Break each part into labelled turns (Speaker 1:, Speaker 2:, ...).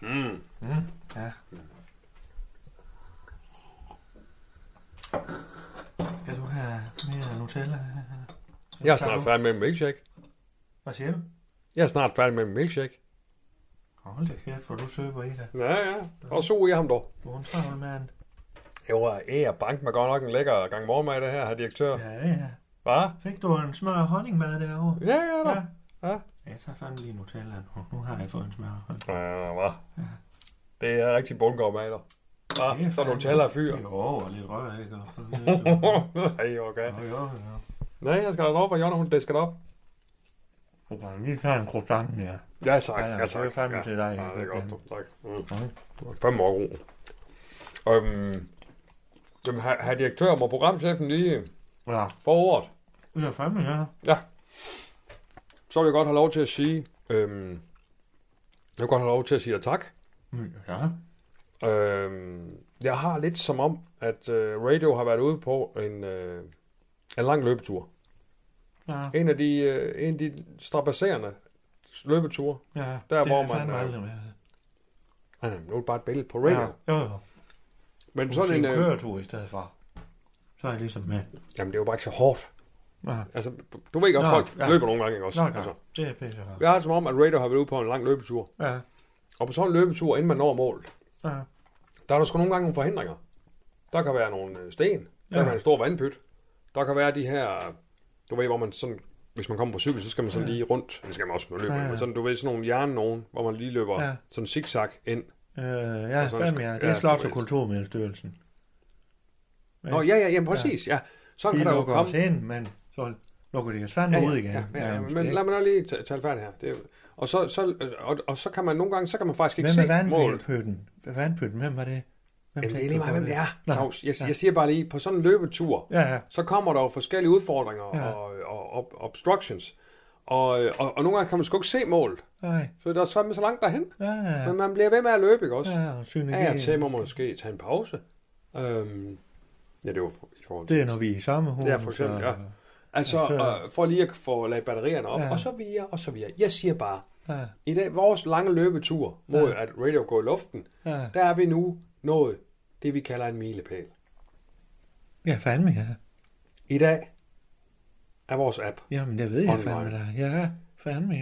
Speaker 1: Ja. Skal du have mere Nutella?
Speaker 2: Jeg er snart færdig med min milkshake.
Speaker 1: Hvad siger du?
Speaker 2: Jeg er snart færdig med min milkshake.
Speaker 1: Hold da kæft, for du søber i dig.
Speaker 2: Ja, ja. Og så jeg ham dog.
Speaker 1: Du er en travl mand.
Speaker 2: Jeg var æg og bank med godt nok en lækker gang morgenmad, det her, herr direktør.
Speaker 1: Ja, ja.
Speaker 2: Hva?
Speaker 1: Fik du en smør og honningmad derovre?
Speaker 2: Ja, ja, da. Ja.
Speaker 1: Jeg tager fandme lige Nutella nu. Nu har jeg fået en smør og honning.
Speaker 2: Ja, hva? Det er rigtig bundgård mad, dog. Hva? Så er du taler af fyr.
Speaker 1: Jo, og lidt rør, ikke? Og-
Speaker 2: Ej, okay.
Speaker 1: Jo, jo, jo.
Speaker 2: Nej, jeg skal da lov for, Jonna, hun disket op.
Speaker 1: Du kan lige tage en croissant, ja.
Speaker 2: Ja, tak.
Speaker 1: Ja, ja,
Speaker 2: Ja,
Speaker 1: det er jo
Speaker 2: tak.
Speaker 1: fandme
Speaker 2: Ja.
Speaker 1: til dig.
Speaker 2: Ja, det er godt, du. Tak.
Speaker 1: Okay.
Speaker 2: Mm. Fem år god. Øhm, jamen, herr herr direktør, må programchefen lige
Speaker 1: Ja,
Speaker 2: få ordet?
Speaker 1: det er fandme, ja.
Speaker 2: så vil jeg godt have lov til at sige, øhm, jeg vil godt have lov til at sige dig tak.
Speaker 1: Ja,
Speaker 2: Øhm, jeg har lidt som om, at øh, radio har været ude på en, øh, en lang løbetur.
Speaker 1: ja,
Speaker 2: En af de, øh, en af de strapasserende løbeture.
Speaker 1: ja.
Speaker 2: Der,
Speaker 1: det
Speaker 2: hvor
Speaker 1: er
Speaker 2: man øh,
Speaker 1: fandme
Speaker 2: er-
Speaker 1: aldrig med.
Speaker 2: Nej, nej, Ah, nu er det bare et billede på radio.
Speaker 1: Ja,
Speaker 2: Ja.
Speaker 1: jo, jo.
Speaker 2: Men
Speaker 1: Sådan
Speaker 2: sådan en, øh,
Speaker 1: køretur i stedet for. Så er jeg ligesom med.
Speaker 2: jamen det er jo bare ikke så hårdt.
Speaker 1: Ja.
Speaker 2: Altså, du ved godt,
Speaker 1: Nå,
Speaker 2: folk
Speaker 1: ja.
Speaker 2: løber nogle gange, ikke også?
Speaker 1: Nå, nå,
Speaker 2: altså,
Speaker 1: det er pisse godt.
Speaker 2: jeg har det som om, at radio har været ude på en lang løbetur.
Speaker 1: Ja,
Speaker 2: Og på sådan en løbetur, inden man når målet,
Speaker 1: ja,
Speaker 2: Der er der sgu nogle gange nogle forhindringer. Der kan være nogle øh, sten. Der
Speaker 1: Ja.
Speaker 2: kan være en stor vandpyt. Der kan være de her... Du ved, hvor man sådan... Hvis man kommer på cykel, så skal man sådan lige rundt. Det skal man også på løbet.
Speaker 1: Ja, ja.
Speaker 2: Men sådan, du ved, sådan nogle jern nogen, hvor man lige løber
Speaker 1: Ja.
Speaker 2: sådan zigzag ind.
Speaker 1: øh, ja,
Speaker 2: Og så er
Speaker 1: fandme
Speaker 2: det sgu-
Speaker 1: ja. Det
Speaker 2: ja,
Speaker 1: er Slots-
Speaker 2: det
Speaker 1: og
Speaker 2: er-
Speaker 1: Kulturmiddelstyrelsen.
Speaker 2: Nå, ja, ja, jamen præcis, ja. Sådan
Speaker 1: De
Speaker 2: kan der jo
Speaker 1: lukker os
Speaker 2: komme...
Speaker 1: ind, men så lukker de os fandme
Speaker 2: Ja,
Speaker 1: ud igen.
Speaker 2: ja, ja, ja, men lad mig da lige ta- tale færdig her. Det, er- og, så, så, øh, og, og så kan man nogle gange, så kan man faktisk ikke
Speaker 1: Hvem er
Speaker 2: se målet.
Speaker 1: vandpytten? Vandpytten, hvem var det? Hvem
Speaker 2: Jamen, det er
Speaker 1: tænkte
Speaker 2: lige
Speaker 1: du
Speaker 2: meget,
Speaker 1: på
Speaker 2: hvem det er,
Speaker 1: Nå,
Speaker 2: Claus. Jeg,
Speaker 1: ja.
Speaker 2: jeg siger bare lige, på sådan en løbetur,
Speaker 1: Ja, ja,
Speaker 2: så kommer der jo forskellige udfordringer
Speaker 1: Ja.
Speaker 2: ja. og, og, og obstructions. Og, og, og nogle gange kan man sgu ikke se målet,
Speaker 1: nej,
Speaker 2: for der er fandme så langt derhen.
Speaker 1: ja, ja,
Speaker 2: Ja. Men man bliver ved med at løbe, ikke også? Ja,
Speaker 1: ja, og synergi.
Speaker 2: ja. Af og til må man måske tage en pause. Øhm, ja, det var for- i forhold til...
Speaker 1: Det er, når vi er i samme hus.
Speaker 2: Det er for eksempel,
Speaker 1: og-
Speaker 2: Altså,
Speaker 1: Ja, så-
Speaker 2: øh, for lige at få lagt batterierne op,
Speaker 1: Ja.
Speaker 2: ja. og så videre, og så videre. Jeg siger bare,
Speaker 1: Ja,
Speaker 2: i dag, vores lange løbetur mod ja. at radio går i luften,
Speaker 1: ja,
Speaker 2: der er vi nu nået det, vi kalder en milepæl.
Speaker 1: ja, fandme ja.
Speaker 2: I dag er vores app
Speaker 1: Jamen, det ved jeg
Speaker 2: Online.
Speaker 1: fandme da. Ja, fandme ja.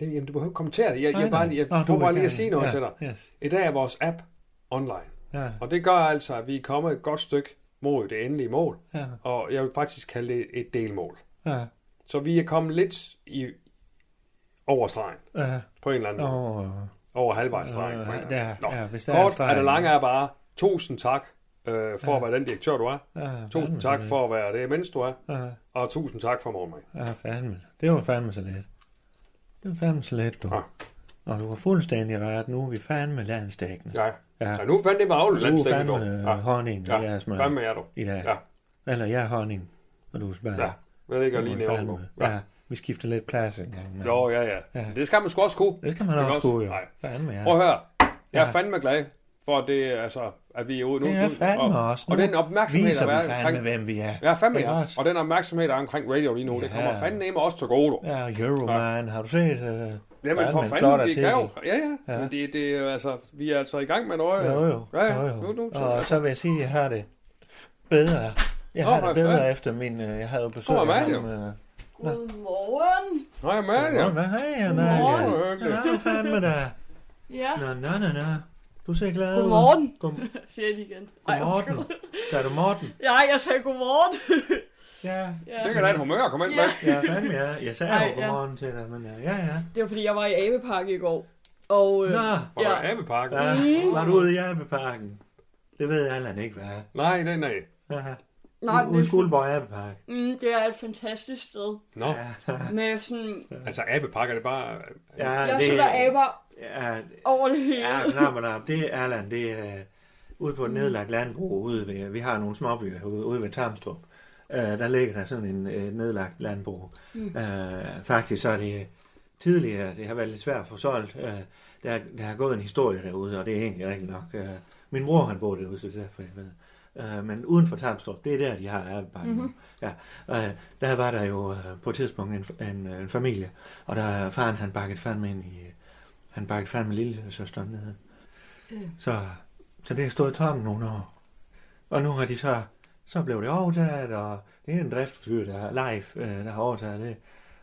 Speaker 2: Jamen, jamen, du behøver ikke kommentere det. Jeg,
Speaker 1: Nej,
Speaker 2: jeg, bare,
Speaker 1: nej.
Speaker 2: lige- jeg
Speaker 1: Nå, du
Speaker 2: prøver
Speaker 1: vil
Speaker 2: bare lige at
Speaker 1: gerne.
Speaker 2: sige noget
Speaker 1: ja,
Speaker 2: ja. til dig.
Speaker 1: Yes.
Speaker 2: I dag er vores app online.
Speaker 1: Ja,
Speaker 2: Og det gør altså, at vi er kommet et godt stykke mod det endelige mål.
Speaker 1: ja,
Speaker 2: Og jeg vil faktisk kalde det et delmål.
Speaker 1: ja,
Speaker 2: Så vi er kommet lidt i over stregen
Speaker 1: ja.
Speaker 2: på en eller anden
Speaker 1: Nå,
Speaker 2: måde. Over halvvejs stregen.
Speaker 1: Øh,
Speaker 2: på en eller anden
Speaker 1: ja,
Speaker 2: måde. Nå.
Speaker 1: ja, hvis der er
Speaker 2: Kort
Speaker 1: stregen.
Speaker 2: er det lange er bare, tusind tak øh, for at være den direktør, du er.
Speaker 1: ja,
Speaker 2: Tusind
Speaker 1: fandme
Speaker 2: tak
Speaker 1: så
Speaker 2: for at være det mens du er.
Speaker 1: lidt. Ja,
Speaker 2: Og tusind tak for morgenmad.
Speaker 1: ja, fandme. Det var fandme så let. Det var fandme så let, du.
Speaker 2: Ja.
Speaker 1: Og du var fuldstændig ret. Nu er vi fandme landstækkende.
Speaker 2: Ja.
Speaker 1: Ja.
Speaker 2: ja. nu fandt det mig aflet
Speaker 1: Du er
Speaker 2: landstækken, du.
Speaker 1: fandme øh, ja.
Speaker 2: Ja.
Speaker 1: honning, og jeg er smør.
Speaker 2: Ja, fandme er du.
Speaker 1: I dag.
Speaker 2: Ja.
Speaker 1: Eller jeg er honning, og du er smør.
Speaker 2: Ja, det ligger lige
Speaker 1: Nu er vi
Speaker 2: nævnt
Speaker 1: fandme-
Speaker 2: på.
Speaker 1: Ja.
Speaker 2: Ja.
Speaker 1: vi skifter lidt plads en gang. imellem.
Speaker 2: Jo, ja, ja.
Speaker 1: Ja.
Speaker 2: Det skal man sgu også kunne.
Speaker 1: Det skal man
Speaker 2: Ikke
Speaker 1: også
Speaker 2: også?
Speaker 1: kunne, jo.
Speaker 2: Nej.
Speaker 1: Fandme, ja.
Speaker 2: Prøv at høre. Jeg
Speaker 1: Ja.
Speaker 2: er fandme glad for, at, det, er, altså, at vi er ude nu.
Speaker 1: Det er
Speaker 2: nu-
Speaker 1: fandme
Speaker 2: og,
Speaker 1: også.
Speaker 2: Og
Speaker 1: Nu
Speaker 2: den opmærksomhed,
Speaker 1: Viser
Speaker 2: der
Speaker 1: vi
Speaker 2: er
Speaker 1: fandme,
Speaker 2: omkring...
Speaker 1: hvem vi er.
Speaker 2: Ja, fandme
Speaker 1: Ikke
Speaker 2: ja.
Speaker 1: også?
Speaker 2: Og den opmærksomhed, der er omkring radio lige nu, det
Speaker 1: Ja.
Speaker 2: kommer fandme også til gode. du.
Speaker 1: Ja, Euroman, har du set? Øh,
Speaker 2: Jamen for
Speaker 1: fandme en flot
Speaker 2: fanden, det kan
Speaker 1: artikel.
Speaker 2: jo. Ja, ja. Men det, det, er jo altså, vi er altså i gang med noget.
Speaker 1: Jo, jo.
Speaker 2: Ja, ja.
Speaker 1: jo, jo.
Speaker 2: Nu, nu,
Speaker 1: og så vil jeg sige, at jeg har det bedre. Jeg
Speaker 2: Nå,
Speaker 1: har det
Speaker 2: hvad
Speaker 1: bedre
Speaker 2: fanden?
Speaker 1: efter min... øh, Jeg havde jo besøg
Speaker 2: Nå,
Speaker 1: af
Speaker 2: hvad er
Speaker 1: ham.
Speaker 2: det
Speaker 1: øh,
Speaker 3: Godmorgen.
Speaker 2: Nå, jamen, ja,
Speaker 1: Nå,
Speaker 2: ja.
Speaker 1: Hvad har jeg,
Speaker 3: Godmorgen,
Speaker 1: Amalie?
Speaker 2: hvor hyggeligt.
Speaker 1: Nå, fandme da.
Speaker 3: Ja,
Speaker 1: Nå, nå, nå, nå. Du ser glad ud.
Speaker 3: Godmorgen.
Speaker 1: God,
Speaker 3: siger jeg lige igen. Ej,
Speaker 1: godmorgen.
Speaker 3: undskyld.
Speaker 1: Sagde du Morten?
Speaker 3: Ja, jeg sagde godmorgen.
Speaker 1: Ja.
Speaker 3: ja.
Speaker 2: Det kan da en humør at komme ind med.
Speaker 3: Ja.
Speaker 1: Ja, fandme ja. Jeg sagde
Speaker 3: Ej,
Speaker 1: jo
Speaker 3: ja.
Speaker 1: godmorgen til dig, men øh, ja, ja.
Speaker 3: Det var fordi, jeg var i Abepark i går. Og øh, Mm.
Speaker 1: Nå,
Speaker 2: Og der er
Speaker 3: Ja.
Speaker 2: abepakke.
Speaker 1: ja. var du ude i Abbeparken? Det ved Allan ikke, hvad er.
Speaker 2: Nej, nej, nej.
Speaker 1: Ja,
Speaker 3: nej,
Speaker 1: Ude i Skuldborg Abbepark.
Speaker 3: mm, det er et fantastisk sted.
Speaker 2: Nå, ja.
Speaker 3: Med sådan,
Speaker 2: altså abepakker, det er bare...
Speaker 1: Ja,
Speaker 3: der sidder aber
Speaker 1: Ja,
Speaker 3: over det hele.
Speaker 1: ja, knap og nap. Det er Erland, det er øh, ude på et nedlagt landbrug ude ved, vi har nogle småbyer herude, ude ved Tarmstrup. Uh, der ligger der sådan en uh, nedlagt landbrug. Mm. Uh, faktisk så er det tidligere, det har været lidt svært at få solgt. Uh, der, der har gået en historie derude, og det er egentlig rigtigt nok. Uh, min mor, han bor derude, så det er derfor, jeg ved. Uh, men uden for Tarmstrup, det er der, de har arbejdet. Mm-hmm. Ja. Uh, der var der jo uh, på et tidspunkt en, en, en familie, og der faren, han bakkede fandme ind i... Uh, han bakkede fandme lille søsteren ned. Øh. Så, så det har stået tomt nogle år. Og nu har de så, så blev det overtaget, og det er en driftfyr, der er live, øh, der har overtaget det.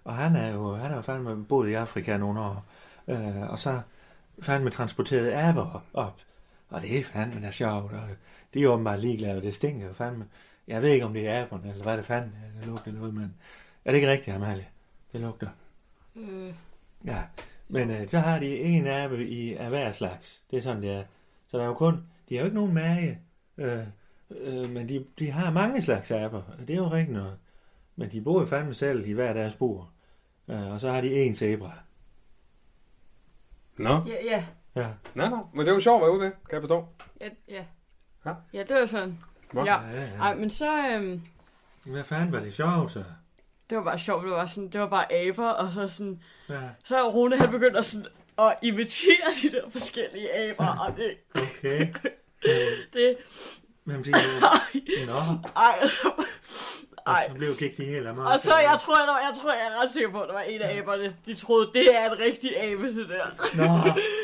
Speaker 1: Og han er jo, han har jo fandme boet i Afrika nogle år. Øh, og så fandme transporteret aber op. Og det er fandme da sjovt, og de er åbenbart ligeglade, og det stinker jo fandme. Jeg ved ikke, om det er aberne, eller hvad det fanden er, der lugter noget, men er det ikke rigtigt, Amalie? Det lugter.
Speaker 3: Øh,
Speaker 1: Ja, men øh, så har de en abe i af hver slags. Det er sådan, det er. Så der er jo kun... De har jo ikke nogen mage. Øh, øh, men de, de har mange slags aber. og Det er jo rigtigt noget. Men de bor jo fandme selv i hver deres bur. Øh, og så har de en zebra.
Speaker 2: Nå,
Speaker 3: ja, ja,
Speaker 1: Ja.
Speaker 2: nå, nå. Men det er jo sjovt at være ude ved, kan jeg forstå.
Speaker 3: ja, ja.
Speaker 2: Ja.
Speaker 3: Ja, det var sådan.
Speaker 2: Nå.
Speaker 3: Ja.
Speaker 1: Ja, ja,
Speaker 3: Ej,
Speaker 1: ja.
Speaker 3: men så, øhm,
Speaker 1: Hvad fanden var det sjovt, så?
Speaker 3: det var bare sjovt, det var, sådan, det var bare aber, og så sådan,
Speaker 1: Ja,
Speaker 3: så er Rune, han begyndte at, sådan, at imitere de der forskellige aber, og det,
Speaker 1: okay.
Speaker 3: det,
Speaker 1: Men de er jo... Nå,
Speaker 3: ej, og så,
Speaker 1: og
Speaker 3: ej.
Speaker 1: så blev gik de helt amok.
Speaker 3: Og så, jeg tror, jeg, jeg tror, jeg er ret sikker på, at der var en af aberne, de troede, det er en rigtig abe, det der.
Speaker 1: Nå,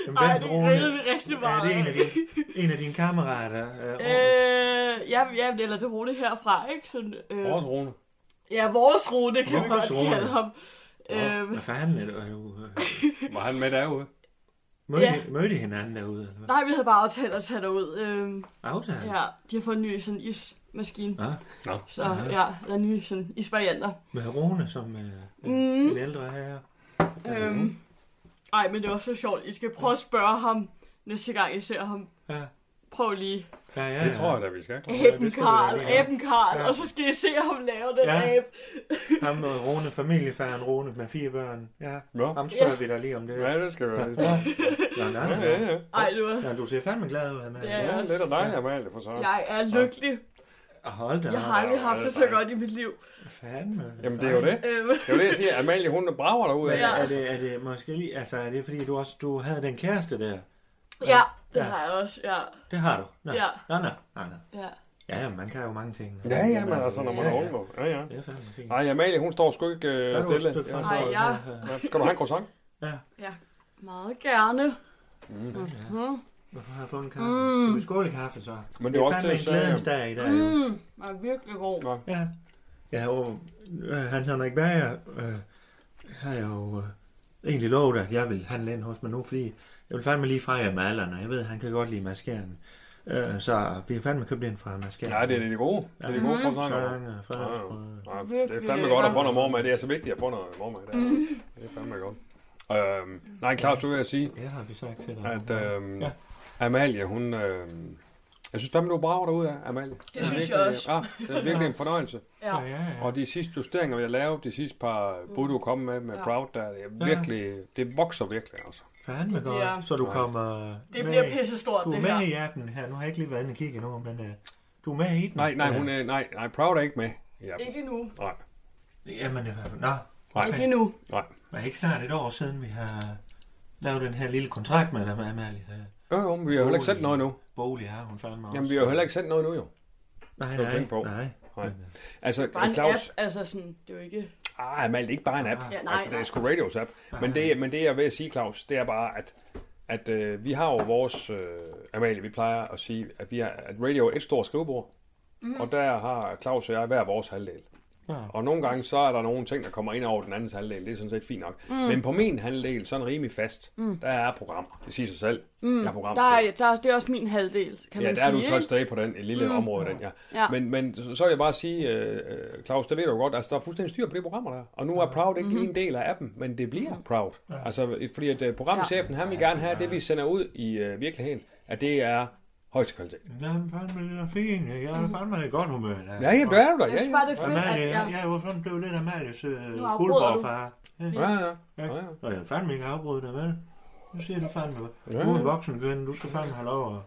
Speaker 1: jamen,
Speaker 3: Ej,
Speaker 1: den
Speaker 3: det
Speaker 1: Rune-
Speaker 3: grillede vi rigtig meget.
Speaker 1: Ja, det er en af dine, en af dine kammerater. Øh, Rune.
Speaker 3: Øh, ja, ja, eller det er Rune herfra, ikke? Sådan, øh,
Speaker 2: Vores Rune.
Speaker 3: ja, vores Rune, kan
Speaker 1: Vores
Speaker 3: vi godt
Speaker 1: Rune.
Speaker 3: kalde ham. Øhm,
Speaker 1: Hvad fanden er det? Er du, øh,
Speaker 2: Var han med derude?
Speaker 1: Mødte,
Speaker 3: Ja.
Speaker 1: ja. mødte I hinanden derude? Eller hvad?
Speaker 3: nej, vi havde bare aftalt at tage derud. Øhm,
Speaker 1: Aftale?
Speaker 3: ja, de har fået en ny sådan ismaskine.
Speaker 1: Ja.
Speaker 2: Nå.
Speaker 3: Så
Speaker 1: Aha.
Speaker 3: ja, der er nye sådan isvarianter.
Speaker 1: Med Rune som øh,
Speaker 3: Mm.
Speaker 1: mm. en ældre herre.
Speaker 3: Øhm, ej, men det var så sjovt. I skal prøve at spørge ham næste gang, I ser ham.
Speaker 1: Ja.
Speaker 3: Prøv lige.
Speaker 1: Ja, ja,
Speaker 2: Det
Speaker 1: ja.
Speaker 2: tror jeg da, vi skal.
Speaker 3: Aben
Speaker 1: det skal vi da
Speaker 3: Karl,
Speaker 1: lige have.
Speaker 3: Aben Karl,
Speaker 1: Ja.
Speaker 3: og så skal I se ham lave den
Speaker 1: Ja.
Speaker 3: abe.
Speaker 1: Ham med Rune, familiefaren Rune med fire børn. Ja.
Speaker 2: Nå.
Speaker 1: Ham spørger vi dig lige om det.
Speaker 2: Ja, det skal vi da lige.
Speaker 1: Ja. Nå, nej,
Speaker 2: Ja,
Speaker 1: nej.
Speaker 2: ja, ja.
Speaker 3: Ej, det var...
Speaker 1: Nå, du ser fandme glad ud, Amalie.
Speaker 3: Ja,
Speaker 2: Ja, lidt af dig, Amalie, for så.
Speaker 3: Jeg er lykkelig.
Speaker 1: Og Hold da
Speaker 3: Jeg
Speaker 1: op.
Speaker 3: har aldrig haft det så godt i mit liv.
Speaker 1: Fandme.
Speaker 2: Jamen, det er jo det.
Speaker 3: Øhm,
Speaker 2: Det er jo det, jeg siger. Amalie, hun brager derude.
Speaker 1: Men
Speaker 3: Ja.
Speaker 1: er, det, er det måske lige, altså er det fordi du også, du havde den kæreste der?
Speaker 3: ja, det
Speaker 1: Ja.
Speaker 3: har jeg også. Ja,
Speaker 1: Det har du? Nå.
Speaker 3: Ja.
Speaker 1: Nå, nå, nå, nå.
Speaker 3: ja.
Speaker 1: Ja, ja, man kan jo mange ting.
Speaker 2: Ja, ja, men altså, når man er
Speaker 1: Ja,
Speaker 2: ung.
Speaker 1: ja.
Speaker 2: jo. Ja, ja.
Speaker 1: Det er fandme fint.
Speaker 2: Ej, Amalie, hun står sgu ikke
Speaker 1: Så er
Speaker 2: øh,
Speaker 1: du et
Speaker 2: stille.
Speaker 1: stykke fra
Speaker 2: Ja,
Speaker 3: Ej,
Speaker 1: så-
Speaker 3: ja.
Speaker 2: ja. Skal du have en croissant?
Speaker 1: Ja.
Speaker 3: Meget gerne. Mm-hmm.
Speaker 1: Hvorfor har jeg fået en kaffe? Mm. Skal vi skåle i kaffe så?
Speaker 2: Men det
Speaker 1: Det
Speaker 2: er jo
Speaker 1: er
Speaker 2: også
Speaker 1: fandme
Speaker 2: det,
Speaker 1: en
Speaker 2: jeg sagde.
Speaker 1: glædens dag i dag. Mm.
Speaker 3: Mm, jeg er virkelig god.
Speaker 2: Nå.
Speaker 1: Ja. Ja, og øh, Hans Henrik Berger øh, har jo øh, egentlig lovet, at jeg vil handle ind hos mig nu, fordi jeg vil fandme lige fra jer med alderen, og jeg ved, at han kan godt lide maskeren. Øh, så vi har fandme købt ind fra maskeren.
Speaker 2: Ja, det er det gode. Det er de gode
Speaker 3: Mhm.
Speaker 2: croissanter.
Speaker 1: Sange, franskbrød.
Speaker 2: Ja, det er fandme godt at få noget mormad. Det er så vigtigt at få noget mormad. Det er, det er fandme godt. Øhm, nej, Claus, du vil jeg sige,
Speaker 1: Det har vi sagt til dig.
Speaker 3: Mm-hmm.
Speaker 2: at øhm,
Speaker 1: Ja.
Speaker 2: Amalie, hun... Øhm, jeg synes fandme, du er brav derude af, Amalie. Det er
Speaker 3: synes jeg
Speaker 2: virkelig-
Speaker 3: også.
Speaker 2: Ja, det er virkelig en fornøjelse.
Speaker 3: Ja.
Speaker 1: ja, ja, ja.
Speaker 2: Og de sidste justeringer, vi har lavet, de sidste par bud, du kom med med
Speaker 3: Mm. Ja.
Speaker 2: Proud, der, det, er virkelig, det vokser virkelig, altså.
Speaker 1: Fandme
Speaker 3: Det bliver-
Speaker 1: godt. Så du kommer
Speaker 3: Det
Speaker 1: med
Speaker 3: bliver
Speaker 1: i-
Speaker 3: pisse stort,
Speaker 1: Du er
Speaker 3: det
Speaker 1: med
Speaker 3: her.
Speaker 1: i appen her. Nu har jeg ikke lige været inde og kigge endnu, men øh, du er med i den.
Speaker 2: Nej, nej,
Speaker 1: Ja.
Speaker 2: hun er, nej, nej, Proud er ikke med. Ja,
Speaker 3: Ikke nu.
Speaker 2: nej,
Speaker 1: Jamen, øh, nå,
Speaker 2: nej,
Speaker 3: Ikke nu.
Speaker 2: nej.
Speaker 1: Men er ikke snart et år siden, vi har lavet den her lille kontrakt med dig, Amalie? Øh,
Speaker 2: Jo, jo, men vi har jo heller ikke sendt noget nu.
Speaker 1: Bolig har hun fandme også.
Speaker 2: Jamen, vi har jo heller ikke sendt noget nu, jo.
Speaker 1: nej,
Speaker 2: kan du tænke på.
Speaker 1: Nej.
Speaker 2: Nej. Altså,
Speaker 3: Bare en
Speaker 2: Claus,
Speaker 3: app, altså sådan, det er jo ikke...
Speaker 2: Ah, men det er ikke bare en app.
Speaker 3: Ja,
Speaker 2: Ja,
Speaker 3: nej,
Speaker 2: nej, altså, det
Speaker 3: nej.
Speaker 2: er sgu radios app. Men det, men det, jeg vil sige, Claus, det er bare, at, at øh, vi har jo vores... Øh, Amalie, vi plejer at sige, at, vi er, at radio er et stort skrivebord. Mm. Og der har Claus og jeg hver vores halvdel.
Speaker 1: Ja.
Speaker 2: Og nogle gange, så er der nogle ting, der kommer ind over den andens halvdel. Det er sådan set fint nok. Mm. Men på min halvdel, sådan rimelig fast, mm. der er programmer. Det siger sig selv. Mm. Jeg er
Speaker 3: Der
Speaker 2: programchef.
Speaker 3: er, der, er- det er også min halvdel, kan
Speaker 2: Ja,
Speaker 3: man
Speaker 2: der er
Speaker 3: sige.
Speaker 2: du så et
Speaker 3: ikke?
Speaker 2: sted på den et lille mm. område, den ja.
Speaker 3: Ja.
Speaker 2: ja. Men, men så så vil jeg bare sige, øh, øh, Claus, det ved du jo godt, altså der er fuldstændig styr på de programmer der. Og nu er Proud ikke lige en del af appen, men det bliver Proud. Altså, fordi at øh, programchefen, han vil gerne have, at det vi sender ud i øh, virkeligheden, at det er højeste kvalitet.
Speaker 1: Jeg er fandme lidt fin. Jeg er
Speaker 4: Mm.
Speaker 1: fandme i godt humør. i dag.
Speaker 2: Ja, ja, det er du da.
Speaker 4: Jeg
Speaker 2: Ja,
Speaker 4: synes bare, det er
Speaker 2: ja.
Speaker 1: Og
Speaker 4: fedt, at
Speaker 1: Amalie, jeg,
Speaker 4: jeg...
Speaker 1: jeg er jo sådan blevet lidt Amalies øh,
Speaker 4: afbryder
Speaker 1: skuldborgfar.
Speaker 2: Ja, ja.
Speaker 1: Ja.
Speaker 2: ja, ja.
Speaker 1: Og jeg har fandme ikke afbrudt dig, vel? Nu siger du fandme,
Speaker 2: Ja,
Speaker 1: du er en
Speaker 2: ja.
Speaker 1: voksen kvinde, du skal fandme have lov at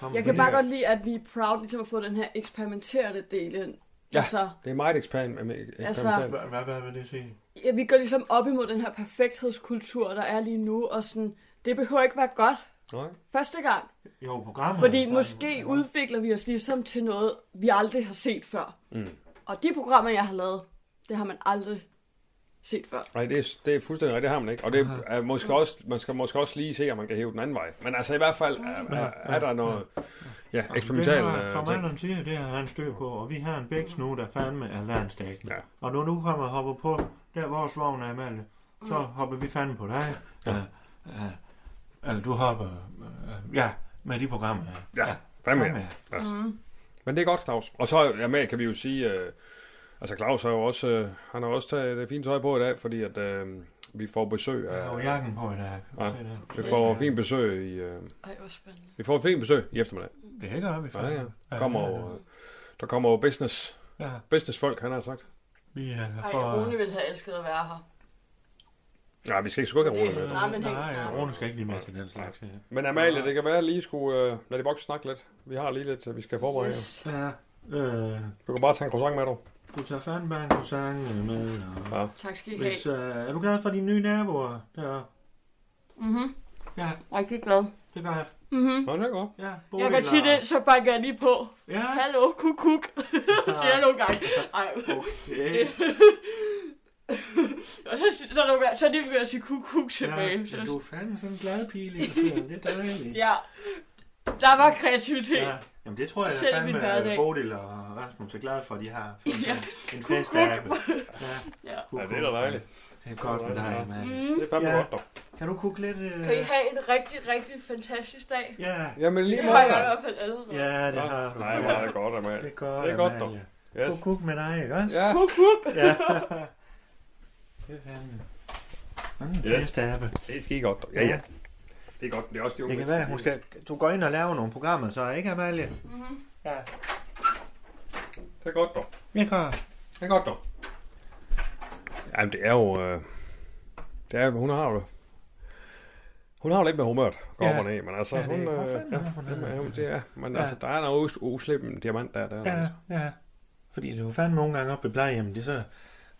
Speaker 1: komme
Speaker 4: Jeg
Speaker 1: med
Speaker 4: kan
Speaker 1: det
Speaker 4: bare
Speaker 1: her.
Speaker 4: godt lide, at vi er proud ligesom at få den her eksperimenterende del ind.
Speaker 2: Ja.
Speaker 4: Altså,
Speaker 2: Det er meget eksperiment.
Speaker 4: Altså-
Speaker 2: eksperimentelt.
Speaker 1: Hvad- Hvad, hvad vil det sige?
Speaker 4: ja, vi går ligesom op imod den her perfekthedskultur, der er lige nu, og sådan, det behøver ikke være godt
Speaker 2: Nej.
Speaker 4: første gang.
Speaker 1: Jo, programmet.
Speaker 4: Fordi
Speaker 1: er fandme-
Speaker 4: måske udvikler vi os ligesom til noget, vi aldrig har set før.
Speaker 2: Mm.
Speaker 4: Og de programmer, jeg har lavet, det har man aldrig set før.
Speaker 2: Nej, det er, det er fuldstændig rigtigt, det har man ikke. Og det er måske også, man skal måske også lige se, om man kan hæve den anden vej. Men altså i hvert fald er, er, er der noget ja, eksperimentalt.
Speaker 1: Altså, Det, har-
Speaker 2: øh, ting.
Speaker 1: Formanden siger, det har han styr på, og vi har en bæks nu, der fandme er landstækkende.
Speaker 2: Ja.
Speaker 1: Og når du kommer og hopper på, der vores vogn er, Amalie, så
Speaker 4: Mm.
Speaker 1: hopper vi fandme på dig.
Speaker 2: Ja.
Speaker 1: Øh, øh, Eller du hopper, øh, ja, med de programmer her.
Speaker 2: Ja, hvad med?
Speaker 1: Kom
Speaker 2: det?
Speaker 1: her.
Speaker 2: Altså. Men det er godt, Claus. Og så ja, med, kan vi jo sige, øh, altså Claus har jo også, øh, han har også taget det fine tøj på i dag, fordi at øh, vi får besøg
Speaker 1: Jeg har jo
Speaker 2: af,
Speaker 1: jakken på i dag. Kan du
Speaker 2: Ja.
Speaker 1: se det?
Speaker 2: vi får fint besøg i, øh,
Speaker 4: Ej, hvor spændende.
Speaker 2: vi får fint besøg i eftermiddag.
Speaker 1: Det er ikke op i
Speaker 2: Ja, ja.
Speaker 1: fanden.
Speaker 2: Der Kommer, jo, øh, der kommer jo business,
Speaker 1: Ja,
Speaker 2: businessfolk, han har sagt.
Speaker 1: vi er
Speaker 4: Ej,
Speaker 1: for...
Speaker 4: Rune ville have elsket at være her.
Speaker 2: Nej, vi skal ikke så godt have Rune med.
Speaker 4: Nej, men han-
Speaker 1: Nej, Rune skal ikke lige med til den slags. ja.
Speaker 2: Men Amalie, det kan være, at lige skulle øh, lade de voksne snakke lidt. Vi har lige lidt, øh, vi skal forberede. Yes.
Speaker 4: Yes.
Speaker 1: Ja, øh,
Speaker 2: Du kan bare tage en croissant med, du.
Speaker 1: du tager fandme en croissant med, og
Speaker 4: Tak skal I have.
Speaker 1: Hvis, øh, er du glad for dine nye naboer? Der?
Speaker 4: Mhm.
Speaker 1: Ja,
Speaker 4: Rigtig glad.
Speaker 1: det gør jeg.
Speaker 4: Mhm.
Speaker 2: Nå, det er godt.
Speaker 1: Ja,
Speaker 3: Jeg går tit ind, så banker jeg lige på.
Speaker 1: Ja,
Speaker 3: Hallo, kuk, kuk. siger jeg nogle gange. Ej,
Speaker 1: okay.
Speaker 3: og så, så, er der- så er de ved at sige kuk, kuk tilbage.
Speaker 1: Ja, men du
Speaker 3: Så,
Speaker 1: er fandme sådan en glad pige, Lene. Det er dejligt.
Speaker 3: ja, der var kreativitet.
Speaker 1: Ja, Jamen det tror jeg,
Speaker 3: Selv
Speaker 1: at
Speaker 3: i
Speaker 1: fandme
Speaker 3: min hverdag.
Speaker 1: at Bodil og Rasmus er glade for, at de har fået
Speaker 3: Ja.
Speaker 1: ja. en fest af dem. Ja,
Speaker 3: Ja.
Speaker 1: kuk,
Speaker 2: Ja, det er da dejligt.
Speaker 1: Det er godt med dig, mand.
Speaker 3: Mm.
Speaker 2: Det er fandme
Speaker 1: Ja.
Speaker 2: godt, dog.
Speaker 1: Kan du kukke lidt? Øh...
Speaker 3: Kan I have en rigtig, rigtig fantastisk dag?
Speaker 1: Ja,
Speaker 2: Jamen lige
Speaker 3: Det
Speaker 2: måde.
Speaker 3: har jeg i hvert fald allerede.
Speaker 1: ja, det har du.
Speaker 2: Nej, hvor er det godt,
Speaker 1: Det
Speaker 2: Amalie.
Speaker 1: er godt,
Speaker 2: Det er godt,
Speaker 1: Amalie.
Speaker 2: Yes.
Speaker 1: Kuk, kuk med dig, ikke også?
Speaker 2: Ja.
Speaker 3: Kuk, kuk.
Speaker 1: Ja. Det er fandme. Sådan en
Speaker 2: Yes.
Speaker 1: fest af dem.
Speaker 2: Det er skide godt, dog. Ja, ja. Det er godt. Det er også de unge
Speaker 1: Det kan være, hun
Speaker 2: mennesker.
Speaker 1: skal... Du går ind og laver nogle programmer, så ikke, Amalie? Mm-hmm. Ja,
Speaker 2: Det er godt, dog.
Speaker 1: jeg kan.
Speaker 2: Det er godt, dog. Jamen, det er jo... Øh... Det er, hun har jo... Hun har jo lidt med humøret, går
Speaker 1: Ja.
Speaker 2: ja. ned, men altså,
Speaker 1: Ja, det er
Speaker 2: hun,
Speaker 1: godt
Speaker 2: øh,
Speaker 1: fandme,
Speaker 2: ja,
Speaker 1: hun er.
Speaker 2: jamen, det er, men
Speaker 1: Ja.
Speaker 2: ja. altså, der er noget us- uslippen diamant der, der er
Speaker 1: Ja,
Speaker 2: altså.
Speaker 1: ja. Fordi det er jo fandme nogle gange oppe i plejehjemmet, det så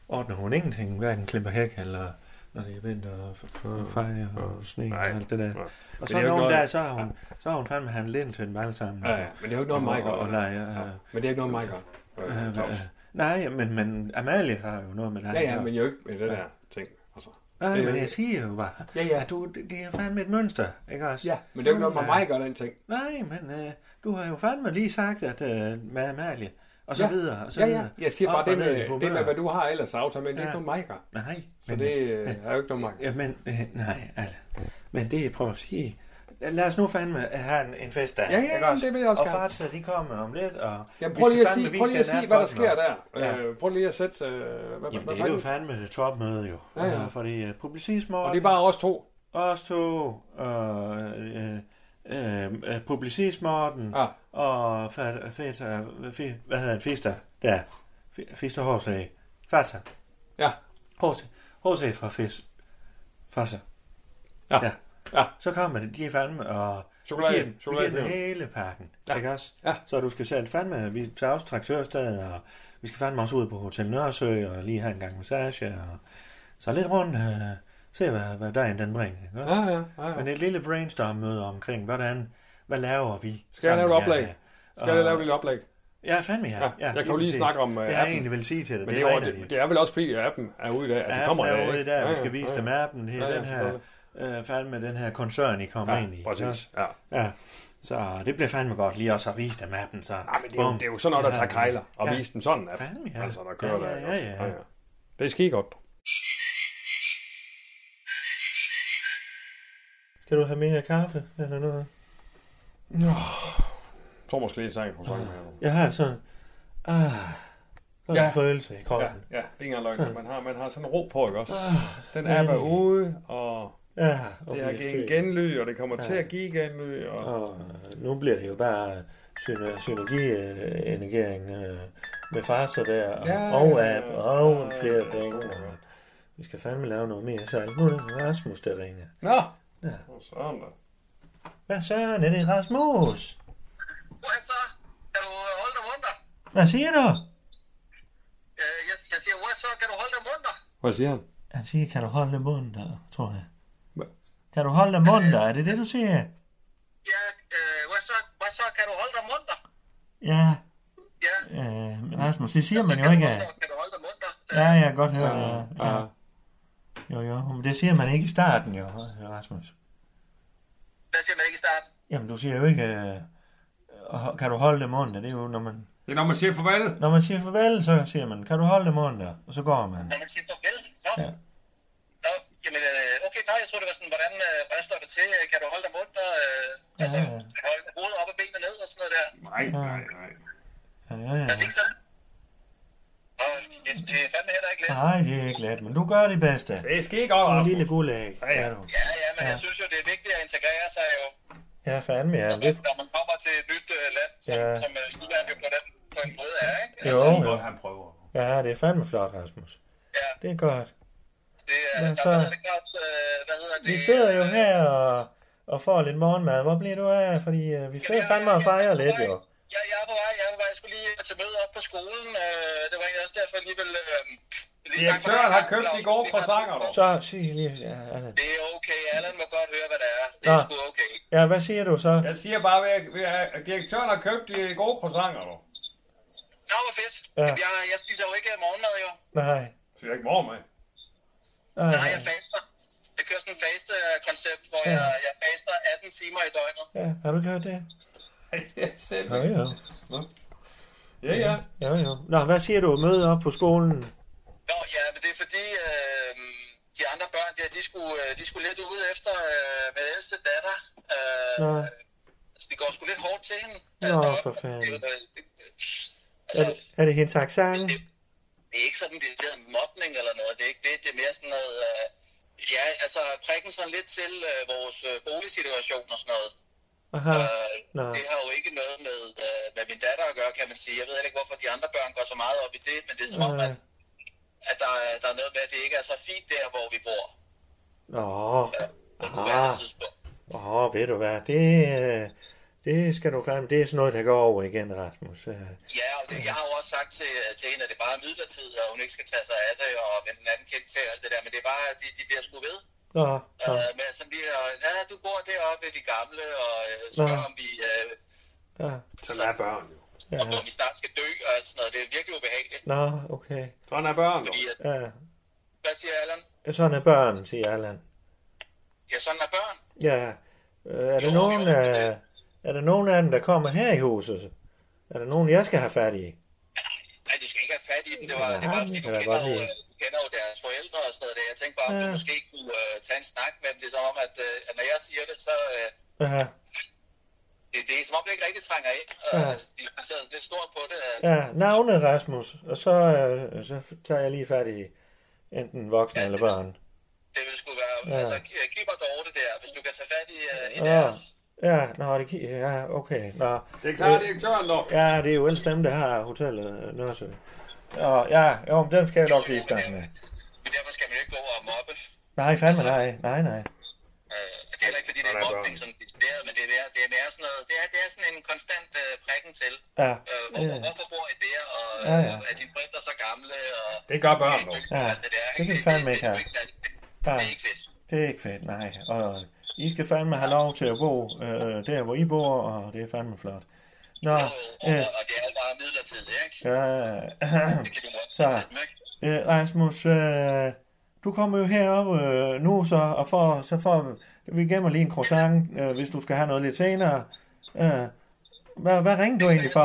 Speaker 1: ordner hun ingenting, hverken klipper hæk eller når det er vinter og f- og fejl og
Speaker 2: Ja.
Speaker 1: sne og
Speaker 2: Mm. Nej.
Speaker 1: alt det der.
Speaker 2: Nej.
Speaker 1: Og
Speaker 2: Men
Speaker 1: så
Speaker 2: det er jo
Speaker 1: nogen
Speaker 2: ikke
Speaker 1: der,
Speaker 2: noget-
Speaker 1: så har hun, så har hun fandme handlet ind til dem alle sammen.
Speaker 2: Ja, ja, men det er jo ikke noget, mig
Speaker 1: og,
Speaker 2: gør.
Speaker 1: og, og
Speaker 2: altså.
Speaker 1: leger,
Speaker 2: Ja.
Speaker 1: øh,
Speaker 2: Men det er ikke noget, mig gør.
Speaker 1: øh,
Speaker 2: Øh, Claus.
Speaker 1: øh, Nej, men, men Amalie har jo noget med dig.
Speaker 2: Ja,
Speaker 1: at
Speaker 2: ja,
Speaker 1: gøre.
Speaker 2: men jo ikke med det der ting. Altså.
Speaker 1: Nej,
Speaker 2: det er jo
Speaker 1: men jeg
Speaker 2: ikke-
Speaker 1: siger jo bare,
Speaker 2: Ja,
Speaker 1: ja, du, det det er fandme et mønster, ikke også?
Speaker 2: Men det er jo ikke noget med
Speaker 1: Ja.
Speaker 2: mig, gør den ting.
Speaker 1: Nej, men øh, du har jo fandme lige sagt, at øh, med Amalie, og så
Speaker 2: Ja.
Speaker 1: videre, og så
Speaker 2: Ja, ja.
Speaker 1: videre.
Speaker 2: Jeg siger
Speaker 1: Op
Speaker 2: bare, det
Speaker 1: og ned i
Speaker 2: med, det med,
Speaker 1: humøret.
Speaker 2: hvad du har ellers aftalt, men det er
Speaker 1: Ja.
Speaker 2: ikke noget, mig gør.
Speaker 1: Nej,
Speaker 2: Så det øh, er jo ikke noget, mig gør.
Speaker 1: Ja, men, øh, nej, altså. Men det, jeg prøver at sige, lad os nu fandme have en, en fest der.
Speaker 2: Ja, ja, jamen, det vil jeg også
Speaker 1: Og
Speaker 2: gerne.
Speaker 1: fartsa, de kommer om lidt, og...
Speaker 2: Jamen,
Speaker 1: vi
Speaker 2: prøv
Speaker 1: skal
Speaker 2: lige at
Speaker 1: fandme
Speaker 2: sige,
Speaker 1: vise
Speaker 2: prøv lige at
Speaker 1: den her
Speaker 2: sige hvad der
Speaker 1: topmøde.
Speaker 2: sker der.
Speaker 1: Ja.
Speaker 2: Øh, prøv lige at sætte... Øh, hvad,
Speaker 1: Jamen,
Speaker 2: hvad
Speaker 1: det er jo
Speaker 2: fanden-
Speaker 1: fandme et topmøde, jo.
Speaker 2: Ja, ja.
Speaker 1: Øh, Fordi uh, publicismorgen...
Speaker 2: Og det er bare os to.
Speaker 1: Os to, og... Øh, øh, øh, publicismorgen,
Speaker 2: Ah,
Speaker 1: og... Fat, fat, fat, hvad hedder han? Fister? Der. Fi- Fister H.C. Farsa.
Speaker 2: Ja.
Speaker 1: H.C. H.C. fra Fis. Farsa.
Speaker 2: Ja. Ja.
Speaker 1: Så kommer de, de er fandme, og...
Speaker 2: chokolade.
Speaker 1: Giver, chokolade
Speaker 2: chokolade.
Speaker 1: giver den hele pakken,
Speaker 2: Ja.
Speaker 1: ja. ikke også?
Speaker 2: Ja.
Speaker 1: Så du skal sætte fandme, vi tager også traktørstedet, og vi skal fandme også ud på Hotel Nørresø, og lige have en gang massage, og så lidt rundt, øh, se hvad, hvad dagen den bringer, ikke også?
Speaker 2: Ja, ja, ja. ja.
Speaker 1: Men et lille brainstorm-møde omkring, hvordan, hvad laver vi?
Speaker 2: Skal jeg
Speaker 1: sammen
Speaker 2: lave et
Speaker 1: med
Speaker 2: oplæg?
Speaker 1: jer?
Speaker 2: Skal jeg lave et lille oplæg?
Speaker 1: Ah. Ja, fandme ja.
Speaker 2: Ja, jeg kan jo lige
Speaker 1: præcis.
Speaker 2: snakke om, øh,
Speaker 1: Det jeg
Speaker 2: appen.
Speaker 1: egentlig vil sige til dig,
Speaker 2: Men det er, jo-
Speaker 1: regner de.
Speaker 2: det, det er vel også fordi, at appen er ude i dag, at det
Speaker 1: Appen
Speaker 2: kommer i dag.
Speaker 1: er ude i
Speaker 2: ikke?
Speaker 1: dag,
Speaker 2: Ja,
Speaker 1: vi
Speaker 2: ja,
Speaker 1: skal vise
Speaker 2: ja,
Speaker 1: dem appen, det
Speaker 2: Ja,
Speaker 1: er
Speaker 2: ja,
Speaker 1: den her,
Speaker 2: forstår
Speaker 1: øh, fandme den her koncern, I kommer ind i.
Speaker 2: Ja,
Speaker 1: ikke
Speaker 2: præcis.
Speaker 1: også?
Speaker 2: Ja.
Speaker 1: Ja, så det bliver fandme godt lige også at vise dem appen, så...
Speaker 2: Ja, men det er, jo, det er jo sådan noget, der
Speaker 1: Ja,
Speaker 2: tager kejler og
Speaker 1: ja.
Speaker 2: vise dem sådan, at
Speaker 1: Fandme, ja.
Speaker 2: altså, der kører
Speaker 1: Ja,
Speaker 2: der.
Speaker 1: ja,
Speaker 2: ikke
Speaker 1: ja,
Speaker 2: også?
Speaker 1: ja.
Speaker 2: Det er skide godt.
Speaker 1: Skal du have mere kaffe eller noget?
Speaker 2: Så måske lige sang hos Sangen.
Speaker 1: Jeg har sådan... Ah, sådan ja.
Speaker 2: Ja.
Speaker 1: en følelse i
Speaker 2: Ja,
Speaker 1: kroppen.
Speaker 2: ja, det er ikke engang
Speaker 1: Ah.
Speaker 2: løgn. Man har, man har sådan en ro på, ikke også? Den
Speaker 1: ja.
Speaker 2: er bare ude, og
Speaker 1: Ja, Ah, og
Speaker 2: det
Speaker 1: bliver
Speaker 2: har
Speaker 1: Ah.
Speaker 2: givet
Speaker 1: stødt.
Speaker 2: genlyd, og det kommer til at give genlyd, og
Speaker 1: Og øh, nu bliver det jo bare syner- synergienagering øh, med farser der, og,
Speaker 2: Ja,
Speaker 1: ja,
Speaker 2: ja,
Speaker 1: og
Speaker 2: ja.
Speaker 1: app, og
Speaker 2: Ja,
Speaker 1: flere
Speaker 2: ja,
Speaker 1: penge.
Speaker 2: ja.
Speaker 1: Og vi skal fandme lave noget mere, så alt muligt. Rasmus, der ringer.
Speaker 2: Nå!
Speaker 1: Ja.
Speaker 2: Hvor Søren da.
Speaker 1: Hvad søren er det, Rasmus?
Speaker 5: Hvad så? Kan du øh, holde dig munter?
Speaker 1: Hvad siger du?
Speaker 5: Øh, Jeg, jeg siger, hvad så? Kan du holde dig munter?
Speaker 2: Hvad siger han?
Speaker 1: Han siger, kan du holde munden der, tror jeg.
Speaker 2: Hva?
Speaker 1: Kan du holde munden der? Er det det, du siger?
Speaker 5: Ja, øh, hvad så? Hvad så? Kan du holde dig munter?
Speaker 1: Ja,
Speaker 5: Ja.
Speaker 1: øh, men Rasmus, det siger man jo
Speaker 5: Kan du
Speaker 1: ikke.
Speaker 5: holde dig- Kan du holde dig munter?
Speaker 1: Ja, jeg kan godt høre.
Speaker 2: Ja,
Speaker 1: Ah. Ja, ja. Jo, jo, men det siger man ikke i starten, jo, Rasmus.
Speaker 5: Hvad siger man ikke i starten?
Speaker 1: Jamen, du siger jo ikke, øh, øh, kan du holde dem under? Det er jo, når man,
Speaker 2: Det er når man siger farvel.
Speaker 1: når man siger farvel, så siger man, kan du holde dem under? Og så går man.
Speaker 5: Når man siger farvel? Nå.
Speaker 1: Ja.
Speaker 5: Ja. Nå, jamen, øh, okay, nej, jeg tror, det var sådan, hvordan, øh, hvordan står det til? Kan du holde dig munter? Øh, altså,
Speaker 1: Ja,
Speaker 5: holde hovedet op og benene ned og sådan noget der.
Speaker 2: Nej,
Speaker 1: Ah.
Speaker 2: nej, nej.
Speaker 1: Ja, ja, ja.
Speaker 5: Er det ikke sådan? Åh, det, det er fandme heller ikke let.
Speaker 1: Nej, det er ikke let, men du gør det bedste.
Speaker 2: Det skal ikke godt,
Speaker 1: Du er en
Speaker 2: Rasmus.
Speaker 1: lille gulag.
Speaker 2: Ja, ja.
Speaker 1: er du.
Speaker 5: Ja, ja, men
Speaker 1: Ja.
Speaker 5: jeg synes jo, det er vigtigt at integrere sig jo.
Speaker 1: Ja, fandme, ja. Det,
Speaker 5: når man kommer til et nyt øh, land, som,
Speaker 1: Ja.
Speaker 5: ja. som øh, Jylland jo på den på en måde er, ikke?
Speaker 1: jo,
Speaker 5: Altså,
Speaker 2: Det er
Speaker 1: jo.
Speaker 2: godt, han prøver.
Speaker 1: Ja, det er fandme flot, Rasmus.
Speaker 5: Ja.
Speaker 1: Det er godt.
Speaker 5: det er,
Speaker 1: Men
Speaker 5: ja,
Speaker 1: så-
Speaker 5: så... det klart, øh, hvad hedder det?
Speaker 1: Vi sidder jo her og, og får lidt morgenmad. Hvor bliver du af? Fordi øh, vi sidder fandme og fejrer lidt, jo.
Speaker 5: Ja, jeg er på vej, jeg er på vej, jeg skulle lige til møde op på skolen, øh, det var egentlig også derfor jeg lige vil... Øh, lige snakke med
Speaker 2: Direktøren
Speaker 5: dig.
Speaker 2: har købt i går fra Sanger, dog.
Speaker 1: Så sig lige... Ja, altså. Allan.
Speaker 5: Det er okay, Allan må godt høre, hvad det er. Det
Speaker 1: Nå.
Speaker 5: er sgu okay.
Speaker 1: ja, hvad siger du så?
Speaker 2: Jeg siger bare, ved- ved- at direktøren har købt de gode croissanter, du.
Speaker 5: Nå, hvor fedt.
Speaker 1: Ja.
Speaker 5: Ja. Jeg, jeg spiser jo ikke øh, morgenmad, jo.
Speaker 1: Nej.
Speaker 2: Så jeg ikke mor med.
Speaker 1: Nej,
Speaker 5: Nej, jeg faster. Jeg kører sådan en faste-koncept, hvor
Speaker 1: Ja.
Speaker 5: jeg, jeg faster 18 timer i døgnet.
Speaker 1: Ja, har du gjort det? Jo,
Speaker 2: Ja,
Speaker 1: jo.
Speaker 2: ja. ja.
Speaker 1: Jo, jo. Nå, hvad siger du? Møde op på skolen?
Speaker 5: Nå, ja, men det er fordi, øh, de andre børn der, de skulle, øh, de skulle lidt ud efter øh, med ældste datter. Øh,
Speaker 1: Nå,
Speaker 5: altså, de går sgu lidt hårdt til hende.
Speaker 1: Nå,
Speaker 5: Øh,
Speaker 1: for fanden.
Speaker 5: det er jo, øh, det-
Speaker 1: er
Speaker 5: Altså,
Speaker 1: det, er det hendes accent?
Speaker 5: det er ikke sådan, det er mobning eller noget. Det er ikke det. Det er mere sådan noget... Øh, ja, altså, prikken sådan lidt til øh, vores øh, boligsituation og sådan noget.
Speaker 1: Aha.
Speaker 5: Øh,
Speaker 1: Nå.
Speaker 5: det har jo ikke noget med, øh, med min datter at gøre, kan man sige. Jeg ved heller ikke, hvorfor de andre børn går så meget op i det, men det er som om,
Speaker 1: Nej.
Speaker 5: at, at der, er- der er noget med, at det ikke er så fint der, hvor vi bor.
Speaker 1: Nå.
Speaker 5: På nuværende
Speaker 1: Ah.
Speaker 5: tidspunkt.
Speaker 1: Åh, ved du hvad? Det, øh, det skal du fandme... Det er sådan noget, der går over igen, Rasmus. Øh,
Speaker 5: Ja, og det, jeg har jo også sagt til, til hende, at det bare er midlertidigt, og hun ikke skal tage sig af det, og vende den anden kendt til og alt det der, men det er bare, de, de bliver sgu ved.
Speaker 1: Nå, nå.
Speaker 5: Øh, men sådan lige, og, ja, du bor deroppe ved de gamle, og øh, spørger,
Speaker 1: Nå.
Speaker 5: om vi, øh,
Speaker 1: Ja,
Speaker 2: Sådan er børn, jo.
Speaker 1: ja.
Speaker 5: om vi snart skal dø, og alt sådan noget. Det er virkelig ubehageligt,
Speaker 1: Nå, okay.
Speaker 2: Sådan er børn, jo.
Speaker 5: fordi, at,
Speaker 1: Ja.
Speaker 5: hvad siger Allan?
Speaker 1: Sådan er børn, siger Allan.
Speaker 5: Ja, sådan er børn.
Speaker 1: Ja. Øh, er der
Speaker 5: Jo,
Speaker 1: nogen
Speaker 5: jo, det er
Speaker 1: af... Er der nogen af dem, der kommer her i huset? Er der nogen, jeg skal have fat i?
Speaker 5: Nej, du skal ikke have fat i dem. Det var,
Speaker 1: Nej,
Speaker 5: det var
Speaker 1: det
Speaker 5: fordi, du
Speaker 1: kan jeg
Speaker 5: kender,
Speaker 1: godt
Speaker 5: jo,
Speaker 1: lide.
Speaker 5: øh, du kender jo deres forældre og sådan noget der. Jeg tænkte bare, om du
Speaker 1: Ja.
Speaker 5: måske kunne uh, tage en snak med dem. Det er som om, at, uh, at når jeg siger det, så uh,
Speaker 1: Ja,
Speaker 5: det, det er som om, det ikke rigtig trænger ind. Uh,
Speaker 1: Ja.
Speaker 5: ja. De har taget lidt stort på det. Uh,
Speaker 1: ja. navne Rasmus, og så, øh, så tager jeg lige fat i enten voksne eller børn.
Speaker 5: det vil sgu være...
Speaker 1: Ja.
Speaker 5: Ja. Altså, Giver Dorte der, hvis du kan tage fat i uh, en
Speaker 1: Ja.
Speaker 5: af os.
Speaker 1: Ja, nå, det, gi- ja, okay. Nå.
Speaker 2: Det er
Speaker 1: Øh.
Speaker 2: klart, direktøren, dog.
Speaker 1: Ja, det er jo ellers dem, der har hotellet øh, Nørresø. Og ja, jo, men dem skal jeg nok lige snakke med.
Speaker 5: Men derfor skal man jo ikke gå over og mobbe.
Speaker 1: Nej, fandme nej, nej, nej.
Speaker 5: Uh, det er heller ikke, fordi det er
Speaker 2: Nej,
Speaker 5: en
Speaker 2: nej,
Speaker 5: mobbning,
Speaker 2: børn.
Speaker 5: som det er, men det er, mere- det er mere sådan noget... Det er, det er sådan en konstant uh, prikken til.
Speaker 1: Ja,
Speaker 5: Øh, hvor,
Speaker 1: ja,
Speaker 5: hvorfor bor I der, og
Speaker 1: Ja,
Speaker 5: ja,
Speaker 1: ja.
Speaker 5: ja. er dine forældre så gamle, og...
Speaker 2: Det gør børn, dog.
Speaker 1: Ja,
Speaker 5: alt der,
Speaker 1: det kan vi
Speaker 5: ikke?
Speaker 1: fandme ikke
Speaker 5: det,
Speaker 1: have.
Speaker 5: det,
Speaker 1: ja,
Speaker 5: det, det er ikke fedt.
Speaker 1: det er ikke fedt, nej. Og I skal fandme have lov til at bo øh, der, hvor I bor, og det er fandme flot. Nå,
Speaker 5: Og, og,
Speaker 1: øh,
Speaker 5: og det er jo bare midlertidigt, ikke?
Speaker 1: ja,
Speaker 5: Det kan du godt
Speaker 1: Så.
Speaker 5: fortælle dem, ikke?
Speaker 1: Øh, Rasmus, øh, du kommer jo herop øh, nu, så, og får, så får vi gemmer lige en croissant, øh, hvis du skal have noget lidt senere. Øh, hvad, hvad ringer du egentlig for?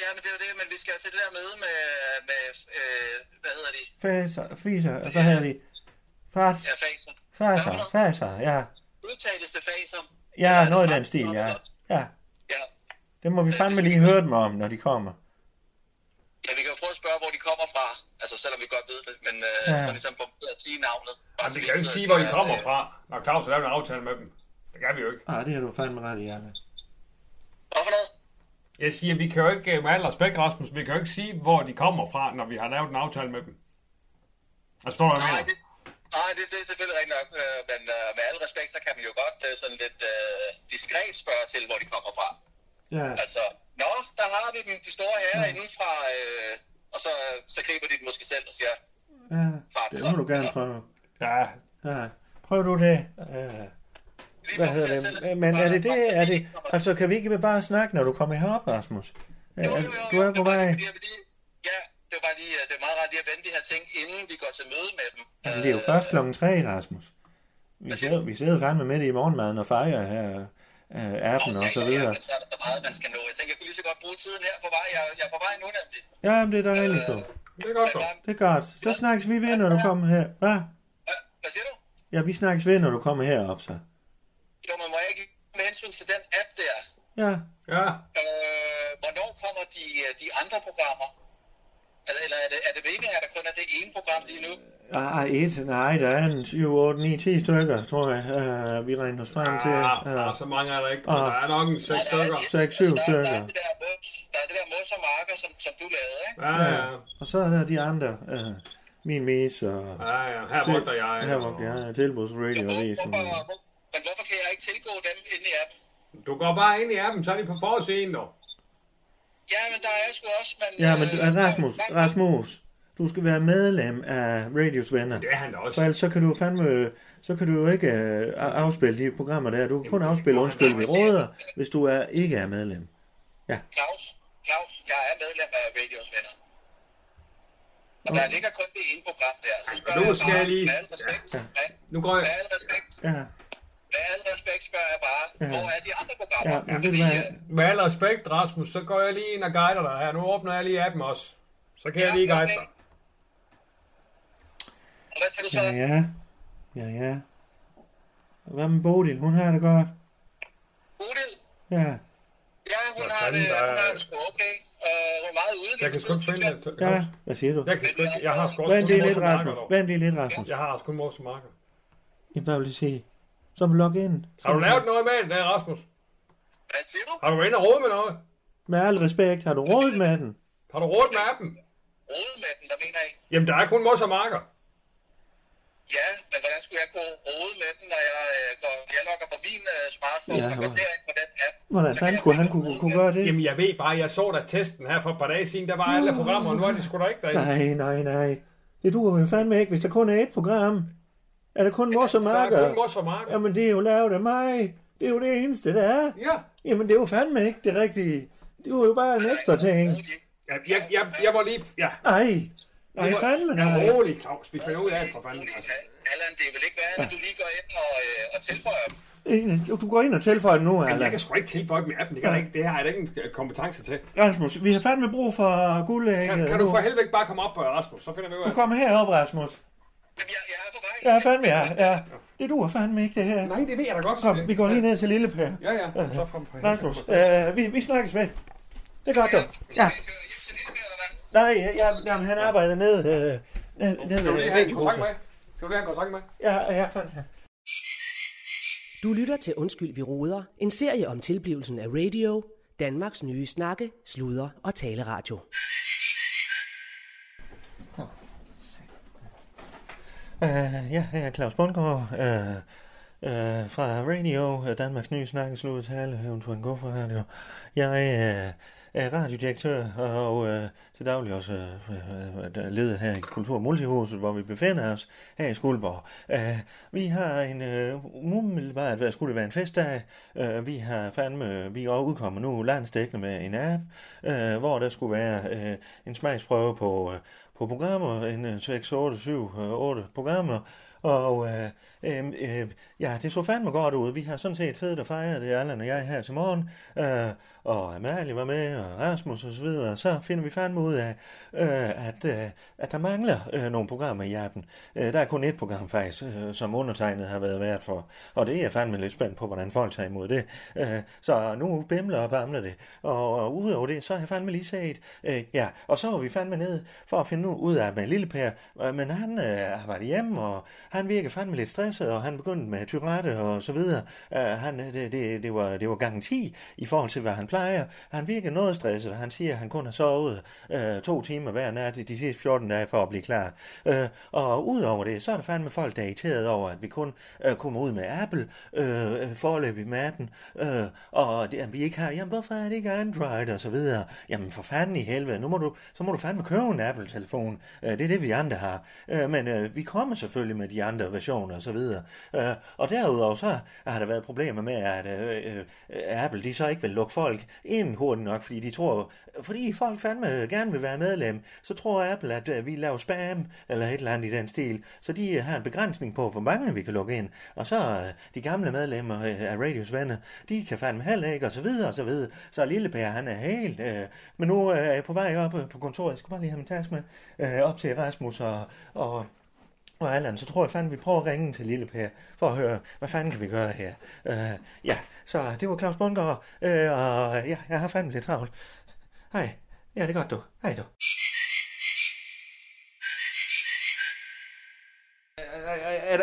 Speaker 5: Ja, men det er jo det, men vi skal jo til det der møde med, med øh, hvad hedder de?
Speaker 1: Faser, fiser, hvad hedder de? Fas,
Speaker 5: Ja, faser.
Speaker 1: faser, faser, ja.
Speaker 5: Udtales det faser?
Speaker 1: Ja, noget i den stil, ja. ja.
Speaker 5: Ja.
Speaker 1: Det må vi fandme lige høre dem om, når de kommer.
Speaker 5: Ja, vi kan jo prøve at spørge, hvor de kommer fra. Altså, selvom vi godt ved det, men øh,
Speaker 1: Ja.
Speaker 5: ja. så ligesom få dem til at sige navnet. Bare
Speaker 2: Jamen,
Speaker 5: så
Speaker 2: Altså, vi
Speaker 5: vi
Speaker 2: kan jo
Speaker 5: ikke
Speaker 2: ikke
Speaker 5: sidder
Speaker 2: sige,
Speaker 5: og
Speaker 2: hvor de
Speaker 5: siger,
Speaker 2: kommer
Speaker 5: øh,
Speaker 1: Ah,
Speaker 2: fra, når Claus har lavet en aftale med dem. Det kan vi jo ikke.
Speaker 1: Nej, det har du fandme ret i, Anna.
Speaker 5: øh,
Speaker 2: Jeg siger, vi kan jo ikke, med al respekt, Rasmus, vi kan jo ikke sige, hvor de kommer fra, når vi har lavet en aftale med dem. Altså, står der
Speaker 5: Nej,
Speaker 2: mere?
Speaker 5: det, nej, det, det er selvfølgelig rigtigt nok, øh, men øh, med al respekt, så kan man jo godt øh, sådan lidt øh, diskret spørge til, hvor de kommer fra.
Speaker 1: Ja,
Speaker 5: Altså, nå, der har vi dem, de store herrer inden fra, øh, og så, så griber de dem måske selv og siger,
Speaker 1: ja.
Speaker 5: fart.
Speaker 1: Det må du gerne prøve.
Speaker 2: Ja,
Speaker 1: Ja. Prøv du det. Øh, Ja. Hvad hedder det? Men er det det? Er det? Altså, kan vi ikke bare snakke, når du kommer herop, Rasmus? Ja, Du er på vej.
Speaker 5: Ja, det var bare lige, øh, det er meget rart lige at vende de her ting, inden vi går til møde med dem.
Speaker 1: Jamen, Altså, det er jo
Speaker 5: Øh,
Speaker 1: først klokken 3, Rasmus. Vi sidder, vi sidder fandme midt i morgenmaden og fejrer her øh, appen
Speaker 5: Nå,
Speaker 1: og
Speaker 5: ja,
Speaker 1: så
Speaker 5: ja, ja,
Speaker 1: videre.
Speaker 5: men så er der meget, man skal nå. Jeg tænker, jeg kunne lige så godt bruge tiden her på vej. Jeg, jeg er på vej nu nemlig.
Speaker 1: Ja, men det er dejligt, du.
Speaker 2: det er godt så.
Speaker 5: Men, der-
Speaker 1: Det er godt. Så snakkes vi ved, når du kommer her. Hvad?
Speaker 5: øh, Hvad siger du?
Speaker 1: Ja, vi snakkes ved, når du kommer herop, så.
Speaker 5: Jo, men må jeg ikke med hensyn til den app der?
Speaker 1: Ja,
Speaker 2: Ja,
Speaker 5: Øh, hvornår kommer de, øh, de andre programmer? Eller, eller er, det, er det meningen, at der kun er det ene program lige nu?
Speaker 1: Ah, et. Nej, der er en 7, 8, 9, 10 stykker, tror jeg, uh, vi regner os frem til.
Speaker 2: ja, ja,
Speaker 1: Uh,
Speaker 2: så mange er Ah, der ikke. men
Speaker 1: Ah.
Speaker 2: Der er nok en seks stykker.
Speaker 1: Seks, syv
Speaker 5: der, der, der, er
Speaker 1: stykker.
Speaker 5: det der, mos- der er det der mos og marker, som, som du lavede, ikke?
Speaker 2: Ja, ja,
Speaker 1: og så er der de andre. Uh, min mis og...
Speaker 2: ja, ja. Her vogter jeg.
Speaker 1: Her
Speaker 2: og-
Speaker 1: vogter jeg. Tilbuds Radio og Avisen.
Speaker 5: Hvorfor, hvor, men hvorfor kan jeg ikke tilgå dem inde i appen?
Speaker 2: Du går bare ind i appen, så er de på forsiden, dog.
Speaker 5: Ja, men der er jeg sgu også, men...
Speaker 1: Ja, men
Speaker 5: øh,
Speaker 1: øh, Rasmus,
Speaker 5: hvad-
Speaker 1: Rasmus, du skal være medlem af Radios venner.
Speaker 2: Det er han da
Speaker 1: For
Speaker 2: også.
Speaker 1: ellers så kan du fandme, så kan du jo ikke øh, afspille de programmer der. Du kan kun afspille Undskyld, vi råder, hvis du er, ikke er medlem.
Speaker 5: Claus, Claus, jeg er medlem af Radios venner. Og der ligger kun det ene program der, så spørger
Speaker 2: nu
Speaker 5: jeg
Speaker 2: skal
Speaker 5: bare,
Speaker 2: jeg lige-
Speaker 5: med al respekt,
Speaker 1: Ja.
Speaker 5: med,
Speaker 2: Nu går jeg...
Speaker 5: med al respekt,
Speaker 1: Ja,
Speaker 5: med al respekt spørger jeg bare,
Speaker 1: Ja.
Speaker 5: hvor er de andre programmer? øh,
Speaker 1: ja, men ved du hvad?
Speaker 2: Med al respekt, Rasmus, så går jeg lige ind og guider dig her. Nu åbner jeg lige appen også. Så kan jeg lige guide dig.
Speaker 5: Og hvad skal du så?
Speaker 1: Ja, ja. Ja, ja. Hvad med Bodil? Hun har det godt.
Speaker 5: Bodil?
Speaker 1: Ja.
Speaker 5: Ja, hun
Speaker 2: Hvad
Speaker 5: har
Speaker 2: fanden,
Speaker 5: det,
Speaker 2: der
Speaker 5: hun
Speaker 2: er-
Speaker 5: har det sgu okay. Uh, hun er meget ude. lige
Speaker 2: Jeg kan
Speaker 5: for
Speaker 2: sgu ikke
Speaker 5: tiden,
Speaker 2: finde
Speaker 5: synes jeg.
Speaker 2: det.
Speaker 1: Ja, hvad siger du?
Speaker 2: Jeg kan sgu ikke... Jeg har sgu også
Speaker 1: Vent
Speaker 2: kun
Speaker 1: lige
Speaker 2: mor
Speaker 1: lidt,
Speaker 2: som marker,
Speaker 1: Rasmus.
Speaker 2: dog.
Speaker 1: Vent lige lidt, Rasmus.
Speaker 2: Jeg har også kun mor som marker.
Speaker 1: Jamen, hvad vil det sige? Så må du logge ind.
Speaker 2: Har du lavet noget med det der, Rasmus?
Speaker 5: Hvad siger du?
Speaker 2: Har du været inde og rode med noget?
Speaker 1: Med al respekt, har du rådet med den?
Speaker 2: Har du rådet med appen?
Speaker 5: Rode med den, der mener jeg.
Speaker 2: Jamen, der er kun mos og marker.
Speaker 5: Ja, men hvordan skulle jeg kunne rode med den, når jeg, øh, går, jeg logger på min øh, smartphone
Speaker 1: Ja,
Speaker 5: og går
Speaker 1: hvor-
Speaker 5: derind på den app?
Speaker 1: Hvordan
Speaker 5: Så kan
Speaker 1: fanden
Speaker 5: jeg
Speaker 1: skulle han
Speaker 5: ikke
Speaker 1: kunne,
Speaker 5: rode
Speaker 1: kunne
Speaker 5: med
Speaker 1: gøre det?
Speaker 2: Jamen, jeg ved bare, jeg så da testen her for et par dage siden. Der var alle programmer, og nu er det sgu da ikke derinde.
Speaker 1: Nej, nej, nej. Det duer jo fandme ikke, hvis der kun er et program. Er der kun mors og
Speaker 2: Der er kun
Speaker 1: marker?
Speaker 2: mos og marker.
Speaker 1: Jamen, det er jo lavet af mig. Det er jo det eneste, der er.
Speaker 2: Ja.
Speaker 1: Jamen, det er jo fandme ikke det rigtige. Det var jo bare en ekstra ting.
Speaker 5: den?
Speaker 2: Jeg, jeg, jeg, jeg var lige... Ja.
Speaker 1: Nej, nej, fandme nej.
Speaker 2: Ja, rolig, Claus. Vi finder ud af det for fanden. Altså.
Speaker 5: Allan, det vil ikke være, at du lige går ind og, øh, og tilføjer dem.
Speaker 1: Jo, Du går ind og tilføjer den nu,
Speaker 2: Men jeg kan
Speaker 1: Allan.
Speaker 2: sgu ikke tilføje dem i appen. Det, kan jeg ikke, det her er der ikke en øh, kompetence til.
Speaker 1: Rasmus, vi har fandme brug for guldæg. øh,
Speaker 2: Kan, kan du for helvede ikke bare komme op, øh, Rasmus? Så finder vi ud af
Speaker 1: Du
Speaker 2: det.
Speaker 1: kommer herop, Rasmus.
Speaker 5: Jamen, jeg, jeg er på vej.
Speaker 1: Ja, fandme, ja. ja. Det duer fandme ikke, det her.
Speaker 2: Nej, det ved jeg da godt.
Speaker 1: Kom, vi går lige ned til Lille Per.
Speaker 2: Ja, ja. Så frem på
Speaker 1: Rasmus, øh, vi, vi snakkes ved. Det er godt, du. Ja.
Speaker 5: Skal jeg køre hjem til Lille, eller hvad?
Speaker 1: Nej, jeg, jeg, jamen, han arbejder ned, øh, ned, ned
Speaker 2: Skal du
Speaker 1: ved
Speaker 2: lige have en kontakt med? Skal du lige have en kontakt med?
Speaker 1: Ja, ja, fandme.
Speaker 6: Du lytter til Undskyld, vi råder. En serie om tilblivelsen af radio. Danmarks nye snakke, sludre og taleradio.
Speaker 1: Uh, ja, jeg er Claus Bundgaard uh, uh, fra Radio, øh, Danmarks nye snakkesludtale, eventuelt gå fra radio. Jeg øh, er radiodirektør og uh, til daglig også uh, leder her i Kultur- og Multihuset, hvor vi befinder os her i Skuldborg. Uh, vi har en uh, umiddelbart, hvad skulle det være, en festdag. Uh, vi har fandme, vi er udkommet nu landstækkende med en app, uh, hvor der skulle være uh, en smagsprøve på... Uh, på programmer, en øh, 6, 8, 7, øh, 8 programmer, og øh, øh, øh, ja, det så fandme godt ud. Vi har sådan set siddet og fejret det, Allan og jeg her til morgen, øh, og Amalie var med, og Rasmus og så videre, og så finder vi fandme ud af, øh, at, øh, at der mangler øh, nogle programmer i appen. Øh, der er kun et program faktisk, øh, som undertegnet har været vært for, og det er jeg fandme lidt spændt på, hvordan folk tager imod det. Øh, så nu bimler og bamler det, og, og udover det, så har jeg fandme lige set, øh, ja, og så var vi fandme ned for at finde ud af med Lille Per, øh, men han øh, har været hjemme, og han virker fandme lidt stresset, og han begyndte med Tyrette og så videre. Uh, han, det, det, det, var, det var gang 10 i forhold til, hvad han plejer. Han virker noget stresset, og han siger, at han kun har sovet uh, to timer hver nat i de sidste 14 dage for at blive klar. Uh, og udover det, så er der fandme folk, der er irriteret over, at vi kun uh, kommer ud med Apple uh, forløbig med appen, uh, og det, at vi ikke har, jamen hvorfor er det ikke Android og så videre. Jamen for fanden i helvede, nu må du, så må du fandme købe en Apple-telefon. Uh, det er det, vi andre har. Uh, men uh, vi kommer selvfølgelig med de andre versioner og så videre. Uh, og derudover så har der været problemer med, at uh, uh, Apple de så ikke vil lukke folk ind hurtigt nok, fordi de tror, fordi folk fandme gerne vil være medlem, så tror Apple, at uh, vi laver spam eller et eller andet i den stil. Så de uh, har en begrænsning på, hvor mange vi kan lukke ind. Og så uh, de gamle medlemmer uh, af Radios venner, de kan fandme heller ikke og så videre og så videre. Så lille Per, han er helt... Uh, men nu uh, er jeg på vej op uh, på kontoret. Jeg skal bare lige have min taske med øh, op til Rasmus og, og, og Allan, så tror jeg fandme, vi prøver at ringe til Lille Per, for at høre, hvad fanden kan vi gøre her? Øh, ja, så det var Claus Bunker, øh, og ja, jeg har fandme lidt travlt. Hej, ja, det er godt du. Hej du.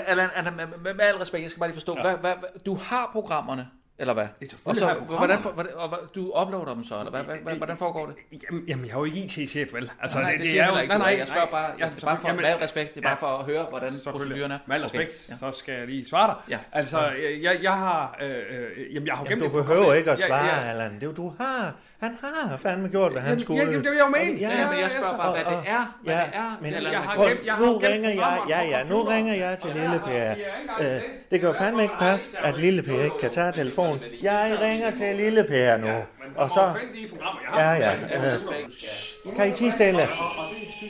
Speaker 7: Allan, Allan, med- med, med al respekt, jeg skal bare lige forstå. Ja. Hvad, hvad, hvad- du har programmerne, eller hvad? Og så,
Speaker 2: har jeg
Speaker 7: hvordan, for- hvordan, og hvad- du uploader dem så, eller hvad, hvad, hvad, hvordan foregår det?
Speaker 2: Jamen, jamen, jeg er jo ikke IT-chef, vel? Altså,
Speaker 7: Nej, det, det
Speaker 2: er
Speaker 7: siger
Speaker 2: jo-
Speaker 7: jeg ikke.
Speaker 2: nej, nej,
Speaker 7: jeg spørger bare,
Speaker 2: ja,
Speaker 7: jeg, bare for,
Speaker 2: jamen,
Speaker 7: med al respekt, det er bare for at høre, hvordan
Speaker 2: Selvfølgelig.
Speaker 7: proceduren er.
Speaker 2: Med al
Speaker 7: Okay,
Speaker 2: respekt,
Speaker 7: ja.
Speaker 2: okay. så skal jeg lige svare dig.
Speaker 7: Ja.
Speaker 2: Altså, jeg, jeg, jeg har... Øh, øh, jamen, jeg har jo
Speaker 1: Jamen,
Speaker 2: gennem
Speaker 1: du
Speaker 2: det-
Speaker 1: behøver ikke at
Speaker 2: Ja,
Speaker 1: svare,
Speaker 2: ja.
Speaker 1: Allan. Det er jo, du har. Han har fandme gjort, hvad han
Speaker 2: Jamen,
Speaker 1: skulle.
Speaker 2: ja, jamen, det vil jeg jo mene.
Speaker 1: Ja,
Speaker 7: Ja, men jeg spørger bare, hvad
Speaker 1: og-
Speaker 7: det
Speaker 1: og-
Speaker 7: er, hvad
Speaker 1: ja,
Speaker 7: det er.
Speaker 1: men
Speaker 7: eller
Speaker 2: jeg
Speaker 7: hvad-
Speaker 2: har
Speaker 1: Prøv,
Speaker 2: gemt- jeg har
Speaker 1: nu
Speaker 2: gemt
Speaker 1: ringer jeg,
Speaker 2: programmerne
Speaker 1: ja,
Speaker 2: på
Speaker 1: ja, nu
Speaker 2: computeren.
Speaker 1: ringer jeg til
Speaker 2: Og
Speaker 1: Lille
Speaker 2: jeg har-
Speaker 1: Per.
Speaker 2: det er ikke engang
Speaker 1: Øh,
Speaker 2: til.
Speaker 1: det kan jo
Speaker 2: Det er
Speaker 1: fandme ikke
Speaker 2: derfor,
Speaker 1: passe,
Speaker 2: jeg har
Speaker 1: at Lille Per
Speaker 2: ikke-
Speaker 1: ikke kan tage
Speaker 7: Jo, jo,
Speaker 1: telefonen.
Speaker 7: det er lige-
Speaker 1: Jeg ringer til Lille Per nu,
Speaker 2: Men
Speaker 1: og
Speaker 2: og
Speaker 1: så...
Speaker 2: så... Find de programmer, jeg har.
Speaker 1: Ja, ja.
Speaker 7: Ja,
Speaker 1: øh,
Speaker 7: respekt, du skal-
Speaker 1: Kan I tige stille?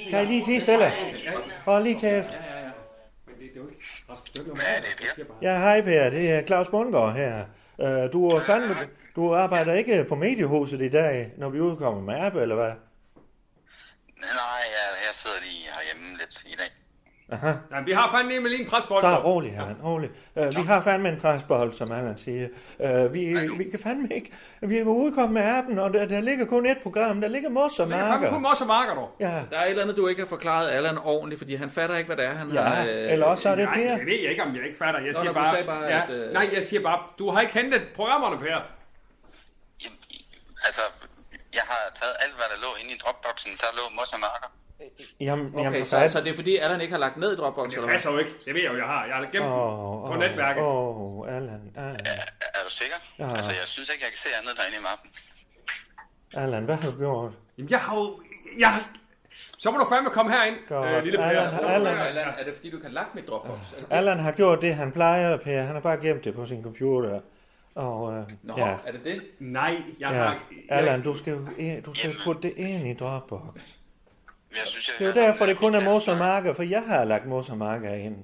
Speaker 1: Kan I lige tige stille? Hold lige kæft.
Speaker 7: Ja, ja, ja.
Speaker 2: Men det, det er jo ikke... Rasmus, det er jo ikke noget, jeg siger bare.
Speaker 1: Ja, hej Per, det er Claus Bundgaard her. Øh, Du, er fandme, du arbejder ikke på mediehuset i dag, når vi udkommer med app, eller hvad?
Speaker 5: Nej, jeg, jeg sidder lige herhjemme lidt i dag.
Speaker 1: Aha.
Speaker 2: Nej, vi har fandme med lige en presbold.
Speaker 1: Bare rolig, Herren, rolig. Uh, vi har fandme en presbold, som Allan siger. Uh, vi, vi kan fandme ikke... Vi er udkommet med appen, og der, der ligger kun et program. Der ligger mos og
Speaker 2: Men jeg fandme kun
Speaker 1: marker.
Speaker 2: også marker, dog.
Speaker 1: Ja,
Speaker 7: Der er et eller andet, du ikke har forklaret Allan ordentligt, fordi han fatter ikke, hvad det er, han har... øh,
Speaker 1: ja.
Speaker 2: øh,
Speaker 1: eller også så er det
Speaker 2: Nej,
Speaker 1: Per.
Speaker 2: det ved jeg ikke, om jeg ikke fatter. Jeg
Speaker 7: Nå,
Speaker 2: siger
Speaker 7: nå, du
Speaker 2: bare...
Speaker 7: sagde bare,
Speaker 2: ja,
Speaker 7: at, øh,
Speaker 2: Nej, jeg siger bare, du har ikke hentet programmerne, Per.
Speaker 5: Jamen, altså, jeg har taget alt, hvad der lå inde i Dropboxen. Der lå mos og marker.
Speaker 1: Jamen, jamen,
Speaker 7: Okay,
Speaker 1: for
Speaker 7: så, så
Speaker 1: fanden.
Speaker 7: det er fordi, Allan ikke har lagt ned i Dropbox,
Speaker 2: Det
Speaker 7: eller
Speaker 2: passer
Speaker 7: hvad?
Speaker 2: jo ikke. Det ved jeg jo, jeg har. Jeg har gemt
Speaker 1: Åh,
Speaker 2: oh, på
Speaker 1: åh,
Speaker 2: netværket.
Speaker 1: Åh, Allan, Allan,
Speaker 5: Er, er du sikker?
Speaker 1: Ja.
Speaker 5: Altså, jeg synes ikke, jeg kan se andet derinde i mappen.
Speaker 1: Allan, hvad har du gjort?
Speaker 2: Jamen, jeg har jo... Jeg har... Så må du fandme komme herind,
Speaker 1: Godt.
Speaker 2: øh, lille Per.
Speaker 1: Allan,
Speaker 2: Så må du-
Speaker 1: Allan.
Speaker 7: Eller er det fordi, du ikke har lagt mit Dropbox? Er det-
Speaker 1: Allan har gjort det, han plejer, Per. Han har bare gemt det på sin computer. Og, øh,
Speaker 7: Nå,
Speaker 1: ja.
Speaker 7: er det det?
Speaker 2: Nej, jeg
Speaker 1: Ja,
Speaker 2: har...
Speaker 1: Allan, du skal, jo ind- du skal putte det ind i Dropbox.
Speaker 5: Jeg synes, jeg
Speaker 1: Det er jo
Speaker 5: hører
Speaker 1: derfor, det
Speaker 5: noget
Speaker 1: kun er
Speaker 5: andet.
Speaker 1: mos og marker, for jeg har lagt mos og marker ind.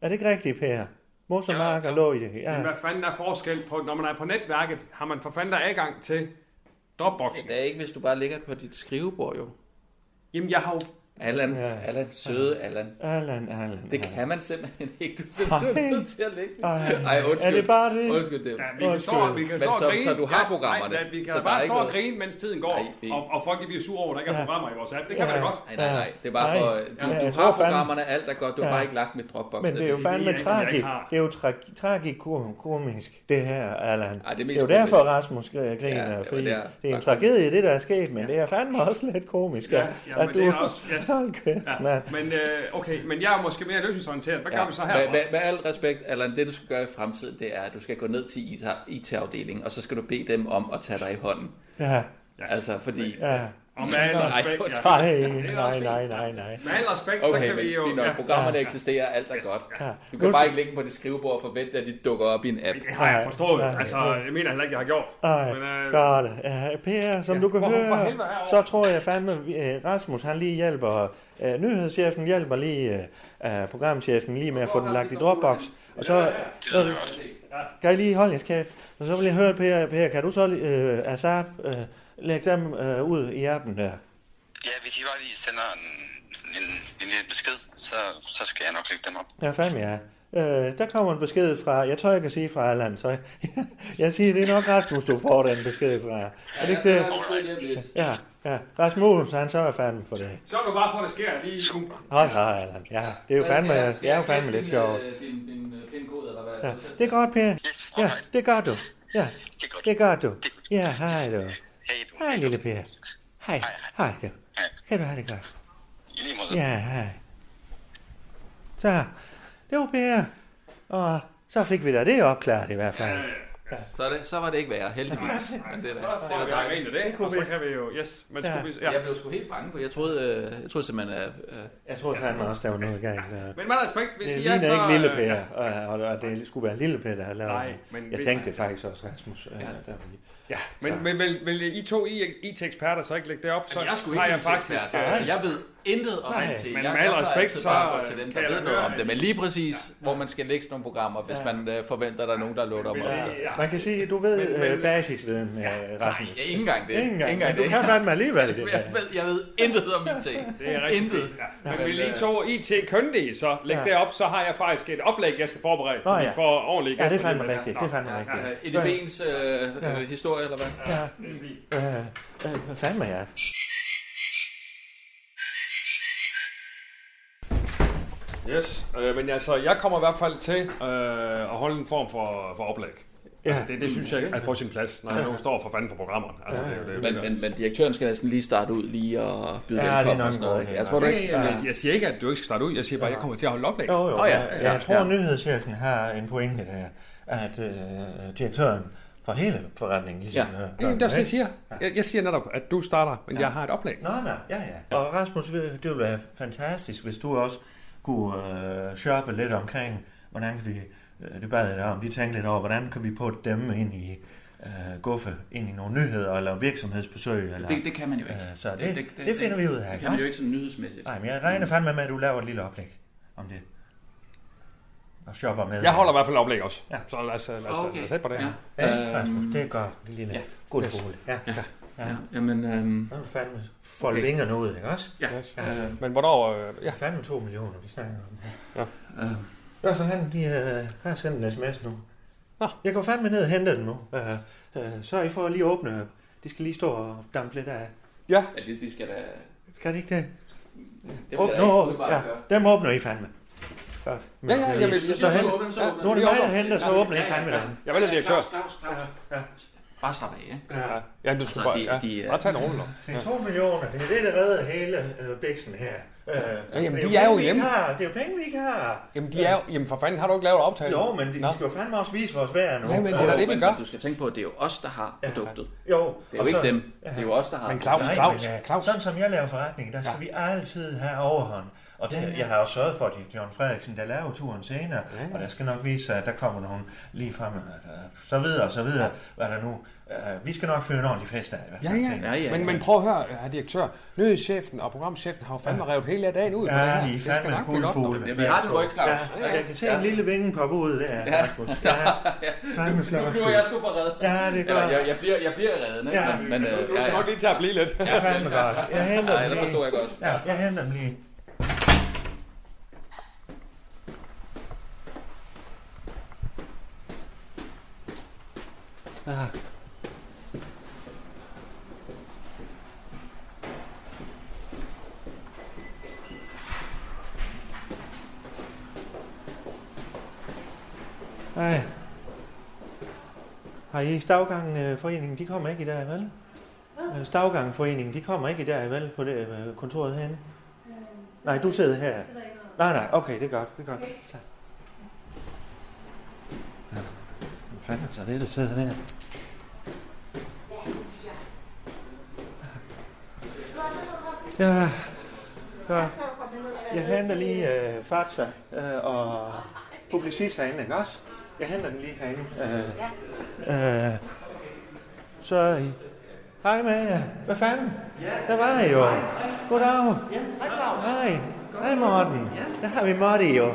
Speaker 1: Er det ikke rigtigt, Per? Mos og marker lå i det. Ja.
Speaker 2: Men hvad fanden er forskel på, når man er på netværket, har man for fanden der adgang til Dropboxen?
Speaker 7: Det er ikke, hvis du bare ligger på dit skrivebord, jo.
Speaker 2: Jamen, jeg har jo...
Speaker 7: Allan,
Speaker 1: Ja.
Speaker 7: Allan, søde Allan.
Speaker 1: Allan, Allan.
Speaker 7: Det kan man simpelthen ikke. Du er simpelthen
Speaker 1: Ej.
Speaker 7: nødt til at lægge det.
Speaker 1: Ej.
Speaker 7: Ej, undskyld.
Speaker 1: Er det bare det?
Speaker 7: Undskyld, det.
Speaker 2: Ja, vi kan stå, og- vi kan
Speaker 7: Men
Speaker 2: stå og
Speaker 7: så-
Speaker 2: grine.
Speaker 7: så du har
Speaker 2: Ja,
Speaker 7: programmerne.
Speaker 2: Nej, vi kan
Speaker 7: Så
Speaker 2: så
Speaker 7: der er
Speaker 2: bare
Speaker 7: ikke
Speaker 2: stå og
Speaker 7: noget.
Speaker 2: grine, mens tiden går,
Speaker 7: Nej, vi-
Speaker 2: og, og folk de bliver sure over, at der ikke er programmer i vores app. Det kan
Speaker 1: Ja.
Speaker 2: man da godt.
Speaker 7: Nej, nej, nej. Det er bare
Speaker 1: Nej.
Speaker 7: for... øh, Du,
Speaker 1: Ja,
Speaker 7: du
Speaker 1: jeg
Speaker 7: har
Speaker 1: tror fandme-
Speaker 7: programmerne, alt er godt. Du har
Speaker 1: Ja.
Speaker 7: bare ikke lagt mit Dropbox.
Speaker 1: Men det er jo fandme
Speaker 2: jeg ikke, om jeg
Speaker 1: tragisk.
Speaker 2: ikke har.
Speaker 1: Det er jo tra- tragikomisk, det her, Allan.
Speaker 7: Ej, det er mest
Speaker 1: det er jo derfor,
Speaker 7: komisk.
Speaker 1: Rasmus øh, griner,
Speaker 7: det
Speaker 1: ja,
Speaker 7: var
Speaker 1: fordi
Speaker 7: der.
Speaker 1: det er en
Speaker 7: Tak.
Speaker 1: tragedie, det der er sket, men det er fandme også lidt komisk.
Speaker 2: Ja, ja, men det er også- ja.
Speaker 1: Hold kæft,
Speaker 2: Ja,
Speaker 1: mand.
Speaker 2: men øh, okay, men jeg er måske mere løsningsorienteret. Hvad gør vi så
Speaker 7: med, med,
Speaker 2: her?
Speaker 7: med al respekt, Allan, det du skal gøre i fremtiden, det er, at du skal gå ned til IT- IT-afdelingen, og så skal du bede dem om at tage dig i hånden.
Speaker 1: Ja,
Speaker 7: Altså, fordi...
Speaker 1: ja.
Speaker 2: Og med al
Speaker 1: Nej,
Speaker 2: respekt,
Speaker 7: hvor
Speaker 2: ja.
Speaker 1: Nej, nej, nej, nej, nej.
Speaker 2: Med al respekt, så
Speaker 7: Okay,
Speaker 2: kan vi
Speaker 7: men
Speaker 2: jo...
Speaker 7: fint nok,
Speaker 2: ja.
Speaker 7: programmerne eksisterer, alt er godt.
Speaker 1: Ja.
Speaker 7: Du
Speaker 1: Nu-
Speaker 7: kan bare ikke ligge på dit skrivebord og forvente, at de dukker op i en app.
Speaker 2: Det har jeg forstået.
Speaker 1: Nej, nej.
Speaker 2: Altså, jeg mener heller ikke, jeg har gjort.
Speaker 1: Ej,
Speaker 2: Men, øh,
Speaker 1: godt. Uh, per, som ja, du kan
Speaker 2: for- for
Speaker 1: høre,
Speaker 2: helvede herovre.
Speaker 1: så tror jeg fandme, uh, Rasmus han lige hjælper, uh, nyhedschefen hjælper lige uh, uh, programchefen lige med at få den lagt i Dropbox. Og så, uh, kan I lige holde jeres kæft? Og så vil jeg høre, Per, per kan du så uh, ASAP uh, lægge dem uh, ud i appen der?
Speaker 5: Ja, hvis I bare lige sender en, en, en lille besked, så, så skal jeg nok lægge dem op.
Speaker 1: Ja, fandme ja. Øh, der kommer en besked fra, jeg tror, jeg kan sige fra Allan, så jeg, jeg siger, det er nok Rasmus, du får den besked fra. Ja, er det ikke det? Ja, ja. Rasmus, han så er fandme for det.
Speaker 2: Så er du bare for, at det sker lige nu. Øh,
Speaker 1: Hold da, Allan. Ja, det er jo fandme, det er jo fandme lidt sjovt.
Speaker 7: Din, din, din pindkode, eller hvad? Altså,
Speaker 1: Ja, det er godt, Per. Ja, det gør du. Ja,
Speaker 5: Det er godt.
Speaker 1: det gør du. Ja, hej du.
Speaker 5: Hey, du.
Speaker 1: Hej, lille Per. Hej, hej du. Kan du have det godt?
Speaker 5: I lige måde.
Speaker 1: Ja, hej. Så, det var Per. Og så fik vi da det opklaret i hvert fald.
Speaker 7: Så, er det, så var det ikke værre, heldigvis. Men det er da,
Speaker 2: Så
Speaker 7: det
Speaker 2: tror
Speaker 7: er
Speaker 2: vi,
Speaker 7: da
Speaker 2: at vi er
Speaker 7: dejligt.
Speaker 2: en af det, og så kan vi jo... Yes, men skulle vi...
Speaker 7: Jeg
Speaker 2: Ja.
Speaker 7: blev sgu helt bange, for jeg troede, øh, jeg troede simpelthen, at... Øh,
Speaker 1: Jeg tror fandme også, der var noget galt. øh.
Speaker 2: Men med respekt, hvis
Speaker 1: Det
Speaker 2: I er
Speaker 1: ligner
Speaker 2: så...
Speaker 1: ikke Lille
Speaker 2: øh,
Speaker 1: Per, og, og, og det skulle være Lille Per, der havde lavet
Speaker 2: Nej,
Speaker 1: det.
Speaker 2: men
Speaker 1: Jeg
Speaker 2: hvis-
Speaker 1: tænkte faktisk også, Rasmus. Ja. Der,
Speaker 2: Ja, men, men vil, vil I to I- IT-eksperter så ikke lægge det op? Så
Speaker 7: jeg skulle
Speaker 2: har
Speaker 7: ikke
Speaker 2: jeg faktisk...
Speaker 7: ekspert, altså,
Speaker 2: øh,
Speaker 7: jeg ved intet om
Speaker 1: Nej,
Speaker 7: IT.
Speaker 2: men
Speaker 7: jeg,
Speaker 2: med al
Speaker 7: jeg plejer
Speaker 2: respekt,
Speaker 7: altid bare
Speaker 2: så,
Speaker 7: at gå
Speaker 2: øh,
Speaker 7: til dem,
Speaker 2: kan
Speaker 7: der
Speaker 2: jeg
Speaker 7: ved
Speaker 2: da
Speaker 7: noget
Speaker 2: høre,
Speaker 7: om det.
Speaker 2: at-
Speaker 7: Men lige præcis, hvor man skal lægge sådan nogle programmer, hvis man øh, forventer, at der er nogen, der lutter dem op.
Speaker 2: Ja,
Speaker 7: Ja,
Speaker 1: Man kan sige, at du ved
Speaker 2: Men- men-
Speaker 1: øh, basisviden med ja. Rasmus.
Speaker 7: ikke engang det.
Speaker 1: Ikke engang,
Speaker 7: Ikke engang
Speaker 1: men du
Speaker 7: det.
Speaker 1: kan fandme alligevel det
Speaker 7: Jeg
Speaker 1: der.
Speaker 7: ved, jeg ved intet om IT.
Speaker 2: Det er rigtig
Speaker 7: Intet.
Speaker 2: fint, Ja. Men
Speaker 7: Men,
Speaker 2: vil I
Speaker 7: øh,
Speaker 2: to IT-kyndige så lægge
Speaker 1: Ja.
Speaker 2: det op, så har jeg faktisk et oplæg, jeg skal forberede,
Speaker 1: Nå
Speaker 2: så vi
Speaker 1: ja.
Speaker 2: får ordentligt
Speaker 1: Ja, det er fandme rigtigt. Det er fandme rigtigt.
Speaker 7: Øh, EDB'ens øh, øh, historie, eller hvad?
Speaker 1: Øh, øh, hvad fanden er jeg?
Speaker 2: Yes, øh, men altså, jeg kommer i hvert fald til øh, at holde en form for, for oplæg.
Speaker 1: Ja.
Speaker 2: Altså, det, det synes jeg er på sin plads, når jeg nu står for fanden for programmerne. Altså, det, er jo det,
Speaker 7: Men, men, men direktøren skal næsten lige starte ud lige og byde
Speaker 1: Ja,
Speaker 7: ja,
Speaker 1: det er
Speaker 7: velkommen
Speaker 1: nok
Speaker 7: og sådan noget.
Speaker 1: en god
Speaker 7: Ikke? Jeg tror du
Speaker 2: Ja,
Speaker 7: ikke?
Speaker 2: ja, ja, men jeg siger ikke, at du ikke skal starte ud. Jeg siger bare, at jeg kommer til at holde oplæg.
Speaker 1: Jo, jo.
Speaker 7: Nå ja,
Speaker 1: jeg,
Speaker 7: ja,
Speaker 1: jeg tror,
Speaker 7: ja.
Speaker 1: nyhedschefen har en pointe der, at øh, direktøren for hele forretningen ligesom...
Speaker 7: Ja.
Speaker 1: øh,
Speaker 2: Det er
Speaker 1: gør
Speaker 2: det, jeg
Speaker 1: ikke?
Speaker 2: siger. Jeg, jeg siger netop, at du starter, men jeg har et oplæg.
Speaker 1: Nå, nej, ja, ja. Og Rasmus, øh, det ville være fantastisk, hvis du også kunne øh, shoppe lidt omkring, hvordan kan vi, øh, det bad jeg dig om, lige tænke lidt over, hvordan kan vi putte dem ind i øh, guffe, ind i nogle nyheder, eller virksomhedsbesøg, eller...
Speaker 7: Det, det kan man jo ikke.
Speaker 1: Øh, så det- det finder vi ud af,
Speaker 7: Det
Speaker 1: ikke
Speaker 7: kan man
Speaker 1: også?
Speaker 7: jo ikke sådan nyhedsmæssigt.
Speaker 1: Nej, men jeg regner fandme med, at du laver et lille oplæg om det. Og shopper med.
Speaker 2: Jeg holder i hvert fald oplæg også.
Speaker 1: Ja.
Speaker 2: Så lad os, lad os, lad os
Speaker 7: Okay.
Speaker 2: sætte på det her.
Speaker 1: Ja,
Speaker 7: Ja. Øhm,
Speaker 1: Rasmus, det er godt, lille. Ja.
Speaker 7: ja.
Speaker 1: God skole. Ja. ja.
Speaker 7: ja, jamen, øhm,
Speaker 1: Nu er du fandme folde
Speaker 7: Okay.
Speaker 1: vingerne ud, ikke også?
Speaker 7: ja. Øh,
Speaker 2: Men hvornår... Øh, ja.
Speaker 1: Der er fandme to millioner, vi snakker om.
Speaker 7: øh,
Speaker 1: Hvorfor han, de, øh, har sendt en sms nu?
Speaker 2: Nå.
Speaker 1: Jeg går fandme ned og henter den nu. Øh, øh, så I får lige åbne. øh, De skal lige stå og dampe lidt af.
Speaker 7: ja, det, det skal da... Det
Speaker 1: Skal de ikke det?
Speaker 7: vil
Speaker 1: Åbne,
Speaker 7: jeg da
Speaker 1: nå,
Speaker 7: ikke umiddelbart
Speaker 1: ja,
Speaker 7: gøre.
Speaker 1: dem åbner I fandme. Godt. Men,
Speaker 2: ja,
Speaker 1: øh,
Speaker 2: jamen,
Speaker 7: Hvis du
Speaker 1: så
Speaker 7: siger,
Speaker 1: hen.
Speaker 7: så åbne dem, så
Speaker 2: Ja,
Speaker 7: åbne
Speaker 1: Nu er
Speaker 7: dem.
Speaker 1: det
Speaker 2: Vi
Speaker 1: mig, der
Speaker 2: åbner.
Speaker 1: henter, så
Speaker 7: Ja,
Speaker 1: åbner I
Speaker 7: ja,
Speaker 1: fandme
Speaker 7: ja.
Speaker 1: den.
Speaker 2: Jeg vælger direktør.
Speaker 7: Claus, Claus, Claus.
Speaker 1: ja.
Speaker 7: Bare slap af, ikke?
Speaker 1: Ja.
Speaker 2: Ja, du skal
Speaker 7: Altså,
Speaker 2: bare...
Speaker 7: de-
Speaker 2: Ja.
Speaker 7: de er-
Speaker 2: Bare tag en rolle.
Speaker 1: Det er to millioner. Det er det, der redder hele øh, biksen her. Øh,
Speaker 2: jamen,
Speaker 1: det
Speaker 2: de er jo
Speaker 1: penge, vi
Speaker 2: hjemme.
Speaker 1: ikke har. Det er jo penge, vi ikke har.
Speaker 2: Jamen, de er, jo- jamen for fanden, har du ikke lavet en aftale?
Speaker 1: Jo, men de,
Speaker 2: Nå.
Speaker 1: de skal jo fandme også vise vores værd nu.
Speaker 2: Ja, men
Speaker 1: Øh,
Speaker 2: det er da det, vi
Speaker 7: men,
Speaker 2: gør.
Speaker 7: men du skal tænke på, at det er jo os, der har produktet.
Speaker 1: Jo,
Speaker 7: Det er jo
Speaker 1: og
Speaker 7: ikke
Speaker 1: så-
Speaker 7: dem. Det er jo os, der har
Speaker 2: Men Claus,
Speaker 1: Nej,
Speaker 2: Claus,
Speaker 1: men, øh,
Speaker 2: Claus.
Speaker 1: Sådan som jeg laver forretning, der skal ja. vi altid have overhånd. Og det, jeg har også sørget for, at det er John Frederiksen, der laver turen senere, ja. og der skal nok vise sig, at der kommer nogen lige frem, øh, så videre og så videre, ja. hvad der nu. Øh, vi skal nok føre en ordentlig fest af, i hvert
Speaker 2: Ja,
Speaker 1: fald.
Speaker 2: ja.
Speaker 1: tænker
Speaker 7: Ja,
Speaker 1: jeg.
Speaker 7: ja,
Speaker 2: Men,
Speaker 7: ja.
Speaker 2: men prøv at høre, herre direktør. Nyhedschefen og programchefen har jo fandme revet hele dagen ud. for det her.
Speaker 1: Ja, de er
Speaker 2: Det skal
Speaker 1: fandme
Speaker 2: nok blive
Speaker 1: gode
Speaker 2: godt.
Speaker 1: fugle.
Speaker 7: Ja, vi har den ryg, Claus.
Speaker 1: Ja, jeg kan se en lille vinge på ud der. Ja. Rasmus. Ja. Fandme flot.
Speaker 7: Nu flyver jeg sgu for redden.
Speaker 1: Ja, det er
Speaker 7: Eller,
Speaker 1: godt.
Speaker 7: jeg, jeg, bliver, jeg bliver redden, ikke?
Speaker 1: Ja.
Speaker 7: Men, men, øh,
Speaker 2: Du
Speaker 7: ja,
Speaker 2: skal
Speaker 7: ja.
Speaker 2: nok lige til at blive lidt.
Speaker 1: Det er fandme godt. Jeg henter
Speaker 7: Nej,
Speaker 1: dem
Speaker 7: det
Speaker 1: lige.
Speaker 7: forstår jeg godt.
Speaker 1: Ja, jeg henter dem lige. Ah. Ej. Har I Stavgangen-foreningen, de kommer ikke i dag, vel? Øh, Stavgangforeningen, de kommer ikke i dag, vel, på det øh, kontoret herinde? Nej, du sidder her. Nej, nej, okay, det er godt, det er godt. Tak. Ja, Hvad fanden så er det, der sidder der? Ja, godt. Jeg henter lige øh, Fatsa øh, og publicist herinde, ikke også? Jeg henter den lige herinde. Øh, øh, så er I Hej Maja. Hvad fanden? Ja. Der var I jo. Goddag.
Speaker 8: Ja, hej Claus.
Speaker 1: Hej. Hej Morten. Der har vi Morty jo.
Speaker 8: Ja,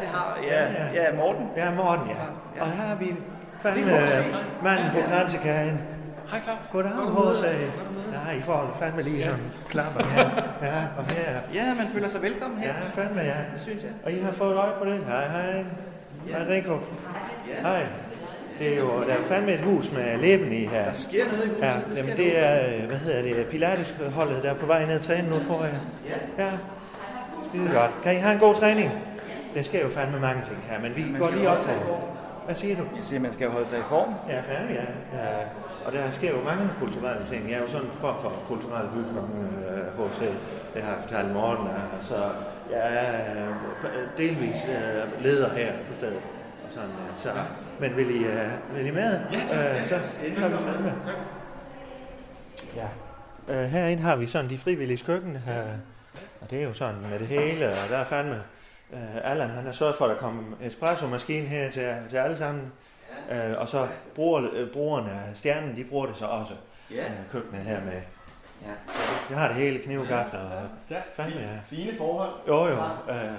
Speaker 8: det har ja, ja, Morten.
Speaker 1: Ja, Morten, ja. Og der har vi fandme
Speaker 8: Det er vores
Speaker 1: øh, manden på kransekagen.
Speaker 7: Hej Claus.
Speaker 1: Goddag, H.C. Ja, I får fandme lige sådan en klapper her. Ja, og her.
Speaker 8: Ja, man føler sig velkommen her,
Speaker 1: Ja, fandme ja.
Speaker 8: synes jeg.
Speaker 1: Og I har fået øje på det? Hej, hej. Hej, Rico. Hej. Det er jo, der er fandme et hus med læben i her.
Speaker 8: Der sker noget i huset.
Speaker 1: Ja,
Speaker 8: der
Speaker 1: jamen
Speaker 8: sker
Speaker 1: det
Speaker 8: noget.
Speaker 1: er, øh, hvad hedder det, Pilates-holdet, der er på vej ned og træne nu, tror jeg. Ja. Ja. Skide godt. Kan I have en god træning? Der sker jo fandme mange ting her, men vi
Speaker 8: Man
Speaker 1: går
Speaker 8: skal
Speaker 1: lige
Speaker 8: jo
Speaker 1: op
Speaker 8: holde sig i
Speaker 1: på. Hvad siger du?
Speaker 8: Jeg siger, man skal jo holde sig i form.
Speaker 1: Ja, fandme, ja. ja. Og der sker jo mange kulturelle ting. Jeg er jo sådan en form for kulturel bykonge, øh, H.C. Det har jeg fortalt i morgen, øh, så jeg er øh, delvis øh, leder her på stedet. Og sådan, øh, så. Men vil I, øh, vil I med? Ja, tak. Øh, så, så er vi fandme. Ja. Øh, herinde har vi sådan de frivillige køkken, øh, og det er jo sådan med det hele, og der er fandme... Øh, Allan, han har sørget for, at der kom espresso-maskine her til, til alle sammen. Øh, og så bruger, øh, brugerne af stjernen, de bruger det så også.
Speaker 8: Ja.
Speaker 1: Øh, køkkenet her med.
Speaker 8: Ja.
Speaker 1: Jeg har det hele kniv, gafler og
Speaker 8: ja.
Speaker 1: fandme ja.
Speaker 8: Fine forhold.
Speaker 1: Jo jo. Øh,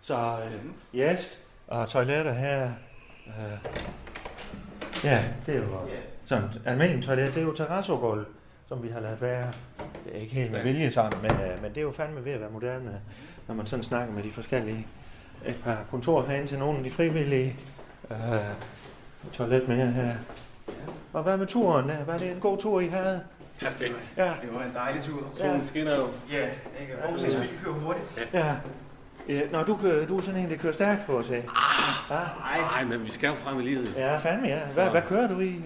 Speaker 1: så øh, yes. Og toiletter her. Øh, ja, det er jo
Speaker 8: Ja.
Speaker 1: sådan almindeligt toilet. Det er jo terrazzogulv, som vi har lavet være. Det er ikke helt med vilje sådan, men, øh, men det er jo fandme ved at være moderne, når man sådan snakker med de forskellige et par kontorer herinde til nogle af de frivillige. Øh, et toilet mere her. Og hvad med turen? der? Var det en god tur, I havde?
Speaker 9: Perfekt.
Speaker 1: Ja,
Speaker 8: Det var en dejlig tur.
Speaker 1: ja,
Speaker 9: Solen skinner jo.
Speaker 8: Ja, ikke? Aarhus bil kører hurtigt.
Speaker 1: ja. ja. Nå, du, kører- du er sådan en, der kører stærkt på os, Ah, ja.
Speaker 9: Nej, men vi skal jo frem i livet.
Speaker 1: Ja, fandme ja. Hvad,
Speaker 9: Så-
Speaker 1: hvad kører du i? Ja.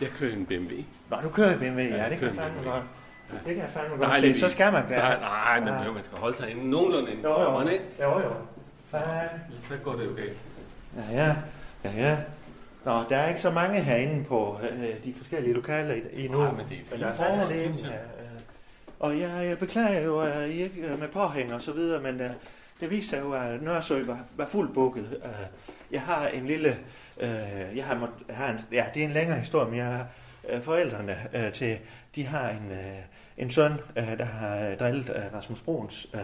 Speaker 9: Jeg kører en BMW.
Speaker 1: Nå, du kører i BMW. Ja,
Speaker 9: jeg
Speaker 1: det kan jeg
Speaker 9: kører
Speaker 1: fandme
Speaker 9: i
Speaker 1: godt. Det kan jeg fandme godt
Speaker 9: Dejlig
Speaker 1: se.
Speaker 9: bil.
Speaker 1: Så skal man da.
Speaker 9: Nej, nej, men
Speaker 1: Ja.
Speaker 9: ja. man skal holde sig inden nogenlunde inden
Speaker 1: Jo,
Speaker 9: for
Speaker 1: jo.
Speaker 9: rammerne,
Speaker 1: Jo, jo. Fandme.
Speaker 9: ikke? Så går det jo galt.
Speaker 1: Ja, ja. Ja, ja. Nå, der er ikke så mange herinde på øh, de forskellige lokaler i- endnu.
Speaker 9: Nej, men det er fine
Speaker 1: der er
Speaker 9: forhold,
Speaker 1: fandme lidt,
Speaker 9: synes jeg.
Speaker 1: ja, øh. Og jeg, jeg beklager jo, at I ikke øh, med påhæng og så videre, men øh, det viste sig jo, at Nørresø var, var fuldt bukket. Øh, jeg har en lille... Øh, jeg har, mått, jeg har en, ja, det er en længere historie, men jeg har, øh, forældrene øh, til... De har en, øh, en søn, øh, der har øh, drillet øh, Rasmus Bruns øh,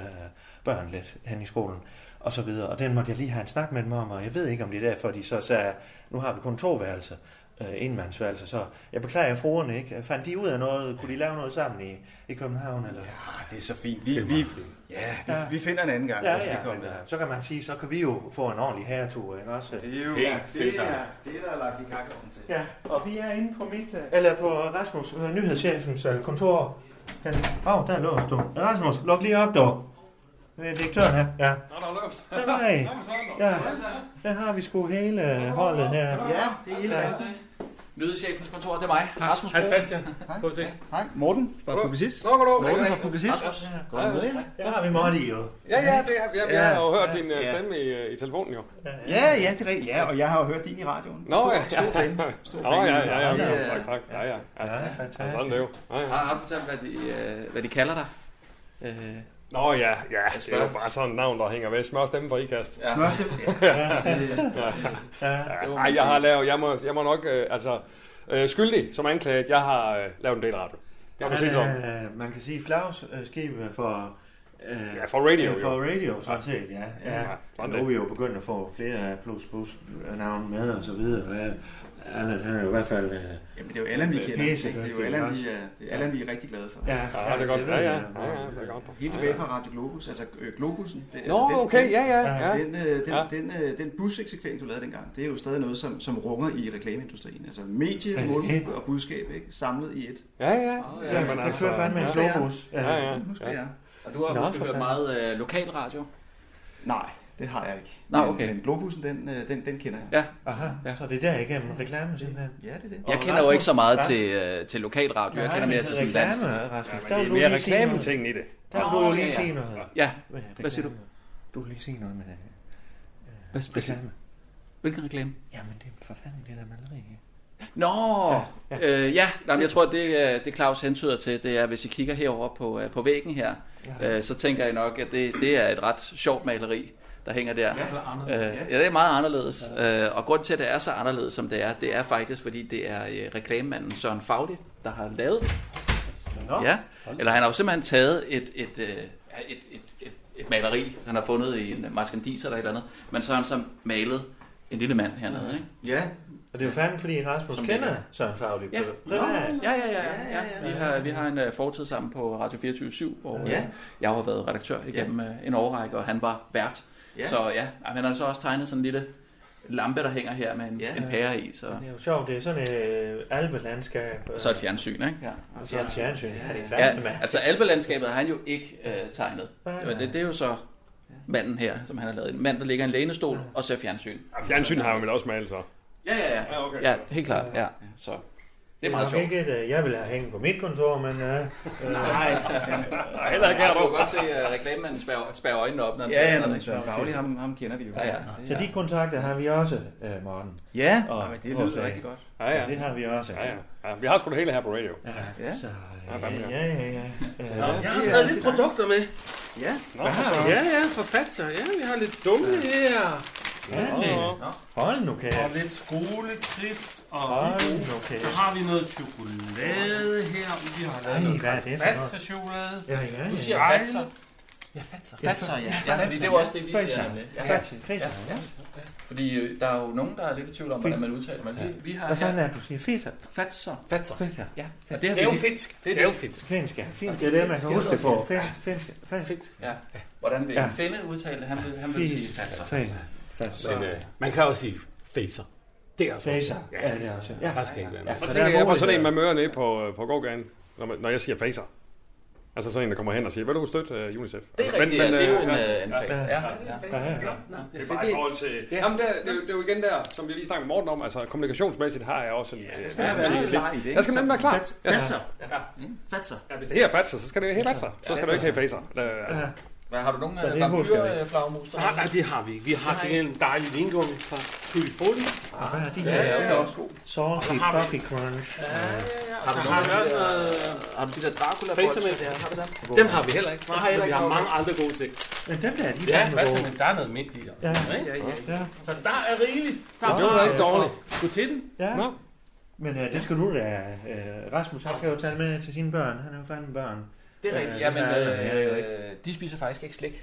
Speaker 1: børn lidt hen i skolen og så videre. Og den måtte jeg lige have en snak med dem om, og jeg ved ikke, om det er derfor, de så sagde, nu har vi kun to værelser, øh, enmandsværelser, så jeg beklager fruerne, ikke? Fandt de ud af noget? Kunne de lave noget sammen i, i København? Eller?
Speaker 8: Ah, det er så fint. Vi, vi, ja, vi,
Speaker 1: Ja.
Speaker 8: altså, vi finder en anden gang.
Speaker 1: Ja,
Speaker 8: Det
Speaker 1: ja,
Speaker 8: kommer
Speaker 1: men, øh,
Speaker 8: der.
Speaker 1: så kan man sige, så kan vi jo få en ordentlig herretur, ikke også?
Speaker 8: Det er jo
Speaker 9: Helt
Speaker 8: det,
Speaker 9: sikkert.
Speaker 8: er, det, er der er lagt i kakkeovnen til.
Speaker 1: Ja, og vi er inde på mit, øh, eller på Rasmus, øh, nyhedschefens øh, kontor. Kan- Åh, oh, der er låst du. Rasmus, luk lige op, dog. Det er direktøren her, ja.
Speaker 2: Nå, der er løft.
Speaker 1: Nej, ja,
Speaker 7: Hejsa.
Speaker 1: der har vi sgu hele øh, holdet her.
Speaker 8: Ja, det er helt
Speaker 1: Ja.
Speaker 8: rigtigt.
Speaker 7: Nyhedschefens kontor, det er mig. Rasmus
Speaker 2: Hans
Speaker 7: Bro.
Speaker 2: Christian. Gå til.
Speaker 8: Hej, Morten fra
Speaker 2: Hallo.
Speaker 8: Publicist.
Speaker 2: Nå, goddag.
Speaker 8: Morten fra Publicist.
Speaker 7: Rasmus.
Speaker 8: Godt med jer.
Speaker 1: Der har vi Marty jo.
Speaker 2: Ja, ja, det, er- jeg, jeg
Speaker 8: Ja,
Speaker 2: har jo hørt
Speaker 1: ja,
Speaker 2: din øh,
Speaker 8: ja.
Speaker 2: stemme i, øh, i telefonen jo.
Speaker 8: Ja, ja, det er rigtigt. Ja, og jeg har jo hørt din i radioen.
Speaker 2: Nå,
Speaker 8: stor,
Speaker 2: ja.
Speaker 8: Stor fan. Stor
Speaker 2: Nå, ja, ja, ja,
Speaker 8: Ja,
Speaker 2: ja.
Speaker 8: ja.
Speaker 2: Tak, tak. Ja, ja.
Speaker 1: Ja,
Speaker 2: ja. Ja, sådan er det
Speaker 1: fantastisk.
Speaker 2: jo. Ja, ja.
Speaker 7: Har, har du fortalt, hvad de, øh, hvad de kalder dig? Øh,
Speaker 2: Nå ja, ja, det er
Speaker 7: spørger.
Speaker 2: jo bare sådan et navn, der hænger ved. Smør stemme for ikast.
Speaker 7: ja.
Speaker 8: Første,
Speaker 1: Ja.
Speaker 7: det må man
Speaker 2: Ej,
Speaker 7: sige.
Speaker 2: jeg har lavet, jeg må, jeg må nok, øh, altså, øh, skyldig som anklaget, jeg har øh, lavet en del radio. Jeg kan sige
Speaker 1: Han
Speaker 2: sådan.
Speaker 1: er, man kan sige flagskib for, øh,
Speaker 2: Ja, for radio,
Speaker 1: øh, for
Speaker 2: jo.
Speaker 1: radio sådan set, ja. ja.
Speaker 2: Ja,
Speaker 1: ja
Speaker 2: sådan
Speaker 1: nu er vi jo begyndt at få flere plus plus navne med og så videre. Ja. Allan, han er jo i hvert fald... Øh,
Speaker 8: Jamen, det er jo Allan, vi
Speaker 1: Øh,
Speaker 8: kender.
Speaker 1: pisse,
Speaker 8: ikke? Det er jo
Speaker 1: det er
Speaker 8: Allan,
Speaker 1: også.
Speaker 8: vi er, det er Allan, vi er rigtig glade for.
Speaker 2: Ja, det er
Speaker 1: ved
Speaker 2: godt. Ja, ja,
Speaker 1: jeg.
Speaker 2: ja, ja, det er godt.
Speaker 8: Helt tilbage fra Radio Globus, altså øh, Globusen. Det,
Speaker 2: Nå,
Speaker 8: altså,
Speaker 2: okay, ja, ja,
Speaker 1: ja.
Speaker 2: ja.
Speaker 8: Den, øh, den,
Speaker 2: Ja.
Speaker 8: den, øh, den buseksekvering, du lavede dengang, det er jo stadig noget, som, som runger i reklameindustrien. Altså medie,
Speaker 1: Ja.
Speaker 8: målgruppe og budskab, ikke? samlet i et.
Speaker 2: Ja, ja.
Speaker 7: Åh,
Speaker 1: Ja,
Speaker 7: ja.
Speaker 1: men altså, kører fandme en
Speaker 2: ja.
Speaker 1: slowbus. Ja,
Speaker 2: Ja, ja.
Speaker 8: Husker jeg?
Speaker 7: Og du har
Speaker 1: Nå,
Speaker 7: måske
Speaker 1: for
Speaker 7: hørt
Speaker 1: fanden.
Speaker 7: meget øh, lokal radio.
Speaker 8: Nej, det har jeg ikke.
Speaker 7: Nå,
Speaker 8: Men-
Speaker 7: okay.
Speaker 8: Men Globusen, den, øh, den, den kender jeg.
Speaker 7: Ja.
Speaker 1: Aha,
Speaker 7: Ja.
Speaker 1: så det er der igennem reklamen simpelthen.
Speaker 8: Ja, det er det.
Speaker 7: Jeg
Speaker 1: Og
Speaker 7: kender jo ikke så meget
Speaker 1: Rasmus-
Speaker 7: til, øh, til lokal radio. Jeg
Speaker 1: Nej,
Speaker 7: kender
Speaker 1: men
Speaker 7: mere til sådan
Speaker 1: reklame,
Speaker 7: dansk.
Speaker 1: Rasmus,
Speaker 2: Men
Speaker 1: der
Speaker 2: det
Speaker 1: vil
Speaker 2: er
Speaker 1: du
Speaker 2: mere
Speaker 1: lige sige noget.
Speaker 2: reklameting i det.
Speaker 1: Der skulle du
Speaker 7: Nå,
Speaker 1: lige
Speaker 7: ja, ja.
Speaker 1: sige noget.
Speaker 7: Ja,
Speaker 1: Hvad,
Speaker 7: Hvad siger du?
Speaker 1: reklame? Du vil lige sige noget øh, med det.
Speaker 7: hvad, hvad, siger-
Speaker 1: Reklame.
Speaker 7: hvilken reklame?
Speaker 1: Jamen, det er for fanden det der maleri.
Speaker 7: Nå, ja, øh, ja. Nej, men jeg tror, det, øh, det Claus hentyder til, det er, hvis I kigger herover på, øh, på væggen her, øh, så tænker jeg nok, at det, det er et ret sjovt maleri, der hænger der. Øh, ja, det er meget anderledes. Øh, og grund til, at det er så anderledes, som det er, det er faktisk, fordi det er øh, reklamemanden Søren Fagli, der har lavet det.
Speaker 8: Nå.
Speaker 7: Ja. Eller han har jo simpelthen taget et, et, øh, et, et, et, et maleri, han har fundet i en maskandiser eller et eller andet, men så har han så malet en lille mand hernede, ikke?
Speaker 8: Ja,
Speaker 1: Og det er jo fanden, fordi Rasmus
Speaker 7: Som
Speaker 1: kender
Speaker 7: ligger.
Speaker 1: Søren Fagli
Speaker 7: Ja.
Speaker 1: ja. privat.
Speaker 7: Ja, ja, ja.
Speaker 8: Ja, ja,
Speaker 7: ja,
Speaker 8: ja.
Speaker 7: Vi, har, vi har en uh, fortid sammen på Radio 24-7, hvor uh,
Speaker 8: Ja.
Speaker 7: jeg har været redaktør igennem uh, en årrække, og han var vært.
Speaker 8: Ja.
Speaker 7: Så ja, og han har så også tegnet sådan en lille lampe, der hænger her med en,
Speaker 8: Ja.
Speaker 7: en pære i, så,
Speaker 1: Det er jo sjovt, det er sådan et øh, alpelandskab.
Speaker 7: og så et fjernsyn, ikke? Ja.
Speaker 1: Og så et fjernsyn. Ja, det er fandme
Speaker 7: Ja,
Speaker 1: mand.
Speaker 7: altså alpelandskabet har han jo ikke øh, tegnet.
Speaker 1: Nej,
Speaker 7: Det,
Speaker 1: nej.
Speaker 7: det, det er jo så manden her, som han har lavet. En mand, der ligger i en lænestol og ser fjernsyn.
Speaker 2: Ja, Fjernsyn har jo vel også altså. malet så.
Speaker 7: Ja, ja, ja.
Speaker 9: okay.
Speaker 7: Ja, helt klart. Ja. Så det er meget
Speaker 1: nok
Speaker 7: sjovt.
Speaker 1: Ikke et, øh, jeg vil have hængt på mit kontor, men... Øh, øh,
Speaker 2: Nej, heller ikke
Speaker 7: Ja,
Speaker 2: her
Speaker 7: du kan godt se, at reklamemanden spærrer, spærrer øjnene op, når han
Speaker 8: Ja,
Speaker 7: ser
Speaker 8: ja,
Speaker 7: sådan
Speaker 8: nå,
Speaker 7: noget,
Speaker 8: men
Speaker 7: ikke?
Speaker 8: Søren Fagli, ham, ham kender vi jo.
Speaker 7: Ja, ja.
Speaker 1: så de kontakter har vi også, øh, Morten.
Speaker 8: Ja,
Speaker 1: Og-
Speaker 8: og, men det
Speaker 1: og
Speaker 8: lyder
Speaker 1: sagde-
Speaker 8: rigtig godt.
Speaker 2: Ja, ja.
Speaker 1: Så det har vi også.
Speaker 2: Ja, ja. ja. Vi har sgu det hele her på radio.
Speaker 8: Ja,
Speaker 1: Så,
Speaker 2: Ja,
Speaker 1: øh,
Speaker 2: fandme,
Speaker 1: ja,
Speaker 2: ja.
Speaker 1: ja, ja. ja. Øh,
Speaker 9: Jeg har taget lidt produkter med.
Speaker 8: ja.
Speaker 2: Nå, så.
Speaker 9: Ja, ja, forfatter. Ja, vi har lidt dumme her.
Speaker 1: ja. Hold nu
Speaker 9: Og
Speaker 1: kæft.
Speaker 9: lidt skoledrift. Og
Speaker 1: Hold nu
Speaker 9: så
Speaker 1: kæft.
Speaker 9: har vi noget chokolade her. Vi har lavet
Speaker 1: Ej,
Speaker 9: noget
Speaker 1: hvad er det for noget?
Speaker 9: fatsa-chokolade.
Speaker 1: Ja, ja, ja.
Speaker 7: Du siger
Speaker 9: Ja.
Speaker 7: fatser.
Speaker 9: Ja, fatser.
Speaker 7: Fatser, ja. ja fordi det er jo også det, vi siger nemlig. Ja.
Speaker 1: Fatser, Fatser, ja.
Speaker 7: Fordi øh, der er jo nogen, der er lidt i tvivl om, hvordan man udtaler men Vi, vi har
Speaker 1: Hvad fanden
Speaker 7: her
Speaker 1: er det, du siger? Fatser?
Speaker 7: fatser.
Speaker 9: Fatser.
Speaker 1: Fatser.
Speaker 7: Ja, og det har
Speaker 9: Det er jo
Speaker 7: vi
Speaker 9: finsk. Det er jo finsk.
Speaker 1: Finsk, ja. Fint. Det er det, man kan huske det for. Finsk, finsk, finsk.
Speaker 7: Ja. Hvordan vil
Speaker 1: Ja.
Speaker 7: finde udtale det? Han vil, han vil sige fatser.
Speaker 1: Fatser. Fatser.
Speaker 9: Men øh, man kan også sige facer. Det er
Speaker 1: Faser. Ja, det er også. Ja.
Speaker 9: Der skal ikke være
Speaker 2: Så
Speaker 9: noget.
Speaker 1: Så der er
Speaker 2: tænker jeg på
Speaker 1: muligheder.
Speaker 2: sådan en, man møder nede på, øh, på gågaden, når, man, når jeg siger facer. Altså sådan en, der kommer hen og siger, vil du støtte uh, UNICEF?
Speaker 7: Det er
Speaker 2: altså,
Speaker 7: rigtigt, ja. Det er jo en,
Speaker 2: ja,
Speaker 7: øh, en fag. Ja,
Speaker 1: Ja,
Speaker 7: ja.
Speaker 1: ja.
Speaker 2: det er bare i forhold til... Ja. Jamen, det, er- det, er jo- det, er jo igen der, som vi lige snakkede med Morten om, altså kommunikationsmæssigt har jeg også en... Ja,
Speaker 8: Der skal man være lidt klar i det.
Speaker 2: Der skal man nemlig være klar.
Speaker 8: Fat- Fatser. Mm, Fatser.
Speaker 2: Ja, hvis det her er fatser, så skal det jo helt fatser. Så skal du ikke have facer. Øh, altså,
Speaker 7: Hvad har du nogen øh,
Speaker 1: Så det
Speaker 7: af
Speaker 1: husker vi.
Speaker 7: vampyrflagmus?
Speaker 9: Nej, nej, det har vi ikke. Vi har til en dejlig vingummi fra Tutti Frutti.
Speaker 1: Og hvad er de
Speaker 7: Ja,
Speaker 1: her?
Speaker 7: ja, ja.
Speaker 1: Salty Coffee Crunch.
Speaker 7: Har du
Speaker 9: Så
Speaker 7: nogen
Speaker 9: har vi
Speaker 7: af de
Speaker 9: også
Speaker 7: der,
Speaker 9: noget...
Speaker 7: har du de der dracula
Speaker 9: Faser med.
Speaker 7: der? Har du dem?
Speaker 9: Dem har vi heller ikke.
Speaker 7: har jeg heller
Speaker 9: men vi
Speaker 7: ikke
Speaker 9: har
Speaker 7: prøvet.
Speaker 9: mange andre gode ting.
Speaker 1: Men dem der, de er
Speaker 9: Ja,
Speaker 1: fandme
Speaker 9: hvad så,
Speaker 1: gode.
Speaker 9: men der er noget midt i det.
Speaker 1: Ja,
Speaker 7: Ja, ja, ja.
Speaker 1: ja,
Speaker 9: Så der er rigeligt. Der
Speaker 2: det var da ikke dårligt.
Speaker 9: Gå til den.
Speaker 1: ja.
Speaker 2: Nå.
Speaker 1: Men øh, det skal du da, øh, Rasmus, han kan jo tage med til sine børn. Han er jo fandme børn.
Speaker 7: Det er
Speaker 1: Ja,
Speaker 7: rigtigt. Jamen,
Speaker 1: det er det jo
Speaker 7: øh, de spiser faktisk ikke slik.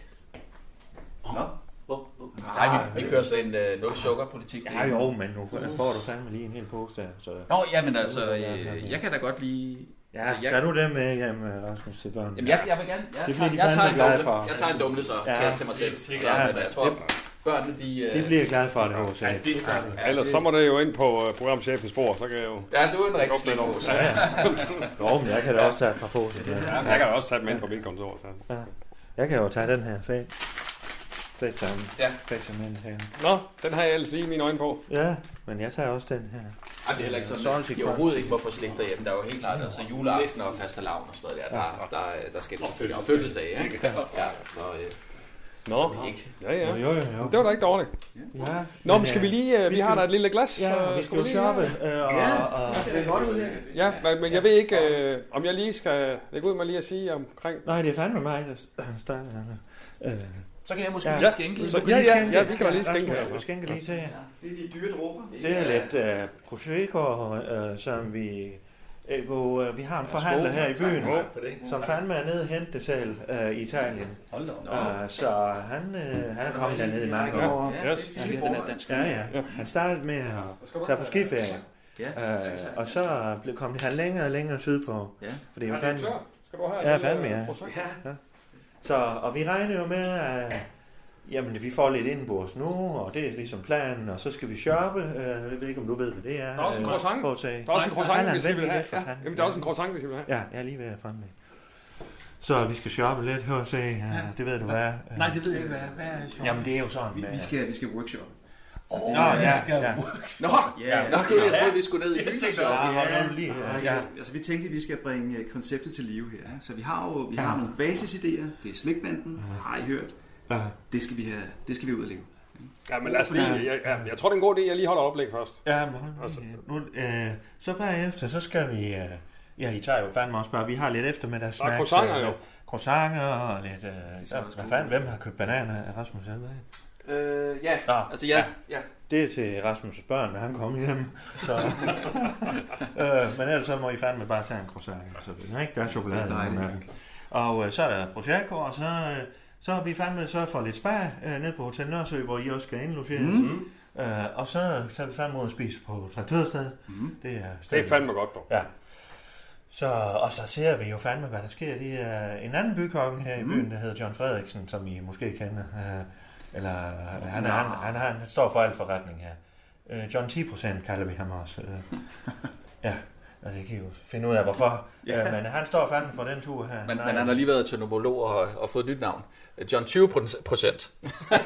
Speaker 8: Nå.
Speaker 7: Nej, vi, vi kører sådan en øh, nul sukkerpolitik.
Speaker 1: Ja, jo, men nu får du fandme lige en hel pose der. Så.
Speaker 7: Nå, jamen altså, øh, jeg kan da godt lide...
Speaker 1: Ja,
Speaker 7: jeg-
Speaker 1: tager du dem med hjem, øh, Rasmus, til børn?
Speaker 7: Jamen, jeg, jeg vil gerne... Jeg,
Speaker 1: Det bliver
Speaker 7: tager,
Speaker 1: de
Speaker 7: jeg, tager
Speaker 1: fandme
Speaker 7: en
Speaker 1: glade
Speaker 7: dumle,
Speaker 1: for.
Speaker 7: jeg tager en dumle så
Speaker 1: Ja.
Speaker 7: ja. til mig selv. Så,
Speaker 9: sikkert.
Speaker 7: men jeg tror, børnene de... Øh,
Speaker 1: De bliver glade for det, hos
Speaker 9: Ja,
Speaker 1: jer.
Speaker 9: det er det.
Speaker 2: Ja, Ellers altså, så må det jo ind på øh, programchefens spor, så kan jeg jo...
Speaker 7: Ja, du er en rigtig
Speaker 2: Lukke lidt
Speaker 7: slik
Speaker 2: over.
Speaker 7: pose.
Speaker 1: Nå, men jeg kan da også tage et par poser. Ja.
Speaker 2: Ja, men jeg kan jo også tage dem ind på mit kontor. Så.
Speaker 1: Jeg kan jo tage den her fag. Fag sammen.
Speaker 7: Ja.
Speaker 1: Fag sammen her.
Speaker 2: Nå, den har jeg ellers lige i mine øjne på.
Speaker 1: Ja, men jeg tager også den her.
Speaker 7: Ej, det er heller ikke sådan, at de overhovedet ikke må få slik derhjemme. Der er jo helt klart, altså juleaften og fastelavn og sådan noget der, der, øh, der, der skal det. Og fødselsdag, ikke? Ja, så øh,
Speaker 2: Nå,
Speaker 7: ikke.
Speaker 2: ja, ja.
Speaker 1: Jo, jo, jo.
Speaker 2: Det var da ikke dårligt.
Speaker 1: Ja.
Speaker 2: Nå, men
Speaker 1: øh,
Speaker 2: skal vi lige... øh, Vi har da et lille glas.
Speaker 1: Ja,
Speaker 2: øh,
Speaker 1: vi skal jo
Speaker 2: lige-
Speaker 1: shoppe. Øh, og,
Speaker 8: Ja,
Speaker 1: og,
Speaker 8: det ser da godt ud her.
Speaker 2: Ja, men- men jeg ved ikke, øh, om jeg lige skal lægge ud med lige at sige omkring...
Speaker 1: nej, det er fandme mig, der s- starter her. Øh,
Speaker 7: Så kan jeg måske
Speaker 1: Ja.
Speaker 7: lige skænke.
Speaker 2: Så-
Speaker 7: Så,
Speaker 1: du kan
Speaker 2: ja,
Speaker 1: lige
Speaker 2: ja,
Speaker 1: skænke.
Speaker 2: ja, vi kan da lige skænke.
Speaker 1: Rasmus, Du skænker lige til her.
Speaker 8: Det er de dyre dråber.
Speaker 1: Det er lidt øh, prosecco, øh, som vi... Øh, hvor, øh, vi har en forhandler her i byen, som fandme er nede og hente det selv øh, i Italien.
Speaker 7: Hold da op.
Speaker 1: Øh, så han, øh, han er kommet dernede i mange år.
Speaker 8: Ja,
Speaker 2: Yes.
Speaker 8: det er fint
Speaker 7: Lige den her dansk.
Speaker 1: Ja, ja. Han startede med at tage på skiferie.
Speaker 8: Ja.
Speaker 1: Øh, og så blev kommet han længere og længere sydpå.
Speaker 8: Ja.
Speaker 1: For det er jo fandme...
Speaker 2: Skal du have
Speaker 1: Ja, fandme, ja.
Speaker 8: Ja.
Speaker 1: Så, og vi regner jo med, at jamen, vi får lidt indbords nu, og det er ligesom planen, og så skal vi shoppe. Øh, Jeg ved ikke, om du ved, hvad det er.
Speaker 2: Der er også en
Speaker 1: Øh,
Speaker 2: croissant.
Speaker 1: prøv at tage-
Speaker 2: Der er også en croissant,
Speaker 1: Allan,
Speaker 2: hvis I
Speaker 1: vent
Speaker 2: vil
Speaker 1: lige
Speaker 2: have.
Speaker 1: lidt for
Speaker 2: Ja,
Speaker 1: fanden.
Speaker 2: jamen, der er også en croissant, hvis I vil have.
Speaker 1: Ja, jeg er lige ved at fremme med. Så vi skal shoppe lidt, hør og se. Ja, det ved du hvad. er.
Speaker 9: Nej, det ved jeg ikke, hvad, hvad er det for?
Speaker 1: Jamen, det er jo sådan. øh,
Speaker 8: Vi, vi, skal, vi skal workshop.
Speaker 1: Nå, ja, ja.
Speaker 7: Nå,
Speaker 8: Ja,
Speaker 7: nå, jeg troede, vi skulle ned i byen. og shoppe.
Speaker 1: Ja, hold nu lige.
Speaker 8: Ja,
Speaker 1: Ja,
Speaker 8: ja. Altså, vi tænkte, at vi skal bringe øh, konceptet til live her. ikke? Så vi har jo vi har nogle basisidéer. Det er slikbanden, har I hørt.
Speaker 1: ja.
Speaker 8: Det skal vi, have, det skal vi ud og leve.
Speaker 2: Ja, men lad os lige... Jeg, jeg, jeg tror, det er en god idé, at jeg lige holder oplæg først.
Speaker 1: Ja, men hold lige. Nu, øh, så bagefter, så skal vi... Øh, ja, I tager jo fandme også bare... Vi har lidt eftermiddagssnacks.
Speaker 2: Og croissanter,
Speaker 1: øh,
Speaker 2: jo.
Speaker 1: Croissanter og lidt... Øh,
Speaker 8: så er der
Speaker 1: hvad
Speaker 8: sgu-
Speaker 1: fanden, hvem har købt bananer? Rasmus Helvede?
Speaker 7: Øh, ja,
Speaker 1: Nå,
Speaker 7: altså ja, ja.
Speaker 1: Det er til Rasmus' børn, når han kommer hjem. Så, øh, men ellers så må I fandme bare tage en croissant. Så, ikke? Der er chokolade.
Speaker 8: Det er dejligt.
Speaker 1: i den. Og øh, så er der Prosecco, og så, øh, så har vi fandme sørget for lidt spa øh, ned på Hotel Nørresø, hvor I også skal indlogeres. Mm. Øh, og så, så er vi fandme ude at spise på traktørstedet. Mm. Det er,
Speaker 2: Det er fandme godt, dog.
Speaker 1: Ja. Så, og så ser vi jo fandme, hvad der sker. Det er en anden bykonge her i byen, der hedder John Frederiksen, som I måske kender. Øh, Eller øh, han, er, han, han, han, han står for al forretning her. Øh, John 10% kalder vi ham også. Øh, ja, og det kan I jo finde ud af, hvorfor. Ja. Men han står fandme for den tur her.
Speaker 10: Men,
Speaker 1: Nej.
Speaker 10: men han har lige været etnomolog og, og fået et nyt navn. John 20 procent.
Speaker 1: Nej,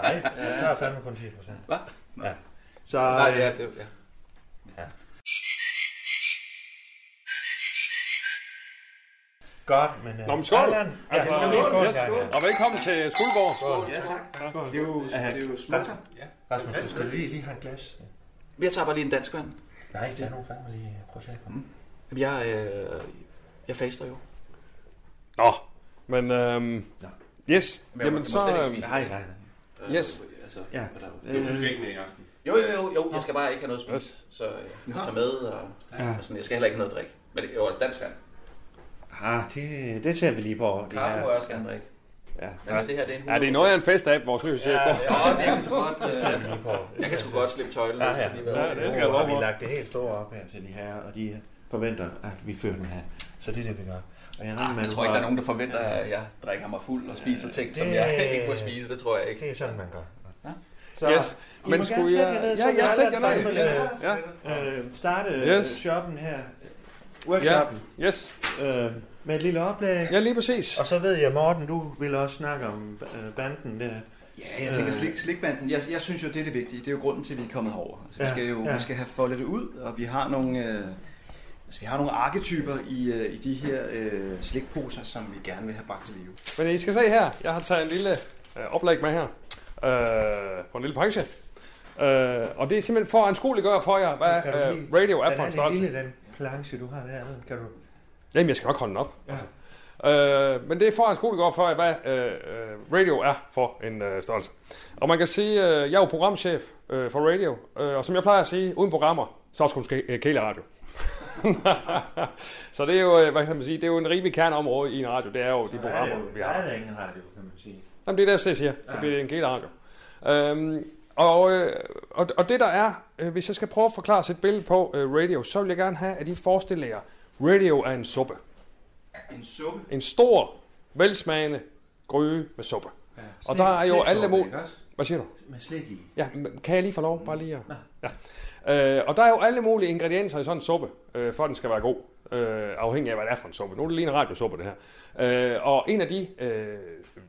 Speaker 1: jeg tager fandme kun 10%.
Speaker 10: Hva?
Speaker 1: Ja. Så, øh,
Speaker 10: Nej, ja, det, ja.
Speaker 1: Godt, men... øh,
Speaker 2: Nå, men skål!
Speaker 1: Allan,
Speaker 2: Altså,
Speaker 1: ja, skål, skål, ja, skål.
Speaker 2: Og velkommen til Skuldborg.
Speaker 8: Ja, tak. Det er jo, det er jo smukt.
Speaker 1: Rasmus, Rasmus, du skal lige, lige have et glas.
Speaker 10: Men Jeg tager bare lige en dansk vand.
Speaker 1: Nej, det er nogle fandme lige projekter.
Speaker 10: Jamen, Jeg, øh, jeg faster jo.
Speaker 2: Nå, men øhm, yes.
Speaker 7: Men jeg må-
Speaker 2: Jamen
Speaker 7: må
Speaker 2: så...
Speaker 7: slet ikke
Speaker 2: øhm,
Speaker 7: spise.
Speaker 1: Nej, nej, nej.
Speaker 10: Øh,
Speaker 2: Yes.
Speaker 10: Altså,
Speaker 1: Ja.
Speaker 10: og der-
Speaker 9: Du
Speaker 1: Øh,
Speaker 9: skal ikke med i aften.
Speaker 10: Jo, jo, jo, jo, jeg skal bare ikke have noget at spise, så øh, jeg tager med, og,
Speaker 1: Ja.
Speaker 10: og sådan, jeg skal heller ikke have noget at drikke. Men det, jo, et dansk vand.
Speaker 1: ah, det, det ser vi lige på. Det
Speaker 10: Kaffe må
Speaker 1: her.
Speaker 10: jeg også gerne drikke.
Speaker 1: Ja.
Speaker 10: Men altså, det her, det er en
Speaker 2: Ja, det er noget af en fest af vores løs. Ja, ja.
Speaker 10: Åh, det er ikke så godt. Øh,
Speaker 1: Lige på.
Speaker 10: jeg kan sgu godt slippe tøjlen.
Speaker 1: Ja,
Speaker 10: Ja,
Speaker 1: ja.
Speaker 10: ja. Lige
Speaker 2: Ja,
Speaker 10: ja,
Speaker 2: det
Speaker 10: det.
Speaker 2: skal jeg
Speaker 1: Nu har
Speaker 2: love
Speaker 1: vi
Speaker 2: for.
Speaker 1: lagt det helt store op her til de her, og de forventer, at vi fører den her. Så det er det, vi gør. Og jeg,
Speaker 10: Ah, Jeg tror ikke, der er nogen, der forventer, at jeg drikker mig fuld og spiser ting, som
Speaker 1: Det-
Speaker 10: jeg ikke må spise. Det tror jeg ikke.
Speaker 1: Det er sådan, man gør.
Speaker 10: Ja.
Speaker 1: Så,
Speaker 2: Yes. Men skulle jeg... Ja, jeg sætter jer ned. Ja,
Speaker 1: ned. Øh, starte yes.
Speaker 2: Yes.
Speaker 1: shoppen her. Workshoppen.
Speaker 2: yes.
Speaker 1: Ja. Øh, med et lille oplæg.
Speaker 2: Ja, lige præcis.
Speaker 1: Og så ved jeg, Morten, du ville også snakke om øh, banden der.
Speaker 8: Ja, jeg tænker slik, slikbanden. Jeg, jeg synes jo, det er det vigtige. Det er jo grunden til, at vi er kommet herover. Altså, ja,
Speaker 1: Ja,
Speaker 8: vi skal jo
Speaker 1: ja.
Speaker 8: ja. vi skal have foldet det ud, og vi har nogle, øh, altså, vi har nogle arketyper i, øh, i de her øh, slikposer, som vi gerne vil have bragt til live.
Speaker 2: Men I skal se her, jeg har taget en lille øh, oplæg med her øh, på en lille branche. Øh, og det er simpelthen for at anskueliggøre for jer, hvad
Speaker 1: Kan du
Speaker 2: øh,
Speaker 1: lige-
Speaker 2: radio er for en
Speaker 1: den er
Speaker 2: størrelse.
Speaker 1: lille, den planche, du har dernede. Kan du...
Speaker 2: Jamen, jeg skal nok holde den op.
Speaker 1: Ja.
Speaker 2: Ja. Altså. Øh, men det er for en skole, går for, at hvad øh, øh, radio er for en øh, størrelse. Og man kan sige, øh, jeg er jo programchef øh, for radio, øh, og som jeg plejer at sige, uden programmer, så skulle ske øh, kæle radio. så det er jo, øh, hvad kan man sige, det er jo en rimelig kerneområde i en radio, det er jo de programmer, vi
Speaker 1: Der
Speaker 2: har.
Speaker 1: er der ingen radio, kan man sige.
Speaker 2: Jamen, det er det, jeg siger. Så bliver det en gæld radio. Øhm, og, øh, og, og det der er, øh, hvis jeg skal prøve at forklare et billede på øh, radio, så vil jeg gerne have, at I forestiller jer, radio er en suppe.
Speaker 8: En suppe.
Speaker 2: En stor, velsmagende gryde med suppe.
Speaker 8: Ja.
Speaker 2: Og der er jo
Speaker 8: Slik-
Speaker 2: alle
Speaker 8: slikoplæg
Speaker 2: mulige...
Speaker 8: også,
Speaker 2: Hvad siger du?
Speaker 8: Med slik i.
Speaker 2: Ja, men kan jeg lige få lov? Bare lige at... ja. øh, Og der er jo alle mulige ingredienser i sådan en suppe, øh, for at den skal være god. Øh, afhængig af, hvad det er for en suppe. Nu er det lige en radiosuppe, det her. Øh, og en af de øh,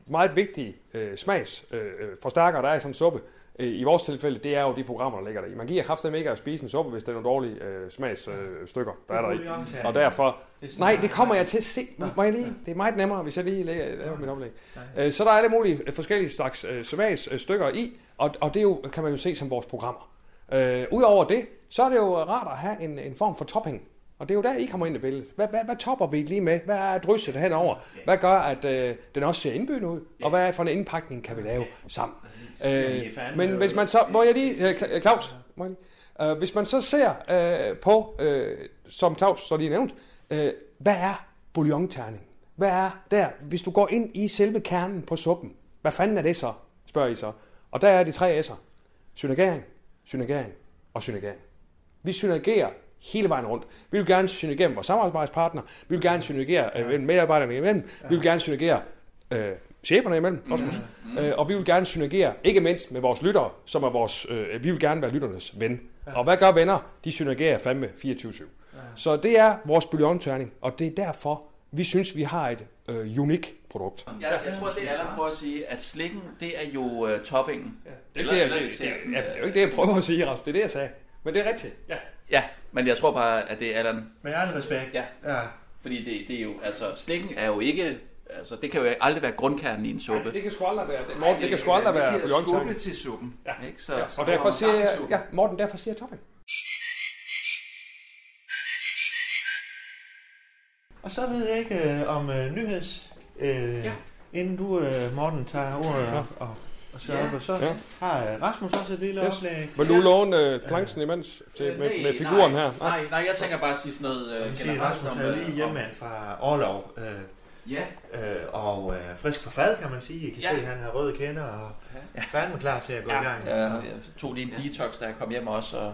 Speaker 2: meget vigtige øh, smagsforstærkere, øh, forstærkere, der er i sådan en suppe, øh, i vores tilfælde, det er jo de programmer, der ligger der i. Man giver kraften ikke at spise en suppe, hvis det er nogle dårlige øh, smagsstykker, øh, stykker, der er der i. Og derfor... Nej, det kommer jeg til at se. Må jeg lige? Det er meget nemmere, hvis jeg lige lægger- laver mit oplæg. Øh, Så der er alle mulige øh, forskellige slags øh, smags, øh, stykker i, og, og det er jo, kan man jo se som vores programmer. Øh, Udover det, så er det jo rart at have en, en form for topping. Og det er jo der, I kommer ind i billedet. Hvad, hvad, hvad topper vi lige med? Hvad er drysset henover? Hvad gør, at øh, den også ser indbydende ud? Og hvad for en indpakning kan vi lave sammen? Øh, men hvis man så... Må jeg lige... øh, Cla- Claus? Må jeg lige? Øh, hvis man så ser øh, på, øh, som Claus så lige nævnt, øh, hvad er bouillonterning? Hvad er der? Hvis du går ind i selve kernen på suppen, hvad fanden er det så? Spørger I så. Og der er de tre S'er. Synergering, synergering og synergering. Vi synergerer hele vejen rundt. Vi vil gerne synergere med vores samarbejdspartner. Vi vil gerne synergere øh, mellem medarbejderne imellem. Vi vil gerne synergere øh, cheferne imellem. Rasmus. Øh, og vi vil gerne synergere, ikke mindst med vores lyttere, som er vores, øh, vi vil gerne være lytternes ven. Og hvad gør venner? De synergerer fandme 24-7. Så det er vores bouillon-tørning, og det er derfor, vi synes, vi har et øh, unik produkt.
Speaker 10: Jeg, jeg tror, det er Allan prøver at sige, at slikken, det er jo øh, toppingen. Ja,
Speaker 2: Det er, det, jeg, det, det, det, det er jo ikke det, jeg prøver at sige, Rasmus. Det er det, jeg sagde. Men det er rigtigt. Ja.
Speaker 10: øh, Ja, men jeg tror bare, at det er Allan
Speaker 1: Med al respekt.
Speaker 10: Ja.
Speaker 1: ja.
Speaker 10: Fordi det, det er jo, altså, slikken er jo ikke, altså, det kan jo aldrig være grundkernen i en suppe.
Speaker 2: Det kan sgu aldrig være det. Morten, det kan sgu
Speaker 8: Ja,
Speaker 2: aldrig
Speaker 8: det
Speaker 2: være
Speaker 8: er til at
Speaker 2: bouillon-tørning.
Speaker 8: skubbe til suppen. Ja. Ikke? Så,
Speaker 2: Ja,
Speaker 8: så
Speaker 2: og
Speaker 8: der
Speaker 2: derfor
Speaker 8: er
Speaker 2: siger
Speaker 8: en
Speaker 2: jeg,
Speaker 8: suppe.
Speaker 2: ja, Morten, derfor siger jeg topping.
Speaker 1: Og så ved jeg ikke øh, om øh, nyheds... Øh, ja. Inden du, øh, Morten, tager ordet ja. og, og, og så ja. op, og så ja.
Speaker 2: Ja.
Speaker 1: har øh, Rasmus også et lille yes.
Speaker 2: Yes.
Speaker 1: oplæg.
Speaker 2: Vil du låne øh, planchen imens til,
Speaker 10: Øh,
Speaker 2: med,
Speaker 10: nej,
Speaker 2: med figuren
Speaker 10: nej,
Speaker 2: her?
Speaker 10: Nej, nej, jeg tænker bare at sige sådan noget øh,
Speaker 1: Jeg vil sige, Rasmus
Speaker 10: om,
Speaker 1: er
Speaker 10: øh,
Speaker 1: lige
Speaker 10: om-
Speaker 1: hjemme fra Orlov. Øh,
Speaker 8: Ja.
Speaker 1: Øh, og øh, frisk for fad, kan man sige. I kan
Speaker 7: Ja.
Speaker 1: ja. se, han har røde kender og ja. fanden klar til at gå
Speaker 7: Ja,
Speaker 1: i gang.
Speaker 7: jeg, jeg tog lige en detox, da jeg kom hjem også, og,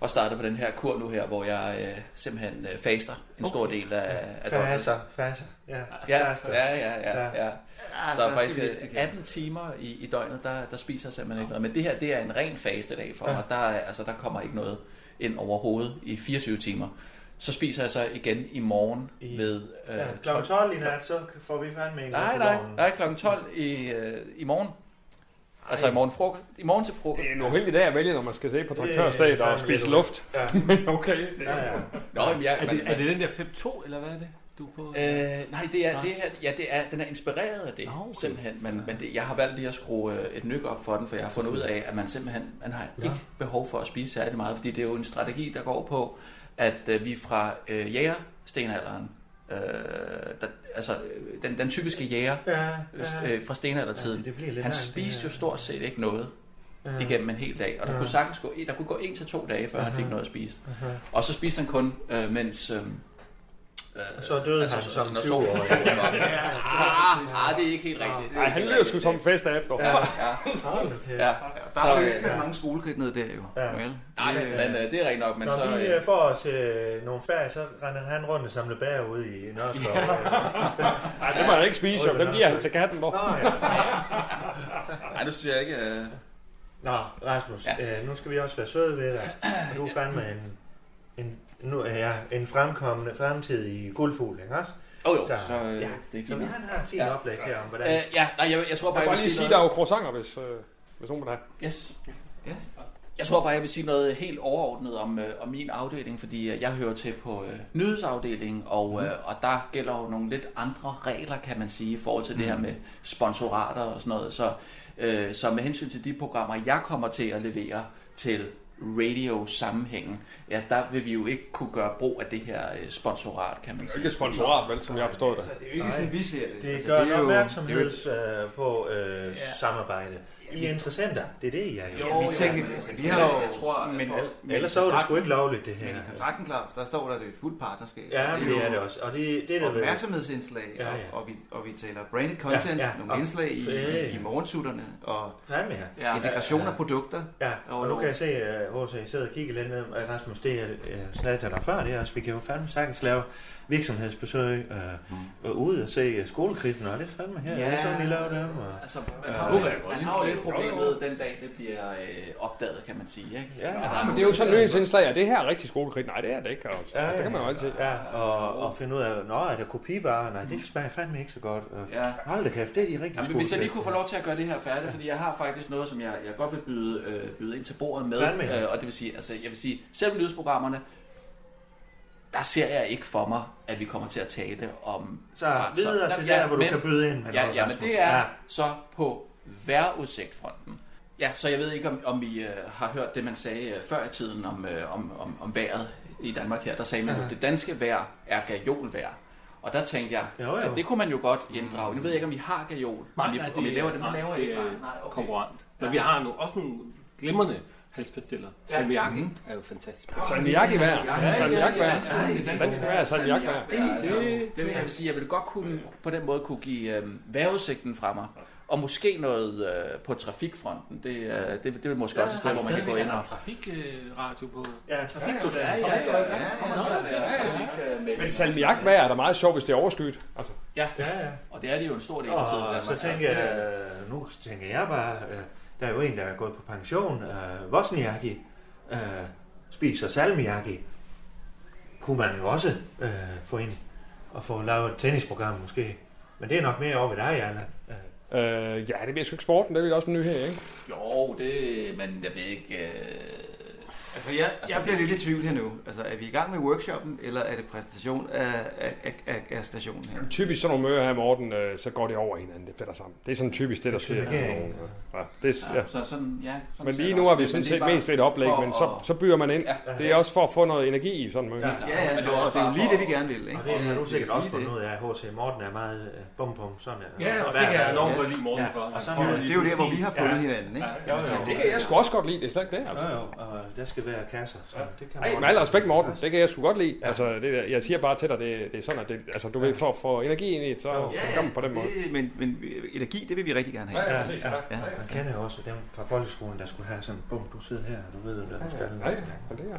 Speaker 7: og startede på den her kur nu her, hvor jeg øh, simpelthen øh, faster en stor del af, af
Speaker 1: Fasser, fasser. Ja,
Speaker 7: Ja,
Speaker 1: fasser.
Speaker 7: ja, ja, ja, ja.
Speaker 1: der
Speaker 7: Så
Speaker 1: skal
Speaker 7: faktisk
Speaker 1: vi vækst igen.
Speaker 7: øh, 18 timer i, i døgnet, der, der spiser jeg simpelthen ikke noget. Men det her, det er en ren fastedag for
Speaker 1: Ja.
Speaker 7: mig. Der, er- altså, der kommer ikke noget ind overhovedet i 24 timer. Så spiser jeg så igen i morgen ved øh,
Speaker 1: Ja, klokken 12 i nat, så får vi fandme en
Speaker 7: Nej,
Speaker 1: på
Speaker 7: nej,
Speaker 1: vognen.
Speaker 7: nej, klokken 12 i, øh, i morgen. Altså
Speaker 1: Ej.
Speaker 7: i morgen, frokost, i morgen til frokost.
Speaker 2: Det er en uheldig dag at vælge, når man skal se på
Speaker 1: Det er
Speaker 2: traktørstedet og
Speaker 1: fandme
Speaker 2: spise
Speaker 1: lidt
Speaker 2: luft.
Speaker 1: Ja.
Speaker 2: okay.
Speaker 1: Ja, ja.
Speaker 7: Nå, jamen, jeg,
Speaker 9: er,
Speaker 7: man-
Speaker 9: det, er det den der 5-2, eller hvad er det, du er på?
Speaker 7: Øh, nej, det er, det her, ja, det er, den er inspireret af det, okay. simpelthen. Men, men det, jeg har valgt lige at skrue øh, et nyk op for den, for jeg har fundet ud af, at man simpelthen man har ja. ikke behov for at spise særlig meget, fordi det er jo en strategi, der går på, at øh, vi fra øh, jægerstenalderen, øh, der, altså øh, den, den typiske jæger
Speaker 1: Ja,
Speaker 7: ja.
Speaker 1: ja.
Speaker 7: Øh, fra stenaldertiden,
Speaker 1: Ja, det bliver
Speaker 7: ja,
Speaker 1: lidt
Speaker 7: han
Speaker 1: langt, det
Speaker 7: spiste
Speaker 1: her.
Speaker 7: jo stort set ikke noget
Speaker 1: Ja.
Speaker 7: igennem en hel dag, og der
Speaker 1: Ja.
Speaker 7: kunne sagtens gå, der kunne gå en til to dage, før han fik
Speaker 1: Aha.
Speaker 7: noget at spise.
Speaker 1: Aha.
Speaker 7: Og så spiste han kun, øh, mens... Øh,
Speaker 1: Og så døde han som
Speaker 7: når
Speaker 1: 20 år.
Speaker 7: solen stod op. Ah, ah, det er ikke helt rigtigt.
Speaker 2: Ej, han løb sgu som en fest efter.
Speaker 7: Ja, ja. ja.
Speaker 8: Der
Speaker 7: Så,
Speaker 8: har jo ikke
Speaker 7: øh,
Speaker 8: været mange skolekridt ned der jo.
Speaker 1: Ja.
Speaker 8: Vel?
Speaker 7: nej, men øh, det er rigtigt nok, men
Speaker 1: Når
Speaker 7: så...
Speaker 1: vi
Speaker 7: øh,
Speaker 1: øh, får os øh, nogle fag, så render han rundt og samler bær ude i Nørreskov. Ja.
Speaker 2: Nej, det må han ikke spise, jo. Dem giver han til katten, hvor.
Speaker 1: Nå, ja.
Speaker 7: Nej, nu synes jeg ikke... øh,
Speaker 1: Nå, Rasmus, ja. øh, nu skal vi også være søde ved dig. Og du er fandme en, en, nu er jeg en fremkommende fremtidig guldfugl, ikke også?
Speaker 7: Åh jo,
Speaker 1: så,
Speaker 7: så, øh,
Speaker 1: ja.
Speaker 7: det er
Speaker 1: så vi
Speaker 7: fint.
Speaker 1: har han har en fin
Speaker 7: Ja.
Speaker 1: ja. oplæg her om, hvordan...
Speaker 7: Øh, ja, nej, jeg, jeg tror
Speaker 2: Jeg kan
Speaker 7: bare, jeg, vil
Speaker 2: bare lige sige,
Speaker 7: sige
Speaker 2: der er
Speaker 7: noget.
Speaker 2: jo croissanter, hvis, øh, hvis nogen vil have.
Speaker 7: Yes. Jeg tror bare, jeg vil sige noget helt overordnet om, øh, om min afdeling, fordi øh, jeg hører til på øh, nyhedsafdelingen, og, øh, og der gælder jo nogle lidt andre regler, kan man sige, i forhold til mm. det her med sponsorater og sådan noget. Så, øh, så med hensyn til de programmer, jeg kommer til at levere til radio-sammenhængen, ja, der vil vi jo ikke kunne gøre brug af det her øh, sponsorat, kan man
Speaker 2: Ikke
Speaker 7: sige.
Speaker 2: et sponsorat, vel, som jeg har forstået det.
Speaker 8: Altså, det er jo ikke sådan, vi ser det.
Speaker 1: Det
Speaker 8: Altså,
Speaker 1: gør
Speaker 8: er
Speaker 1: altså,
Speaker 8: jo-
Speaker 1: opmærksomhed øh, på øh, ja. samarbejde. I er interessenter, det er det, I er jo.
Speaker 8: Jo, vi tænker,
Speaker 7: men-
Speaker 8: altså, vi har jo...
Speaker 7: Jeg tror, at
Speaker 8: men,
Speaker 7: for-
Speaker 8: men
Speaker 1: Ellers så var det sgu ikke lovligt, det her.
Speaker 8: Men i kontrakten, Claus, der står der, at det er et fuldt partnerskab.
Speaker 1: Ja,
Speaker 8: jo
Speaker 1: det er det også. Og det, det er der vel...
Speaker 8: opmærksomhedsindslag,
Speaker 1: Ja,
Speaker 8: ja,
Speaker 1: ja.
Speaker 8: ja. Og, vi, og vi taler branded content,
Speaker 1: Ja,
Speaker 8: ja,
Speaker 1: ja.
Speaker 8: ja.
Speaker 1: Og-
Speaker 8: nogle indslag i,
Speaker 1: Ja, ja.
Speaker 8: i, i morgensutterne, og
Speaker 1: Fandme her.
Speaker 7: Ja.
Speaker 8: integration af produkter.
Speaker 1: Ja,
Speaker 7: Jo,
Speaker 1: og nu
Speaker 7: jo.
Speaker 1: kan jeg se, øh, hvor jeg sidder og kigger lidt ned. Og Rasmus, det er øh, snart der før det er også. Vi kan jo fandme sagtens lave virksomhedsbesøg øh, og ude og se øh, skolekrisen, og det er fandme her. Ja. Det er sådan, de laver dem. Og...
Speaker 7: Altså, man har, jo, lidt- man har jo lidt problemet den dag, det bliver øh, opdaget, kan man sige. Ikke?
Speaker 1: Ja.
Speaker 7: At der
Speaker 2: Men
Speaker 7: nogen,
Speaker 2: det er jo sådan
Speaker 7: der-
Speaker 2: nyhedsindslag, at det her er rigtig skolekridt. Nej, det er det ikke. Altså. Ja, det kan man jo altid.
Speaker 1: Ja, og, og finde ud af, nå, er der kopivarer? Nej, det smager fandme ikke så godt. Og,
Speaker 7: Ja.
Speaker 1: Hold da kæft, det er de rigtig
Speaker 7: Jamen, hvis jeg lige kunne få lov til at gøre det her færdigt, fordi jeg har faktisk noget, som jeg, jeg godt vil byde, øh, byde ind til bordet med.
Speaker 1: Fandme, ja.
Speaker 7: og det vil sige, altså, jeg vil sige, selv med nyhedsprogrammerne, der ser jeg ikke for mig, at vi kommer til at tale om...
Speaker 1: Så
Speaker 7: fartsomt.
Speaker 1: videre til
Speaker 7: Ja,
Speaker 1: der, hvor du
Speaker 7: men-
Speaker 1: kan byde ind. med
Speaker 7: Ja,
Speaker 1: noget,
Speaker 7: ja, men
Speaker 1: Rasmus.
Speaker 7: det er
Speaker 1: Ja.
Speaker 7: ja. så på vejrudsigtfronten. Ja, så jeg ved ikke, om, om I øh, har hørt det, man sagde øh, før i tiden om, øh, om, om, om vejret i Danmark her. Der sagde man jo, at det danske vejr er gajolvejr. Og der tænkte jeg,
Speaker 1: Jo, jo.
Speaker 7: at det kunne man jo godt inddrage. Nu ved jeg ikke, om I har gajol, om I, om I laver det. Man laver ikke.
Speaker 9: er konkurrent. Men vi har nu også nogle glimrende halspastiller. Ja. Mhm. Salmiakken er jo fantastisk.
Speaker 2: Salmiak i vejr. Salmiak i vejr. Den skal være salmiak i vejr.
Speaker 7: Det, det vil jeg vil sige, jeg vil godt kunne, på den måde kunne give øh, vejrudsigten fra mig. Og måske noget øh, på trafikfronten. Det, øh, det, det vil måske også et sted, hvor man kan gå ind og...
Speaker 9: trafikradio på.
Speaker 1: Ja, trafikdodalen.
Speaker 7: Ja, ja, ja, ja, ja. Kommer til at være trafikmelding.
Speaker 2: Men salmiak vejr er da meget sjovt, hvis det er overskyet. Altså,
Speaker 1: Ja, ja.
Speaker 7: Og det er det jo en stor del af tiden.
Speaker 1: Og
Speaker 7: at
Speaker 1: så
Speaker 7: man-
Speaker 1: tænker jeg, øh, nu tænker jeg bare, øh, der er jo en, der er gået på pension, øh, Vosniaki, øh, spiser salmiaki. Kunne man jo også øh, få ind og få lavet et tennisprogram måske. Men det er nok mere over ved dig, Allan. Øh,
Speaker 2: øh, ja, det bliver sgu ikke sporten. Det bliver også en nyhed, ikke?
Speaker 7: Jo, det... Men jeg ved ikke... Øh...
Speaker 8: Altså, jeg, altså, jeg bliver lidt i tvivl her nu. Altså, er vi i gang med workshoppen, eller er det præsentation af, af, af, af, af stationen her?
Speaker 2: Typisk sådan nogle møder her, Morten, øh, så går det over hinanden. Det fletter sammen. Det er sådan typisk det, der sker.
Speaker 1: Ja.
Speaker 2: Ja, ja, det, ja.
Speaker 7: Ja, så sådan, ja, sådan
Speaker 2: Men
Speaker 7: ser
Speaker 2: lige
Speaker 7: det
Speaker 2: nu
Speaker 7: også
Speaker 2: er vi
Speaker 7: ud,
Speaker 2: sådan
Speaker 7: men det er
Speaker 2: set
Speaker 7: bare
Speaker 2: mest ved et oplæg,
Speaker 7: for
Speaker 2: men
Speaker 7: at-
Speaker 2: så, så byder man ind.
Speaker 7: Ja.
Speaker 2: Det er også for at få noget energi i sådan en møde.
Speaker 1: Ja.
Speaker 8: Ja, ja,
Speaker 7: Men
Speaker 8: men
Speaker 7: det var også
Speaker 8: det er jo
Speaker 7: bare
Speaker 8: lige
Speaker 7: for-
Speaker 8: det, vi gerne vil, ikke?
Speaker 1: og det har du sikkert
Speaker 8: lige
Speaker 1: også
Speaker 8: det.
Speaker 1: fundet ud af, at H.C. Morten er meget øh, bum bum sådan. øh,
Speaker 9: Ja, og
Speaker 1: hver-
Speaker 9: det kan jeg
Speaker 1: hver-
Speaker 9: enormt godt lide morgen for.
Speaker 1: og så-
Speaker 8: Ja, det er jo der, hvor vi har fundet hinanden, ikke?
Speaker 1: Jo, jo,
Speaker 2: Det kan jeg sgu også godt lide. Det er slet ikke det, altså.
Speaker 1: Jo, jo, og øh, der skal skal være kasser. Så det kan
Speaker 2: Ej,
Speaker 1: man
Speaker 2: med al respekt, Morten, det kan jeg sgu godt lide. Ja. Altså, det, der- jeg siger bare til dig, det, det er sådan, at det, altså, du ved, for at få energi ind i det, så ja, ja, gør man på den måde.
Speaker 8: Det, men, men energi, det vil vi rigtig gerne have.
Speaker 1: Ja, ja, ja, ja. Man kender jo også dem fra folkeskolen, der skulle have sådan, bum, du sidder her, og du ved, hvad du skal.
Speaker 2: Ja, ja, og det er.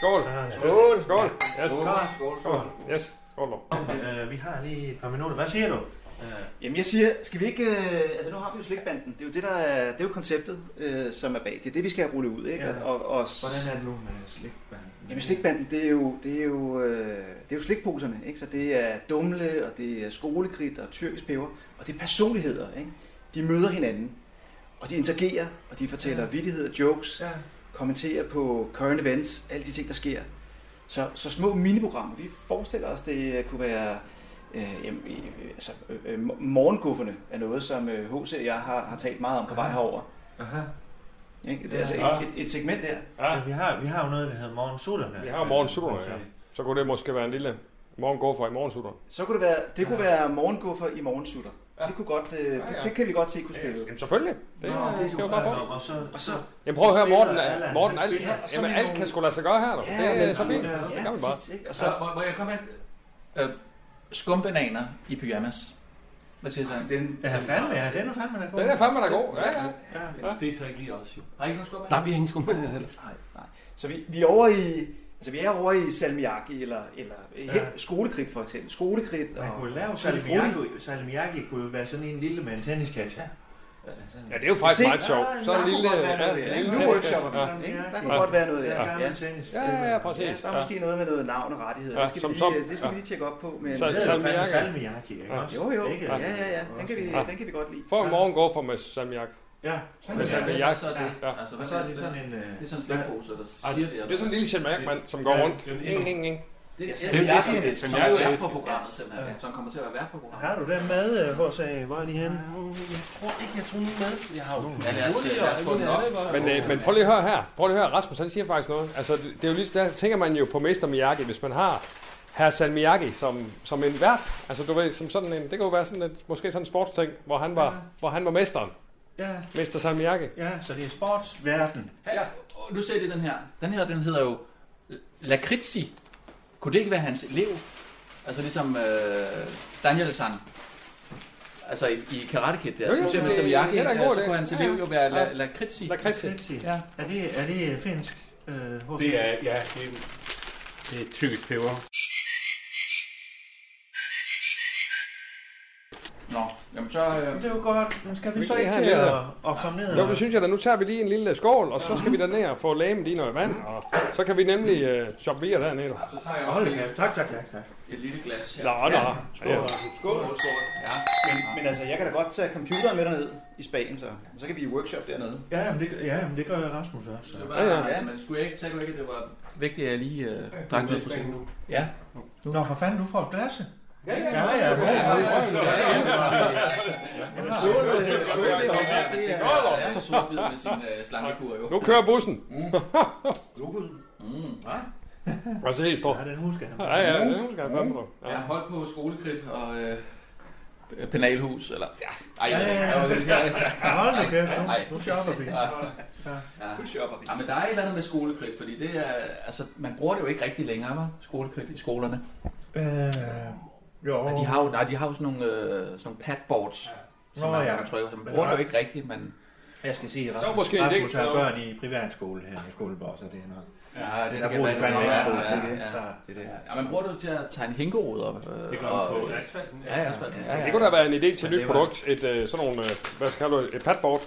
Speaker 2: Skål.
Speaker 1: Skål.
Speaker 2: Skål.
Speaker 1: Ja.
Speaker 2: Yes.
Speaker 1: Skål. Skål. Skål.
Speaker 2: Yes. Skål. Lov.
Speaker 1: Øh, vi har lige et par minutter. Hvad siger du?
Speaker 8: Jamen jeg siger, skal vi ikke, øh, altså nu har vi jo slikbanden, det er jo det, der er, det er jo konceptet, øh, som er bag, det er det, vi skal have rullet ud, ikke?
Speaker 1: Ja.
Speaker 8: Og, og,
Speaker 1: Hvordan er det nu med slikbanden?
Speaker 8: Jamen slikbanden, det er jo, det er jo, øh, det er jo slikposerne, ikke? så det er dumle, og det er skolekridt og tyrkisk peber, og det er personligheder. Ikke? De møder hinanden, og de interagerer, og de fortæller ja. vittigheder, jokes, ja. kommenterer på current events, alle de ting, der sker. Så, så små miniprogrammer, vi forestiller os, det kunne være øh, jamen, øh, altså, øh, øh, morgenkufferne er noget, som øh, HC og jeg har, har talt meget om på vej herover.
Speaker 1: Aha.
Speaker 8: Ikke? Det er
Speaker 1: Ja.
Speaker 8: altså et, et, et segment der.
Speaker 1: Ja. Men vi har, vi har jo noget, der hedder morgensutterne.
Speaker 2: Vi har morgen super, ja. Så kunne det måske være en lille morgen går for i morgen sutter.
Speaker 8: Så kunne det være, det kunne være morgenguffer i morgensutter. Ja. Det kunne godt, øh, det,
Speaker 2: Ja, ja.
Speaker 8: det, kan vi godt se kunne spille.
Speaker 2: Jamen selvfølgelig. Det,
Speaker 8: Nå,
Speaker 2: Nå, det skal jo bare på.
Speaker 1: Og så, og så,
Speaker 2: Jamen prøv at høre, Morten,
Speaker 1: spiller Allan,
Speaker 2: Morten
Speaker 1: han
Speaker 2: alt,
Speaker 1: spiller- og så
Speaker 2: jamen,
Speaker 1: er
Speaker 2: alt
Speaker 1: nogle-
Speaker 2: kan sgu lade sig gøre her, dog.
Speaker 1: Ja,
Speaker 2: det er
Speaker 1: men-
Speaker 2: så fint.
Speaker 1: ja, ja,
Speaker 2: Det gør vi bare.
Speaker 8: præcis, ikke?
Speaker 7: Og
Speaker 8: Og
Speaker 7: så,
Speaker 8: så-
Speaker 7: må, må jeg komme ind? Øh, skumbananer i pyjamas. Hvad siger du? Den,
Speaker 1: Ja, fandme, ja, den er fandme da god.
Speaker 7: Den er fandme da god, ja, ja.
Speaker 9: Men det er så ikke lige os, jo.
Speaker 7: Har I ikke nogen skummer?
Speaker 9: Nej, vi har ingen skummer heller.
Speaker 8: Nej, nej. Så vi, vi er over i, altså vi er over i salmiakki eller, eller ja. skolekridt for eksempel. Skolekridt
Speaker 1: Man
Speaker 8: og
Speaker 1: kunne lave
Speaker 8: Tutti Frutti.
Speaker 1: salmiakki. Salmiakki kunne jo være sådan en lille med en tenniskasse. Ja.
Speaker 2: Ja, det er jo faktisk
Speaker 8: Se,
Speaker 2: meget sjovt.
Speaker 1: ah,
Speaker 2: Så en
Speaker 1: der kunne
Speaker 2: lille...
Speaker 1: godt være noget
Speaker 2: ja,
Speaker 1: der,
Speaker 2: en
Speaker 1: ikke?
Speaker 2: lille-
Speaker 8: Nu workshopper vi,
Speaker 2: Ja.
Speaker 8: ikke? Der
Speaker 1: Ja.
Speaker 8: kunne godt være noget der.
Speaker 1: Ja, gammel
Speaker 8: Ja.
Speaker 1: tennis.
Speaker 2: Ja, ja, ja, præcis.
Speaker 8: Ja, der er måske noget med noget navn og rettigheder.
Speaker 2: Ja,
Speaker 8: det skal,
Speaker 2: som
Speaker 8: vi, lige, øh,
Speaker 2: som-
Speaker 8: det skal vi
Speaker 2: ja.
Speaker 8: lige tjekke op på. Men,
Speaker 2: Så-
Speaker 1: Det hedder jo fandme
Speaker 2: Salmiakki.
Speaker 1: salmiakki, ikke
Speaker 2: Ja.
Speaker 1: også?
Speaker 8: jo, jo.
Speaker 1: Ikke?
Speaker 8: Ja, ja, ja. Den kan vi,
Speaker 2: Ja.
Speaker 8: den kan vi godt lide.
Speaker 2: Få en
Speaker 1: Ja.
Speaker 2: morgen går for med salmiak.
Speaker 1: Ja,
Speaker 7: Hvad så er det?
Speaker 1: salmiakki.
Speaker 7: Hvad så er det?
Speaker 2: Ja.
Speaker 7: Altså,
Speaker 1: Og
Speaker 7: hvad
Speaker 1: så er det
Speaker 7: sådan?
Speaker 1: sådan en... øh,
Speaker 7: Det er sådan en slikpose, der
Speaker 2: Ej,
Speaker 7: siger det.
Speaker 2: Det er sådan en lille salmiakmand, som går
Speaker 1: Ja.
Speaker 2: rundt.
Speaker 9: Det er en
Speaker 2: Ing, ing, ing.
Speaker 7: Det er
Speaker 8: Ja,
Speaker 7: det,
Speaker 8: salmiakki.
Speaker 7: er- som er vært på programmet, simpelthen.
Speaker 1: Ja.
Speaker 7: Som kommer til at være vært på programmet.
Speaker 1: Har du den med, øh, H.C.? Hvor er de henne? Jeg tror ikke, jeg tog nogen med. Jeg har jo
Speaker 7: Ja, lad os, lad os få den op.
Speaker 2: Men, øh, men prøv lige at høre her. Prøv lige at høre, Rasmus han siger faktisk noget. Altså, det, det er jo lige, der tænker man jo på Mester Miyagi, hvis man har herr San Miyagi som, som en vært. Altså, du ved, som sådan en, det kunne jo være sådan et, måske sådan en sportsting, hvor han var, ja. hvor han var mesteren.
Speaker 1: Ja,
Speaker 2: Mester San Miyagi.
Speaker 1: ja, så det er sportsverden.
Speaker 7: Ja. Og nu ser det den her. Den her, den hedder jo Lakritsi. Kunne det ikke være hans elev? Altså ligesom øh, Daniel San. Altså i, i Karate Kid der.
Speaker 2: Jo, jo,
Speaker 7: nu ser
Speaker 2: det-
Speaker 7: Mr. Miyagi,
Speaker 2: det er da en god
Speaker 7: øh, så
Speaker 2: idé.
Speaker 7: kunne hans
Speaker 2: Ja,
Speaker 7: elev
Speaker 2: ja.
Speaker 7: jo være La,
Speaker 2: Ja.
Speaker 7: Lakritsi.
Speaker 2: La Christi.
Speaker 1: Ja.
Speaker 7: Ja.
Speaker 1: Er det, er det finsk? Øh, H.C.?
Speaker 9: Det er, ja, det er, det er tyrkisk peber.
Speaker 7: Nå, jamen så... Øh,
Speaker 1: Det er jo godt. Men skal vi
Speaker 2: Vi
Speaker 1: så
Speaker 2: kan
Speaker 1: ikke
Speaker 2: have
Speaker 1: til at,
Speaker 2: lidt
Speaker 1: at komme ned
Speaker 2: Jo, det
Speaker 1: og...
Speaker 2: synes jeg da. Nu tager vi lige en lille skål, og så skal vi derned og få lægen lige noget vand. Og så kan vi nemlig øh, shoppe videre dernede. Nå,
Speaker 7: så tager jeg også
Speaker 1: Hold da
Speaker 7: lige
Speaker 1: kæft. Tak, tak, tak, tak.
Speaker 7: et lille glas her.
Speaker 2: nå. Ja. Ja.
Speaker 7: Skål. Skål. Ja.
Speaker 8: Men, men altså, jeg kan da godt tage computeren med derned i Spanien, så, så kan vi i workshop dernede.
Speaker 1: Ja, men det, gør- ja, men det gør Rasmus også.
Speaker 7: Det
Speaker 1: Så.
Speaker 7: var,
Speaker 2: Ja,
Speaker 7: ja,
Speaker 2: ja.
Speaker 7: ja. Altså, man skulle ikke, sagde du ikke, at det var vigtigt, at jeg lige øh, drak noget på scenen? Ja.
Speaker 1: Nå, for fanden, du får et glas.
Speaker 2: Ja, ja,
Speaker 1: Ja, ja, ja.
Speaker 2: ja, ja, ja.
Speaker 8: Jamen, skål, øh, skål, det er også-
Speaker 7: Ja, man skal
Speaker 8: det
Speaker 7: ikke
Speaker 8: er-
Speaker 7: være alt for sort-hvid med sin øh, slankekur, jo.
Speaker 2: Nu kører bussen.
Speaker 7: Mm.
Speaker 2: Og så helt stor.
Speaker 1: Ja, den husker han.
Speaker 2: Ja, ja, det husker jeg fandme på.
Speaker 7: Jeg
Speaker 2: Ja.
Speaker 7: har holdt på skolekridt og øh, øh, penalhus, eller... Ja, ej, jeg ved ikke. Jeg ved ikke.
Speaker 1: Ja, Hold da kæft,
Speaker 7: Ej, ej.
Speaker 1: nu, nu shopper vi.
Speaker 7: Ja.
Speaker 8: Nu shopper vi.
Speaker 7: Ja, men der er et eller andet med skolekridt, fordi det er, altså, man bruger det jo ikke rigtig længere, var skolekridt i skolerne.
Speaker 1: Øh, jo.
Speaker 7: Oh. De har jo, nej, de har jo sådan nogle, øh, sådan nogle padboards, som
Speaker 1: Nå,
Speaker 7: man,
Speaker 1: ja.
Speaker 7: man trykker, så man bruger det jo ikke rigtigt, men
Speaker 1: Jeg skal sige,
Speaker 2: Så måske en
Speaker 1: Rasmus
Speaker 2: idé,
Speaker 1: har
Speaker 2: så-
Speaker 1: børn i privatskole her i Skoleborg, så det er nok.
Speaker 7: ja, det, det
Speaker 1: Der
Speaker 7: kan
Speaker 1: bruger de
Speaker 7: være
Speaker 1: fandme
Speaker 7: noget.
Speaker 1: ikke
Speaker 7: Ja,
Speaker 1: skole. Det er det,
Speaker 7: ja, ja.
Speaker 1: der- det er det.
Speaker 7: Ja, man bruger det jo til at tegne hænkeråd op. Øh,
Speaker 9: Det gør
Speaker 7: og,
Speaker 9: man på
Speaker 7: øh,
Speaker 9: asfalten.
Speaker 7: Ja, ja, asfalt, ja, ja, ja.
Speaker 2: Det kunne da være en idé til et
Speaker 1: Men
Speaker 2: nyt
Speaker 1: det var-
Speaker 2: produkt. Et øh, sådan nogle, øh, hvad skal du, et padboard.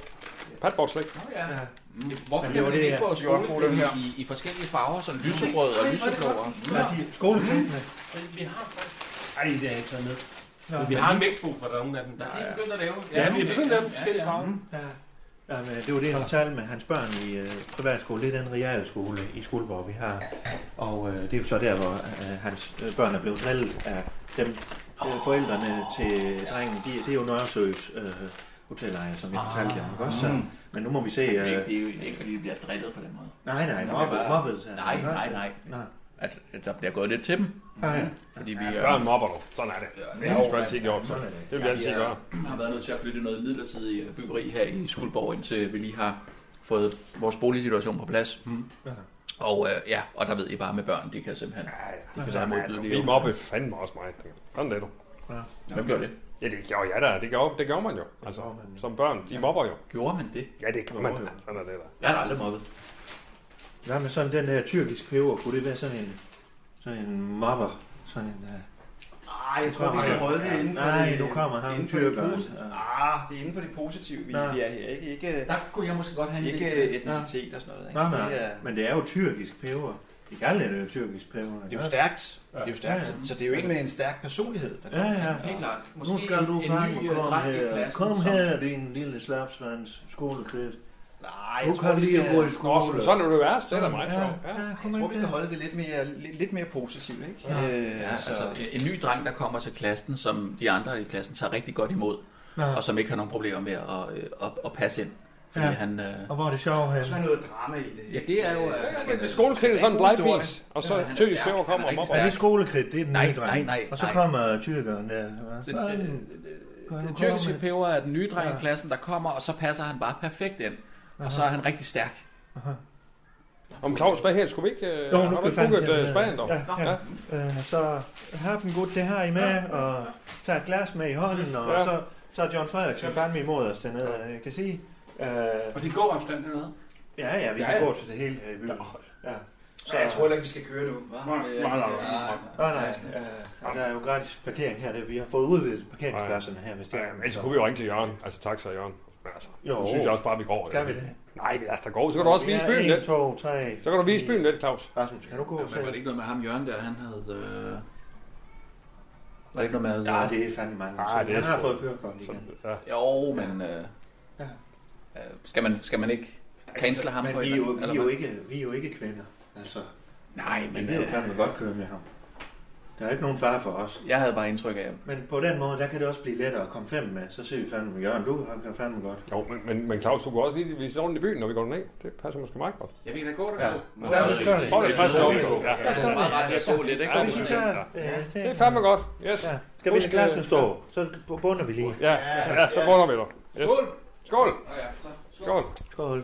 Speaker 2: Padboard slik.
Speaker 7: Nå, ja.
Speaker 1: Ja.
Speaker 7: Mm. Hvorfor
Speaker 1: Men det
Speaker 7: kan
Speaker 1: var
Speaker 7: man
Speaker 1: det,
Speaker 7: ikke
Speaker 1: jeg- det
Speaker 7: få
Speaker 1: var
Speaker 7: skolekridt
Speaker 1: problemet
Speaker 7: i, i forskellige farver, som lysegrød og lyseblå? og-
Speaker 1: Ja, de skolekrittene.
Speaker 9: Men vi har faktisk...
Speaker 1: Ej, det er ikke sådan noget. Nå,
Speaker 9: Vi har en vækstbo, for der er nogle af dem,
Speaker 7: Der
Speaker 9: der
Speaker 7: er lige
Speaker 9: er...
Speaker 7: begyndt at lave.
Speaker 9: Ja, vi er Mm.
Speaker 7: okay.
Speaker 9: begyndt at lave forskellige
Speaker 7: Ja, ja.
Speaker 9: farver.
Speaker 1: Ja. Jamen, det var det, jeg fortalte med hans børn i øh, privatskole. Det er den realskole i Skuldborg, vi har. Og øh, det er jo så der, hvor øh, hans øh, børn er blevet drillet af dem. Øh, forældrene til drengen, de, det er jo Nørresøs øh, hotelejer, som jeg fortalte jer om. Også, så, men nu må vi se...
Speaker 7: Det er
Speaker 1: Øh,
Speaker 7: ikke- det er jo ikke, fordi vi bliver drillet på den måde.
Speaker 1: nej, nej,
Speaker 7: Der
Speaker 1: mobbet.
Speaker 7: bliver bare-
Speaker 1: mobbet så,
Speaker 7: Nej, Mm. nej, nej.
Speaker 1: Nej.
Speaker 7: at der bliver gået lidt til dem.
Speaker 1: Ja, ja.
Speaker 7: Fordi vi,
Speaker 2: Ja, børn mobber du. Sådan er det. Det har vi sgu altid gjort, så. Det vil vi altid
Speaker 7: har-
Speaker 2: gøre.
Speaker 7: har været nødt til at flytte noget midlertidigt byggeri her i Skuldborg, indtil vi lige har fået vores boligsituation på plads. Mm.
Speaker 1: Ja.
Speaker 7: Og øh, ja, og der ved I bare med børn, de kan simpelthen... De kan så have modbydelige...
Speaker 2: Vi mobbede fandme også mig. Sådan er det.
Speaker 7: Ja. Hvem gjorde det?
Speaker 2: Ja, det gjorde jeg da. Det gjorde, det gjorde man jo. Altså, som børn, de mobber jo.
Speaker 7: Gjorde man det?
Speaker 2: Ja, det gjorde man.
Speaker 1: Gjorde man.
Speaker 2: Sådan er det der.
Speaker 7: Jeg har aldrig mobbet.
Speaker 1: Hvad med sådan den der tyrkiske peber? Kunne det være sådan en, sådan en mobber? Sådan en, uh...
Speaker 8: Nej, jeg tror, vi skal holde det inden for
Speaker 1: Nej,
Speaker 8: det-
Speaker 1: nu kommer ham
Speaker 8: inden for det
Speaker 1: tyrkeren.
Speaker 8: posi- Ah, det er inden for det positive, vi, vi
Speaker 1: Nå.
Speaker 8: er her. Ikke, ikke,
Speaker 7: Der kunne jeg måske godt have en
Speaker 8: Ikke
Speaker 7: lidt- øh,
Speaker 8: etnicitet og sådan noget. Ikke?
Speaker 1: Nej, nej,
Speaker 8: Det er,
Speaker 1: men det er jo tyrkisk peber. I Galland er det jo tyrkisk peber.
Speaker 8: øh- det er jo stærkt. Det er jo stærkt.
Speaker 1: Ja, ja.
Speaker 8: Så det er jo en med en stærk personlighed. Der
Speaker 1: Ja, ja.
Speaker 7: Helt klart. Måske
Speaker 1: Nu skal du
Speaker 7: en,
Speaker 1: frem
Speaker 7: en ny
Speaker 1: og
Speaker 7: øh,
Speaker 1: kom
Speaker 7: dreng i
Speaker 1: her.
Speaker 7: klassen.
Speaker 1: Kom
Speaker 7: som-
Speaker 1: her, din lille slapsvans skolekridt.
Speaker 8: Nej,
Speaker 1: Nu
Speaker 8: jeg tror,
Speaker 1: kan
Speaker 8: vi
Speaker 1: lige
Speaker 8: skal,
Speaker 1: gå i
Speaker 2: Nå,
Speaker 1: skole.
Speaker 2: sådan er det værst. Det er da meget
Speaker 1: Ja,
Speaker 2: sjovt. Ja.
Speaker 1: ja, kom
Speaker 8: jeg tror, vi
Speaker 1: ind
Speaker 8: skal
Speaker 1: her.
Speaker 8: holde det lidt mere, lidt, lidt mere positivt. Ikke?
Speaker 1: Ja.
Speaker 8: Øh,
Speaker 7: Ja, altså en ny dreng, der kommer til klassen, som de andre i klassen tager rigtig godt imod,
Speaker 1: Nå,
Speaker 7: og som ikke har nogen problemer med at, øh, at, at passe ind. Fordi
Speaker 1: Ja.
Speaker 7: ja. han... Øh,
Speaker 1: Og hvor er det sjovt her.
Speaker 8: Så er noget drama i det.
Speaker 7: ja, det er jo... Øh,
Speaker 2: Ja,
Speaker 7: han,
Speaker 2: men
Speaker 7: øh,
Speaker 2: Skolekridt er sådan en
Speaker 8: Det er en god
Speaker 2: blegfis, og
Speaker 7: Ja,
Speaker 2: så
Speaker 7: han er
Speaker 2: tyrkisk
Speaker 7: stærk.
Speaker 2: peber kommer
Speaker 7: Han er
Speaker 2: og
Speaker 7: rigtig
Speaker 2: mobber.
Speaker 1: Er
Speaker 7: stærk.
Speaker 1: det skolekridt? Det er den
Speaker 7: Nej,
Speaker 1: nye dreng.
Speaker 7: nej, nej,
Speaker 1: Og så
Speaker 7: nej.
Speaker 1: kommer tyrkeren der. Hvad
Speaker 7: den, øh,
Speaker 1: fanden? Kan
Speaker 7: den
Speaker 1: du
Speaker 7: tyrkiske
Speaker 1: komme?
Speaker 7: peber er den nye dreng
Speaker 1: Ja.
Speaker 7: i klassen, der kommer, og så passer han bare perfekt ind. Og så er han rigtig stærk.
Speaker 2: Om Claus, hvad her? Skulle vi ikke... øh,
Speaker 1: Jo,
Speaker 2: har
Speaker 1: nu
Speaker 2: du
Speaker 1: kan
Speaker 2: ikke
Speaker 1: fandme
Speaker 2: booket øh, Spanien dog?
Speaker 1: Ja, ja. Øh, så har den godt det her i med, og tager et glas med i hånden, og
Speaker 2: Ja.
Speaker 1: så, så er John Frederiksen fandme imod os dernede, og jeg kan sige. Øh,
Speaker 9: Og det går afstand eller noget.
Speaker 1: ja, ja, vi
Speaker 9: Ja,
Speaker 1: kan
Speaker 9: ja.
Speaker 1: gå til det hele her i byen. Ja.
Speaker 8: Så jeg tror heller ikke, vi skal køre nu. hva?
Speaker 9: Nej,
Speaker 8: Øh,
Speaker 9: nej, nej.
Speaker 7: Ja,
Speaker 1: Nej, nej, øh, og der er jo gratis parkering her. det- Vi har fået udvidet parkeringspladserne her, hvis det
Speaker 2: Ja,
Speaker 1: er.
Speaker 2: men ellers kunne vi jo ringe til Jørgen. Altså tak, så Jørgen. Men altså,
Speaker 1: Jo.
Speaker 2: nu synes jeg også bare, vi går over.
Speaker 1: Skal vi det?
Speaker 2: Nej, men lad os da gå ud. Så kan du også vise byen lidt.
Speaker 1: 1, 2, 3,
Speaker 2: Så kan du vise byen lidt, Claus.
Speaker 1: Rasmus, kan du gå?
Speaker 7: Men var det
Speaker 1: selv?
Speaker 7: ikke noget med ham, Jørgen, der han havde... Øh, var det ikke noget med... øh,
Speaker 1: Ja, det er fandme mange. år
Speaker 2: Ah,
Speaker 1: siden.
Speaker 2: det er
Speaker 1: Han har
Speaker 2: sgu-
Speaker 1: fået kørekort
Speaker 2: Så,
Speaker 1: igen.
Speaker 2: ja.
Speaker 7: Jo, men... Øh,
Speaker 1: Ja.
Speaker 7: øh, skal, man, skal man ikke cancele ham?
Speaker 1: Men
Speaker 7: på
Speaker 1: vi
Speaker 7: et
Speaker 1: er, jo,
Speaker 7: eller-
Speaker 1: vi, er
Speaker 7: eller
Speaker 1: jo
Speaker 7: hvad?
Speaker 1: ikke, vi er jo ikke kvinder. Altså,
Speaker 7: Nej,
Speaker 1: Men
Speaker 7: men...
Speaker 1: det er jo
Speaker 7: Øh,
Speaker 1: fandme godt køre med ham. Der er ikke nogen fare for os.
Speaker 7: jeg havde bare indtryk af,
Speaker 1: Men på den måde, der kan det også blive lettere at komme fem med. Så ser vi fandme, Jørgen, du han kan fandme godt.
Speaker 2: Jo, men, men, men Claus, du kunne også lige vise ordentligt i byen, når vi går ned. Det passer måske meget godt.
Speaker 7: Jeg kan da gå
Speaker 1: Ja.
Speaker 7: der.
Speaker 1: Ja, det gør det.
Speaker 2: Hold det fast
Speaker 1: Ja.
Speaker 2: op. Ja.
Speaker 7: Det er meget rart at gå lidt, ikke?
Speaker 2: Ja,
Speaker 1: det synes jeg. øh,
Speaker 2: Det er fandme godt. Yes.
Speaker 1: Ja. Skal vi lade glassen stå? Så bunder vi lige.
Speaker 2: Ja, ja, så går der med dig. Yes. Skål.
Speaker 7: Nå ja, så-
Speaker 2: Skål.
Speaker 1: Skål.